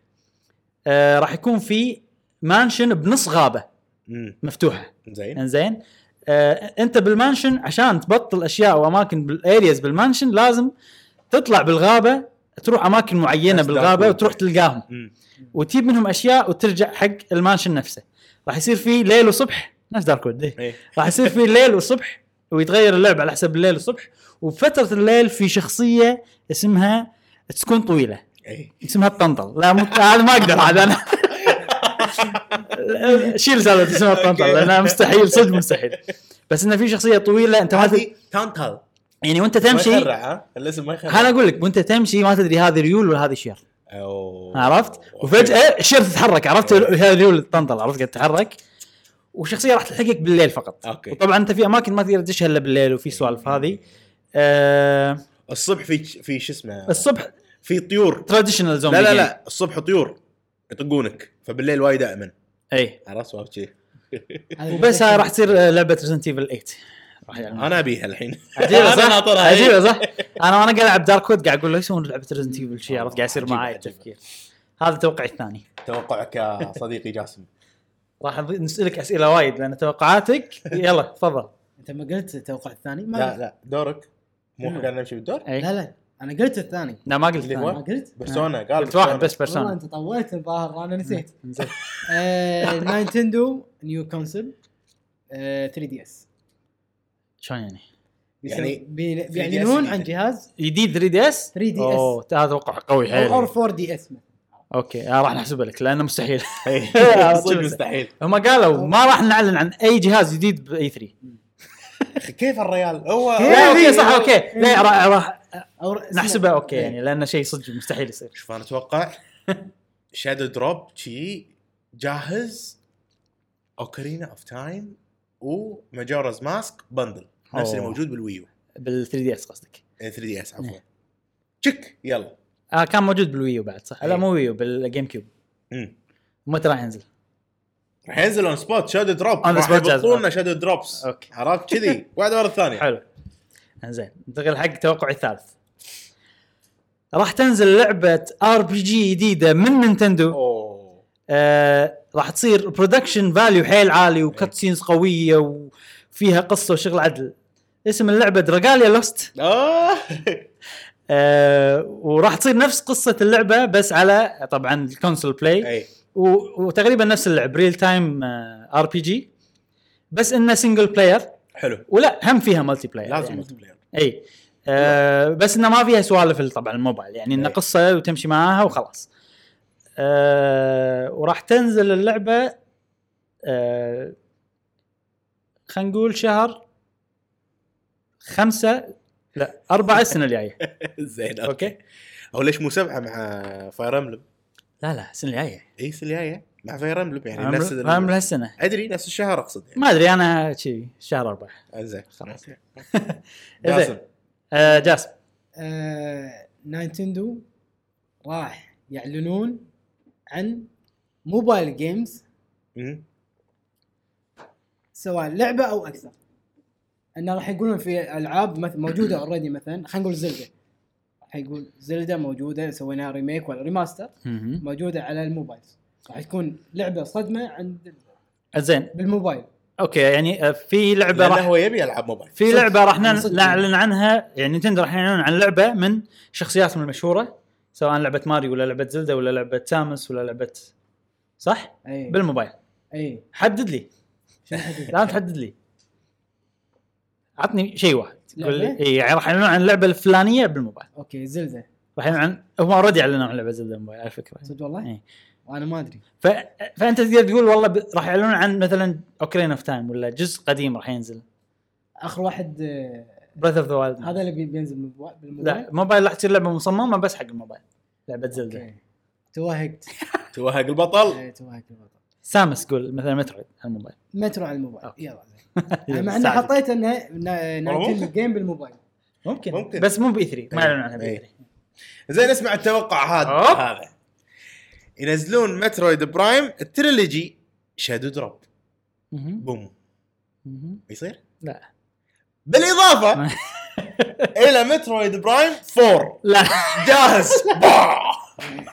S1: آه راح يكون في مانشن بنص غابه
S3: مم.
S1: مفتوحه
S3: زين
S1: انزين آه انت بالمانشن عشان تبطل اشياء واماكن بالارياز بالمانشن لازم تطلع بالغابه تروح اماكن معينه
S3: نفس
S1: بالغابه
S3: داركوود.
S1: وتروح تلقاهم
S3: مم.
S1: وتجيب منهم اشياء وترجع حق المانشن نفسه راح يصير في ليل وصبح نفس داركود إيه.
S3: إيه.
S1: راح يصير في ليل وصبح ويتغير اللعب على حسب الليل والصبح وبفتره الليل في شخصيه اسمها تكون طويله
S3: اي
S1: اسمها الطنطل لا مو هذا ما اقدر هذا انا شيل سالفه اسمها الطنطل
S3: أوكي.
S1: لانها مستحيل صدق مستحيل بس انه في شخصيه طويله انت ما تدري
S3: هذه تانتال
S1: يعني وانت
S3: ما
S1: تمشي
S3: يخرع ها الاسم ما يخرع
S1: انا اقول لك وانت تمشي ما تدري هذه ريول ولا هذه شير
S3: أو...
S1: عرفت؟ وفجاه الشير تتحرك عرفت هذا اللي هو اللي تنطل عرفت قاعد تتحرك والشخصيه راح تلحقك بالليل فقط
S3: اوكي
S1: وطبعا انت في اماكن ما تقدر تدشها الا بالليل وفي سوالف هذه آه
S3: الصبح في في شو اسمه
S1: الصبح
S3: في طيور
S1: تراديشنال زومبي
S3: لا لا
S1: جيم.
S3: لا الصبح طيور يطقونك فبالليل وايد امن
S1: اي
S3: عرفت سوالف شي
S1: وبس هاي راح تصير آه، لعبه ريزنت ايفل 8 راح يلعبونها.
S3: انا ابيها الحين
S1: عجيبه
S4: أنا
S1: صح؟
S3: إيه.
S4: ناطرها، إي.
S1: عجيبه صح؟ انا وانا قاعد العب دارك وود قاعد اقول ليش يسوون لعبه ريزنت ايفل شي عرفت قاعد يصير
S3: عجيبة،
S1: معاي
S3: عجيبة.
S1: التفكير هذا توقعي الثاني
S3: توقعك يا صديقي جاسم
S1: راح نض- نسالك اسئله وايد لان توقعاتك يلا تفضل
S2: انت ما قلت التوقع الثاني ما
S3: لا لا دورك مو احنا قاعد نمشي بالدور
S1: اي
S2: لا لا انا قلت الثاني
S1: لا ما قلت
S3: اللي
S1: ثاني.
S3: هو؟
S2: ما قلت
S3: بيرسونا قال
S1: قلت واحد بس
S2: والله
S1: بيرسونا
S2: انت طولت الظاهر انا نسيت
S1: زين.
S2: آه، ناينتندو نيو كونسل آه، 3 دي اس
S1: شلون يعني؟
S3: يعني
S2: بيسم- بي-
S3: 3DS
S2: بيعلنون
S3: جديد.
S2: عن جهاز
S1: جديد 3 دي اس
S2: 3 دي اس
S1: اوه هذا توقع قوي حيل
S2: او 4 دي اس
S1: اوكي آه، راح نحسبه لك لانه مستحيل
S3: صدق مستحيل
S1: هم قالوا ما راح نعلن عن اي جهاز جديد باي 3
S3: اخي كيف الريال هو
S1: لا
S3: هو-
S1: اوكي صح اوكي لا راح راح
S2: او
S1: نحسبه اوكي
S2: إيه.
S1: يعني لانه شيء صدق مستحيل يصير
S3: شوف انا اتوقع شادو دروب شي جاهز اوكرينا اوف تايم وماجورز ماسك بندل نفس اللي
S1: أوه. نعم.
S3: موجود بالويو إيه،
S1: بال 3 دي اس قصدك
S3: 3 دي اس عفوا تشك يلا
S1: آه كان موجود بالويو بعد صح؟ لا
S3: إيه.
S1: مو ويو بالجيم كيوب
S3: مم.
S1: متى راح ينزل؟
S3: راح ينزل اون سبوت شادو دروب
S1: On
S3: راح
S1: spot جاهز.
S3: يبطلونا شادو دروبس
S1: أوكي.
S3: عرفت كذي واحده ورا الثانيه
S1: حلو زين ننتقل حق توقعي الثالث راح تنزل لعبه ار بي جي جديده من نينتندو
S3: اوه
S1: آه راح تصير برودكشن فاليو حيل عالي وكت سينز قويه وفيها قصه وشغل عدل اسم اللعبه دراغاليا لوست
S3: آه.
S1: آه وراح تصير نفس قصه اللعبه بس على طبعا الكونسول بلاي
S3: اي
S1: و- وتقريبا نفس اللعب ريل تايم ار بي جي بس انه سنجل بلاير
S3: حلو
S1: ولا هم فيها ملتي بلاير
S3: لازم
S1: يعني.
S3: ملتي بلاير
S1: اي آه بس انه ما فيها سوالف ال- طبعا الموبايل يعني انه
S3: أي.
S1: قصه وتمشي معاها وخلاص آه وراح تنزل اللعبه آه خلينا نقول شهر خمسة لا أربعة السنة الجاية
S3: زين
S1: أوكي
S3: او ليش مو سبعه مع فاير امبلم
S1: لا لا السنة الجاية
S3: اي الجايه مع فاير امبلم يعني
S1: عمر-
S3: نفس ال-
S1: عمر هالسنة
S3: ادري نفس الشهر اقصد يعني
S1: ما أدري أنا شي شهر أربعة
S3: زين
S1: خلاص.
S3: أوكي. إيه،
S1: زين. آه جاسم
S2: آه، ناينتندو راح يعلنون عن موبايل جيمز
S3: مم.
S2: سواء لعبه او اكثر انه راح يقولون في العاب مث- موجوده اوريدي مثلا خلينا نقول زلده راح يقول زلده موجوده سويناها ريميك ولا ريماستر
S1: مهم.
S2: موجوده على الموبايل راح تكون لعبه صدمه عند
S1: زين
S2: بالموبايل
S1: أوكي يعني آه، في لعبة
S3: لانه
S1: راح
S3: هو يبي العاب موبايل
S1: في
S2: صدق.
S1: لعبه راح نعلن-
S2: صدق.
S1: نعلن عنها يعني نتندو راح يعلنون عن لعبه من شخصياتهم المشهوره سواء لعبه ماريو ولا لعبه زلدا ولا لعبه سامس ولا لعبه صح؟
S2: اي
S1: بالموبايل
S2: اي
S1: حدد لي
S2: إيه، شنو حدد؟
S1: لا تحدد لي عطني شيء واحد
S2: لعبة؟
S1: قول لي اي يعني راح يعلنون عن اللعبه الفلانيه بالموبايل
S2: اوكي زلده
S1: راح يعلنون عن هم اوريدي اعلنوا عن لعبه زلدا بالموبايل على فكره
S2: صدق والله؟
S1: إي.
S2: وانا ما ادري
S1: ف... فانت تقدر تقول والله ب... راح يعلنون عن مثلا اوكرين اوف تايم ولا جزء قديم راح ينزل
S2: اخر واحد آه،
S1: بريث اوف ذا وايلد
S2: هذا اللي بي- بينزل بالموبا- بالموبايل
S1: لا موبايل راح تصير لعبه مصممه بس حق الموبايل لعبه زلدا
S2: اوكي توهقت
S3: توهق البطل
S2: إي، توهقت بالضبط.
S1: سامس قول مثلا مترويد على الموبايل
S2: مترو على الموبايل
S1: أوكي.
S2: يلا زين. مع اني حطيت انه نا- نايتين
S3: ممكن.
S2: جيم بالموبايل
S1: ممكن
S3: ممكن.
S1: ممكن بس مو باي 3 ما
S3: إيه.
S1: يعلنون عنها باي
S3: إيه.
S1: 3
S3: زين اسمع التوقع هذا
S1: أوب.
S3: هذا ينزلون مترويد برايم التريلوجي شادو دروب
S1: مهم.
S3: بوم
S1: مهم.
S3: يصير؟
S1: لا.
S3: بالاضافه الى مترويد برايم 4
S1: لا
S3: جاهز با.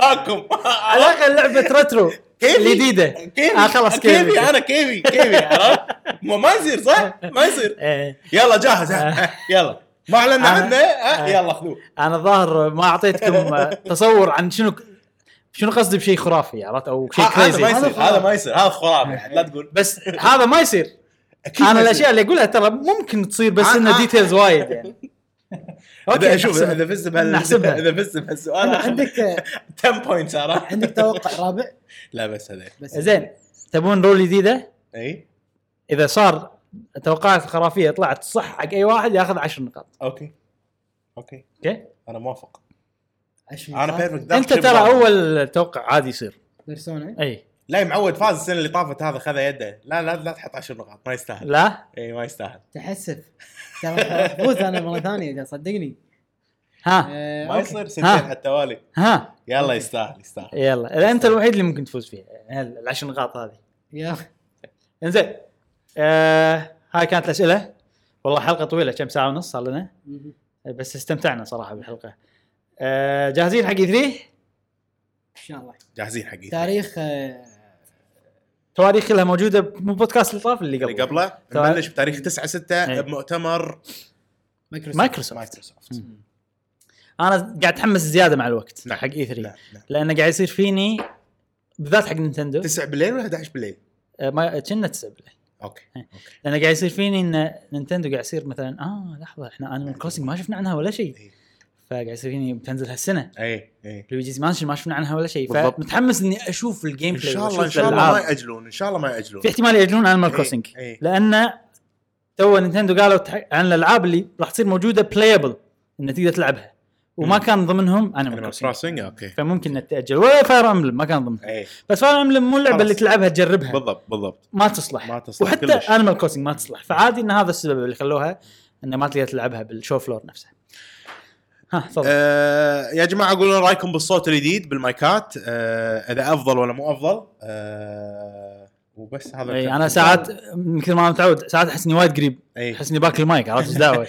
S3: هاكم
S1: على الاقل لعبه ريترو
S3: كيفي إيه.
S1: الجديده
S3: كيفي
S1: آه خلاص
S3: كيفي
S1: كيفي.
S3: انا كيفي كيفي عرفت؟ ما ما يصير صح؟ ما يصير
S1: إيه.
S3: يلا جاهز ها، ها، يلا ما اعلنا
S1: آه.
S3: عنه ها،
S1: آه.
S3: يلا خذوه
S1: انا الظاهر ما اعطيتكم آه، تصور عن شنو شنو قصدي بشيء خرافي عرفت او شيء
S3: ها- هذا ما
S1: كريزي
S3: يصير هذا ما يصير هذا خرافي لا تقول
S1: بس هذا ما يصير
S3: أكيد ما
S1: انا
S3: يصير.
S1: الاشياء اللي اقولها ترى ممكن تصير بس
S3: آه،
S1: انه
S3: آه.
S1: ديتيلز وايد يعني
S3: اذا شوف
S1: نحسبها.
S3: اذا فزت بهال
S1: نحسبها.
S3: اذا فزت بهالسؤال
S2: أنا
S3: آخذ
S2: عندك
S3: 10 بوينتس عرفت؟
S2: عندك توقع رابع
S3: لا بس هذا
S2: بس
S1: زين تبون رول جديده
S3: اي
S1: اذا صار توقعات خرافيه طلعت صح حق اي واحد ياخذ 10 نقاط
S3: اوكي اوكي
S1: اوكي
S3: انا موافق
S2: عشرين
S3: انا
S2: صح؟
S3: بيرفكت دارك
S1: انت
S3: شيب
S1: ترى
S3: ضامن.
S1: اول توقع عادي يصير
S2: بيرسونا
S1: اي
S3: لا معود فاز السنه اللي طافت هذا خذ يده لا لا لا تحط 10 نقاط ما يستاهل
S1: لا
S3: اي ما يستاهل
S2: تحسف ترى محظوظ انا مره ثانيه جا، صدقني
S1: ها
S2: آه،
S3: ما
S2: أوكي.
S3: يصير سنتين على التوالي
S1: ها
S3: يلا يستاهل يستاهل
S1: يلا انت الوحيد اللي ممكن تفوز فيها هال- العشر نقاط هذه
S2: يلا
S1: انزين آه هاي كانت الاسئله والله حلقه طويله كم ساعه ونص صار لنا بس استمتعنا صراحه بالحلقه آه جاهزين حق 3
S2: ان شاء الله
S3: جاهزين حقيقي
S2: تاريخ آه،
S1: تواريخ كلها موجوده بالبودكاست اللي طاف اللي
S3: اللي
S1: قبله
S3: قبله
S1: تمام.
S3: نبلش بتاريخ 9 6
S1: إيه.
S3: بمؤتمر
S2: مايكروسوفت
S1: مايكروسوفت
S3: مايكروسوفت
S1: انا قاعد اتحمس زياده مع الوقت
S3: نعم.
S1: حق اي 3
S3: لا لا
S1: لانه قاعد يصير فيني بالذات حق نينتندو
S3: 9 بالليل ولا 11 بالليل؟
S1: آه، ما كنا تسبله
S3: اوكي
S1: لانه قاعد يصير فيني ان نينتندو قاعد يصير مثلا اه لحظه احنا انيمال كروسنج ما شفنا عنها ولا شيء
S3: إيه.
S1: فقاعد يصير فيني بتنزل هالسنه
S3: اي اي
S1: لويجيز مانشن ما شفنا عنها ولا شيء
S3: بالضبط.
S1: فمتحمس اني اشوف الجيم
S3: ان
S1: بلاي
S3: شاء
S1: وأشوف
S3: الله ان شاء الله
S1: الألعاب.
S3: ما ياجلون ان شاء الله ما ياجلون
S1: في احتمال يعلنون عن
S3: إيه،
S1: كروسنج
S3: إيه.
S1: لان تو نينتندو قالوا تح- عن الالعاب اللي راح تصير موجوده بلايبل ان تقدر تلعبها وما
S3: مم.
S1: كان ضمنهم انيمال
S3: إيه. Animal
S1: كروسنج
S3: Crossing إيه. اوكي
S1: فممكن انها تاجل ولا فاير امبلم ما كان ضمنها
S3: اي
S1: بس فاير امبلم مو اللعبه
S3: خلاص.
S1: اللي تلعبها تجربها
S3: بالضبط بالضبط
S1: ما تصلح
S3: ما تصلح
S1: وحتى
S3: كلش.
S1: انيمال كروسنج ما تصلح فعادي ان هذا السبب اللي خلوها انه ما تقدر تلعبها بالشو فلور نفسه ها تفضل
S3: آه يا جماعه قولوا رايكم بالصوت الجديد بالمايكات آه اذا افضل ولا مو افضل آه وبس هذا
S1: اي انا ساعات من كثر ما انا متعود ساعات احس اني وايد قريب
S3: اي
S1: احس اني باكل المايك عرفت ايش دعوه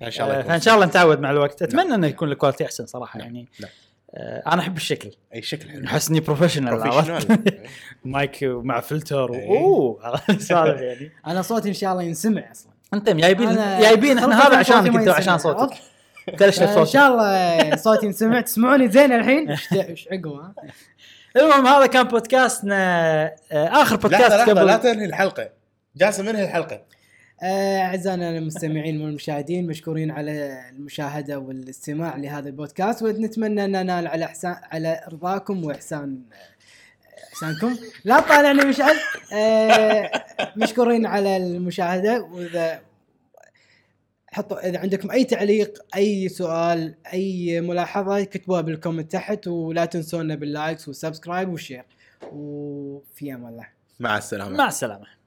S3: ان إيه، شاء الله
S1: آه،
S3: يكون.
S1: فان شاء الله نتعود مع الوقت اتمنى انه يكون الكواليتي احسن صراحه
S3: نعم.
S1: يعني
S3: نعم.
S1: آه، انا احب الشكل
S3: اي إيه، شكل حلو
S1: احس اني بروفيشنال عرفت
S3: بروفيشنال
S1: مايك ومع فلتر و-
S3: إيه.
S1: اوه عرفت سالفه يعني
S2: انا صوتي ان شاء الله ينسمع اصلا
S1: انت جايبين
S2: أنا-
S1: جايبين احنا
S2: صوتي
S1: هذا
S2: ما
S1: عشانك
S2: يسمع،
S1: انت عشان صوتك
S2: عرفت؟
S1: تلشت
S2: فان
S1: صوتك
S2: شاء الله آه، صوتي ينسمع تسمعوني زين الحين إيش- ايش عقب ها؟
S1: المهم هذا كان بودكاستنا آه، اخر
S3: لحظه
S1: بودكاست
S3: لحظه لا
S1: قبل
S3: تنهي الحلقه جاسم انهي الحلقه
S2: آه، اعزائنا المستمعين والمشاهدين مشكورين على المشاهده والاستماع لهذا البودكاست ونتمنى ان ننال على احسان على رضاكم واحسان احسانكم لا تطالعني مشعل آه، مشكورين على المشاهده واذا حطوا اذا عندكم اي تعليق اي سؤال اي ملاحظه كتبوها بالكومنت تحت ولا تنسونا باللايكس والسبسكرايب والشير وفي امان الله
S3: مع السلامه
S1: مع السلامه